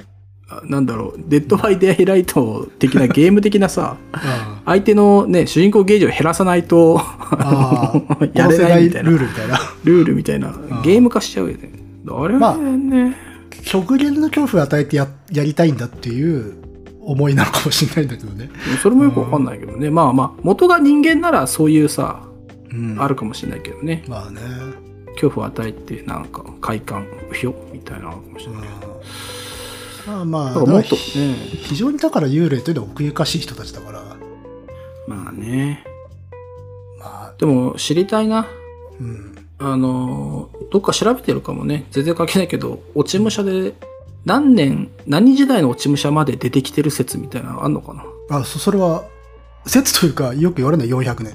Speaker 1: あなんだろう、デッドバイデイライト的なゲーム的な
Speaker 2: (laughs)
Speaker 1: さ、
Speaker 2: あ
Speaker 1: 相手のね、主人公ゲージを減らさないと、
Speaker 2: あ
Speaker 1: あの、や
Speaker 2: 殺
Speaker 1: れ
Speaker 2: せ
Speaker 1: な
Speaker 2: ない
Speaker 1: いみ
Speaker 2: ル
Speaker 1: たいな、
Speaker 2: ー
Speaker 1: ル
Speaker 2: ルみたいな。
Speaker 1: ールみたいな、
Speaker 2: ん
Speaker 1: ゲーム化しちゃうよね。あれはね、
Speaker 2: 極限の恐怖を与えてややりたいんだっていう思いなのかもしれないんだけどね。
Speaker 1: それもよくわかんないけどね、まあまあ、元が人間ならそういうさ、
Speaker 2: うん
Speaker 1: あるかもしれないけどね、
Speaker 2: まあね。
Speaker 1: 恐怖を与えて、なんか、快感、うひょみたいなのあるかもしれないけど。
Speaker 2: まあまあ、
Speaker 1: だからもっと、
Speaker 2: だから
Speaker 1: ね、
Speaker 2: 非常にだから幽霊というのは奥ゆかしい人たちだから、
Speaker 1: まあね、
Speaker 2: まあ、
Speaker 1: でも知りたいな。
Speaker 2: うん。
Speaker 1: あのー、どっか調べてるかもね。全然関係ないけど、落ち武者で、何年、何時代の落ち武者まで出てきてる説みたいなのあんのかな
Speaker 2: あ、そそれは、説というか、よく言われるのは400年。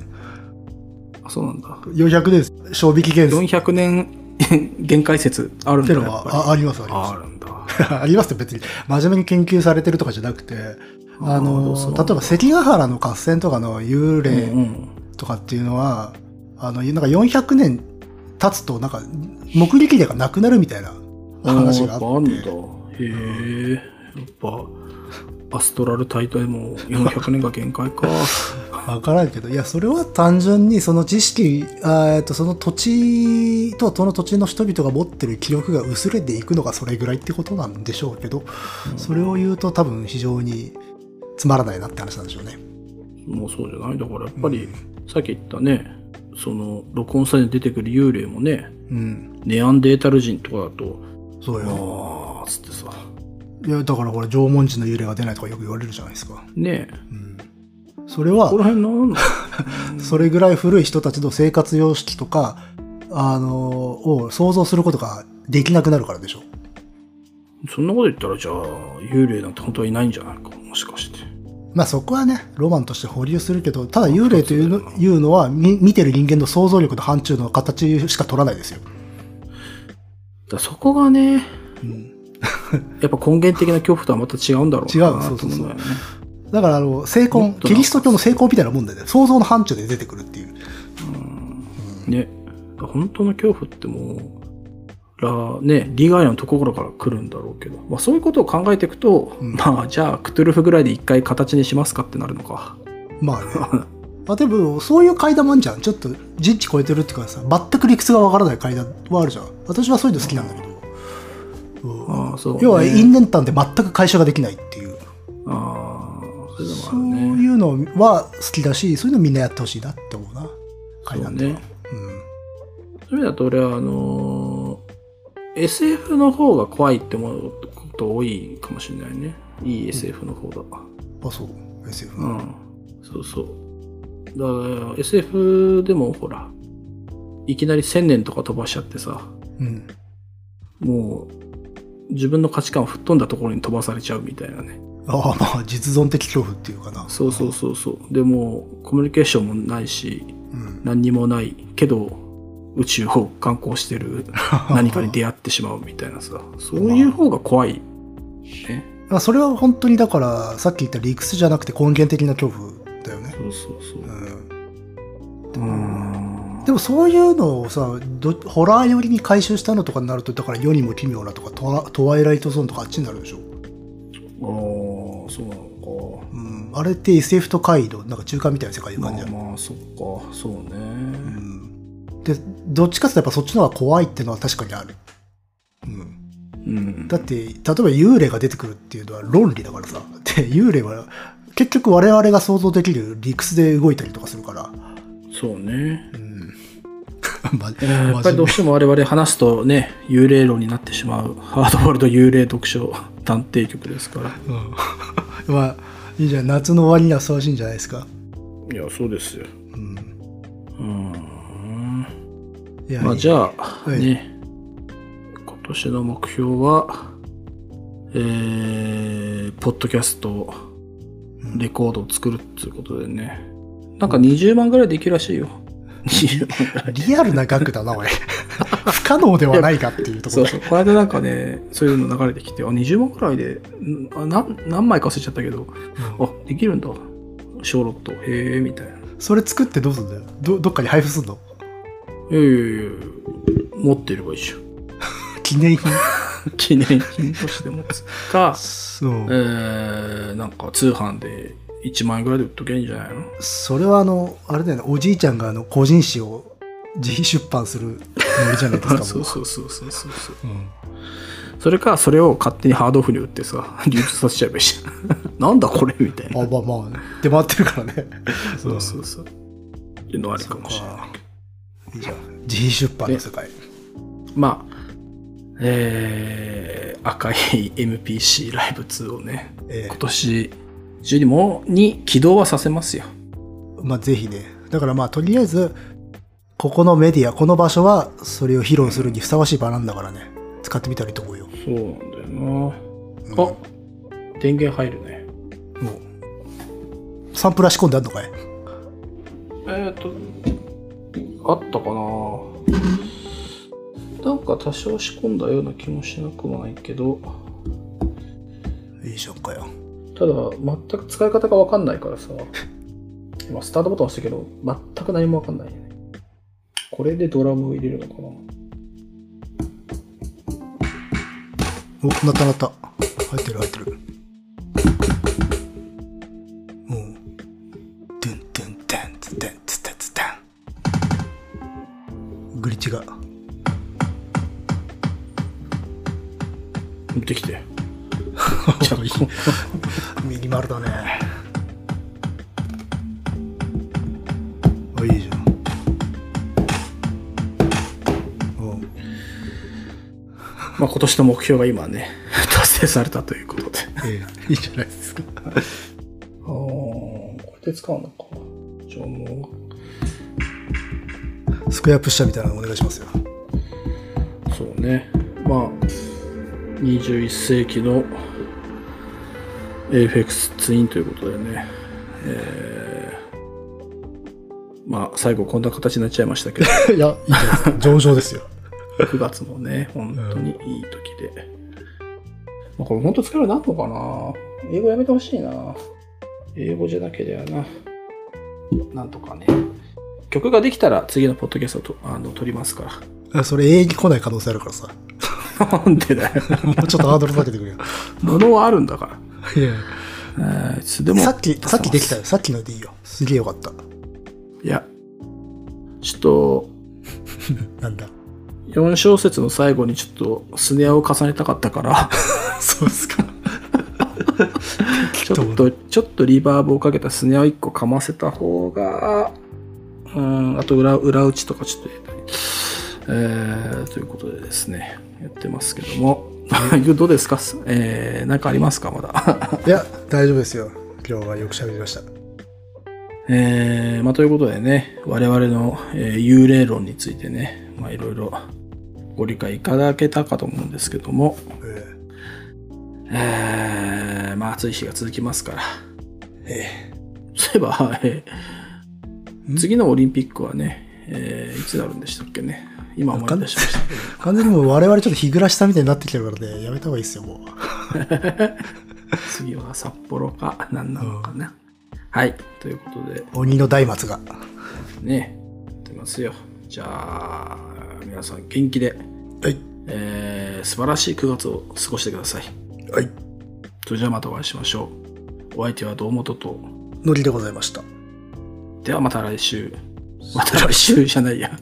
Speaker 1: あ、そうなんだ。
Speaker 2: 400年、賞味期限っ
Speaker 1: 400年 (laughs) 限界説あるん
Speaker 2: て
Speaker 1: だ
Speaker 2: の
Speaker 1: やっぱり
Speaker 2: はああります、あり
Speaker 1: ああ
Speaker 2: ま
Speaker 1: るんだ。
Speaker 2: す。 (laughs) ありますって別に、真面目に研究されてるとかじゃなくて、あの
Speaker 1: そう、
Speaker 2: 例えば関ヶ原の合戦とかの幽霊
Speaker 1: うんうん
Speaker 2: とかっていうのは、あの、なんか400年経つと、なんか、目撃例がなくなるみたいな話があ
Speaker 1: あー
Speaker 2: っ
Speaker 1: やっぱあ
Speaker 2: て、
Speaker 1: るんだ。へえ、やっぱ、アストラル大体も400年が限界か。 (laughs)
Speaker 2: わからんけど、いや、それは単純にその知識、あーえっと、その土地とその土地の人々が持ってる記録が薄れていくのがそれぐらいってことなんでしょうけど、それを言うと多分非常につまらないなって話なんでしょうね。
Speaker 1: もうそうじゃないだからやっぱり、さっき言ったね、その、録音サイトに出てくる幽霊もね、
Speaker 2: うん。
Speaker 1: ネアンデータル人とかだと、
Speaker 2: そうよ。
Speaker 1: あーっつってさ、
Speaker 2: いや、だからこれ縄文人の幽霊が出ないとかよく言われるじゃないですか。
Speaker 1: ねえ、
Speaker 2: うん。それは
Speaker 1: ここ、ら辺なんの (laughs)
Speaker 2: それぐらい古い人たちの生活様式とか、あのーを想像することができなくなるからでしょ。
Speaker 1: そんなこと言ったら、じゃあ、幽霊なんて本当はいないんじゃないか、もしかして。
Speaker 2: まあそこはね、ロマンとして保留するけど、ただ幽霊というの
Speaker 1: そうだよな
Speaker 2: いうのは、み見てる人間の想像力の範疇の形しか取らないですよ。
Speaker 1: だからそこがね、
Speaker 2: うん
Speaker 1: やっぱ根源的な恐怖とはまた違うんだろうな
Speaker 2: 違うそうそうそう
Speaker 1: と思んだよね
Speaker 2: だから、あの、成
Speaker 1: もっ
Speaker 2: 婚、
Speaker 1: となんか
Speaker 2: キリスト教の成婚みたいなもんだよね。想像の範疇で出てくるっていう。
Speaker 1: ね、本当の恐怖ってもう、ら、ね、利害のところから来るんだろうけど、まあそういうことを考えていくと、
Speaker 2: うん
Speaker 1: まあじゃあ、クトゥルフぐらいで一回形にしますかってなるのか。
Speaker 2: まあね。 (laughs) まあでも、そういう階段もあるじゃん。ちょっと、人知超えてるっていうかさ、全く理屈がわからない階段はあるじゃん。私はそういうの好きなんだけど。うん
Speaker 1: ああ、そう、ね。
Speaker 2: 要は因縁談で全く解消ができないっていう、
Speaker 1: ああ、それでもあ
Speaker 2: そ
Speaker 1: る
Speaker 2: う
Speaker 1: ね。
Speaker 2: いうのは好きだしそういうのみんなやってほしいなって思うな階
Speaker 1: そう
Speaker 2: 段では
Speaker 1: ね。そういう意味だと俺はあのー SF の方が怖いって思うこと多いかもしれないね。いい SF の方だ。
Speaker 2: うんあそう SF
Speaker 1: う
Speaker 2: うん
Speaker 1: ん。そうそう。だから SF でもほら、いきなり1000年とか飛ばしちゃってさ、
Speaker 2: うん、
Speaker 1: もう自分の価値観を吹っ飛んだところに飛ばされちゃうみたいなね。
Speaker 2: ああまあ実存的恐怖っていうかな
Speaker 1: そうそうそうそう。でもうコミュニケーションもないし、
Speaker 2: うん、
Speaker 1: 何にもないけど宇宙を観光して (laughs) る何かに出会ってしまうみたいなさそういう方が怖い、ね、
Speaker 2: (laughs) まあ、それは本当にだからさっき言った理屈じゃなくて根源的な恐怖だよね、、
Speaker 1: そうそうそううんうん
Speaker 2: でもそういうのをさどホラー寄りに回収したのとかになるとだから世にも奇妙なとかトワトワイライトゾーンとかあっちになるでしょ、
Speaker 1: ああそうなのか
Speaker 2: うん、あれって SF と回路なんか中間みたいな世界で
Speaker 1: まあ
Speaker 2: 感じじゃん
Speaker 1: まあそっかそうね、
Speaker 2: でどっちかっていうとやっぱそっちの方が怖いっていうのは確かにある、うん、
Speaker 1: うん、
Speaker 2: だって例えば幽霊が出てくるっていうのは論理だからさで幽霊は結局我々が想像できる理屈で動いたりとかするから、
Speaker 1: そうね
Speaker 2: うん (laughs) ま、
Speaker 1: やっぱりどうしても我々話すとね幽霊論になってしまうハードボールド幽霊読書探偵局ですから
Speaker 2: 真面目まあいいじゃん夏の終わりにはふさわしいんじゃないですか、
Speaker 1: いやそうですよ
Speaker 2: うん、
Speaker 1: うん
Speaker 2: いや
Speaker 1: まあ、じゃあ、
Speaker 2: い
Speaker 1: ね、今年の目標は、えー、ポッドキャスト
Speaker 2: う
Speaker 1: レコードを作るっていうことでね。なんか20万ぐらいできるらしい (laughs) よ。20万ぐらい。
Speaker 2: リアルな額だな、俺。 (laughs) 不可能ではないかっていうとこ
Speaker 1: そ
Speaker 2: ろ
Speaker 1: う。そう。 (laughs) この間なんかね、そういうの流れてきて、あ、20万くらいで、んあなん何枚か忘れちゃったけど、
Speaker 2: うん
Speaker 1: あ、できるんだ。小ロット。へえ、みたいな。い
Speaker 2: それ作ってどうすんだよどどっかに配布すんの
Speaker 1: やいやいや持ってればいいじゃん。 (laughs)
Speaker 2: 記念品
Speaker 1: 記念品として持つ。か、
Speaker 2: (laughs) そう、
Speaker 1: えー、なんか通販で1万円ぐらいで売っときゃいいんじゃないの
Speaker 2: それはあのあれだよねおじいちゃんがあの個人誌を自費出版するノリじゃないですかも (laughs)
Speaker 1: (laughs)
Speaker 2: う
Speaker 1: そうそうそうそうそうそう。
Speaker 2: うん
Speaker 1: それか、それを勝手にハードオフに売ってさ、流通させちゃえばいいじゃん。 (laughs) なんだこれみたいな。
Speaker 2: あまあまあ出回ってるからね
Speaker 1: そうそうそう。っていうのはありかもしれないけど。
Speaker 2: いいじゃん自費出版の世界
Speaker 1: まあ、えー、赤い MPC ライブ2をね、
Speaker 2: ええ
Speaker 1: 今年中にもに起動はさせますよ。
Speaker 2: まあぜひねだからまあとりあえずここのメディアこの場所はそれを披露するにふさわしい場なんだからね使ってみたらいいと思うよ、
Speaker 1: そうなんだよな。
Speaker 2: うん
Speaker 1: あ、電源入るね。
Speaker 2: もうサンプラー仕込んであんのかい
Speaker 1: えっ、と、あったかななんか多少仕込んだような気もしなくもないけど、
Speaker 2: いいじゃんかよ
Speaker 1: ただ全く使い方がわかんないからさ、今スタートボタン押したけど、全く何もわかんないよね。これでドラムを入れるのかな
Speaker 2: おなったなった入ってる入ってるうんドゥンドゥンドゥンドゥンドゥンドゥンドゥングリッ (laughs) チが
Speaker 1: 持ってきて。 (laughs)
Speaker 2: ミニマルだねあいいじゃんお
Speaker 1: まあ今年の目標が今ね、 (laughs) 達成されたということで。
Speaker 2: ええいいじゃないですか
Speaker 1: ああ、これで使うのか。じゃあも
Speaker 2: スクエアプッシャーみたいなのお願いしますよ
Speaker 1: う、そうね。まあ、21世紀の AFX ツインということでね。えー、まあ最後こんな形になっちゃいましたけど、
Speaker 2: いやいいじゃないですか上々ですよ
Speaker 1: 9月もね、本当にいい時で。まあこれ本当使えるようになるのかな英語やめてほしいな。英語じゃなければな。なんとかね。曲ができたら次のポッドキャストをとあの撮りますか
Speaker 2: (laughs) あそれ永遠に来ない可能性あるから (laughs) さ
Speaker 1: ら。 (laughs) なんでだよ。
Speaker 2: もうちょっとハードル下げてくれよ
Speaker 1: 物はあるんだか
Speaker 2: いや
Speaker 1: ら。えーいつでも。
Speaker 2: さっき、さっきできた
Speaker 1: い
Speaker 2: よ。さっきのでいいよ。すげえよかった。
Speaker 1: や。ちょっと、
Speaker 2: なんだ。
Speaker 1: 4小節の最後にちょっとスネアを重ねたかったから、
Speaker 2: そうです (laughs) か。
Speaker 1: ちょっと、ちょっとリバーブをかけたスネアを1個かませた方が、うん、あと裏、裏打ちとかちょっと入れたり、えー、ということでですね、やってますけども、 (laughs) どうですかえー、なんかありますかまだ。 (laughs)
Speaker 2: いや、大丈夫ですよ。今日はよく喋りました。
Speaker 1: えー、まあ、ということでね、我々の、えー幽霊論についてね、まあ、いろいろご理解いただけたかと思うんですけども、
Speaker 2: え
Speaker 1: えー、まあ、暑い日が続きますから、
Speaker 2: ええ
Speaker 1: そういえば、えー
Speaker 2: ん
Speaker 1: 次のオリンピックはね、えーいつなるんでしたっけね。今思い出しました。
Speaker 2: え完全にもう我々ちょっと日暮らしたみたいになってきてるからね、やめた方がいいですよ、もう。
Speaker 1: 次は札幌か、何なのかな。はい、ということで
Speaker 2: 鬼の松明が。
Speaker 1: ね、やってますよ。じゃあ、皆さん元気で、
Speaker 2: はい。
Speaker 1: えー素晴らしい9月を過ごしてください。
Speaker 2: はい。
Speaker 1: それじゃあまたお会いしましょう。お相手は堂本と。
Speaker 2: ノリでございました。
Speaker 1: ではまた来週。また来週じゃないや。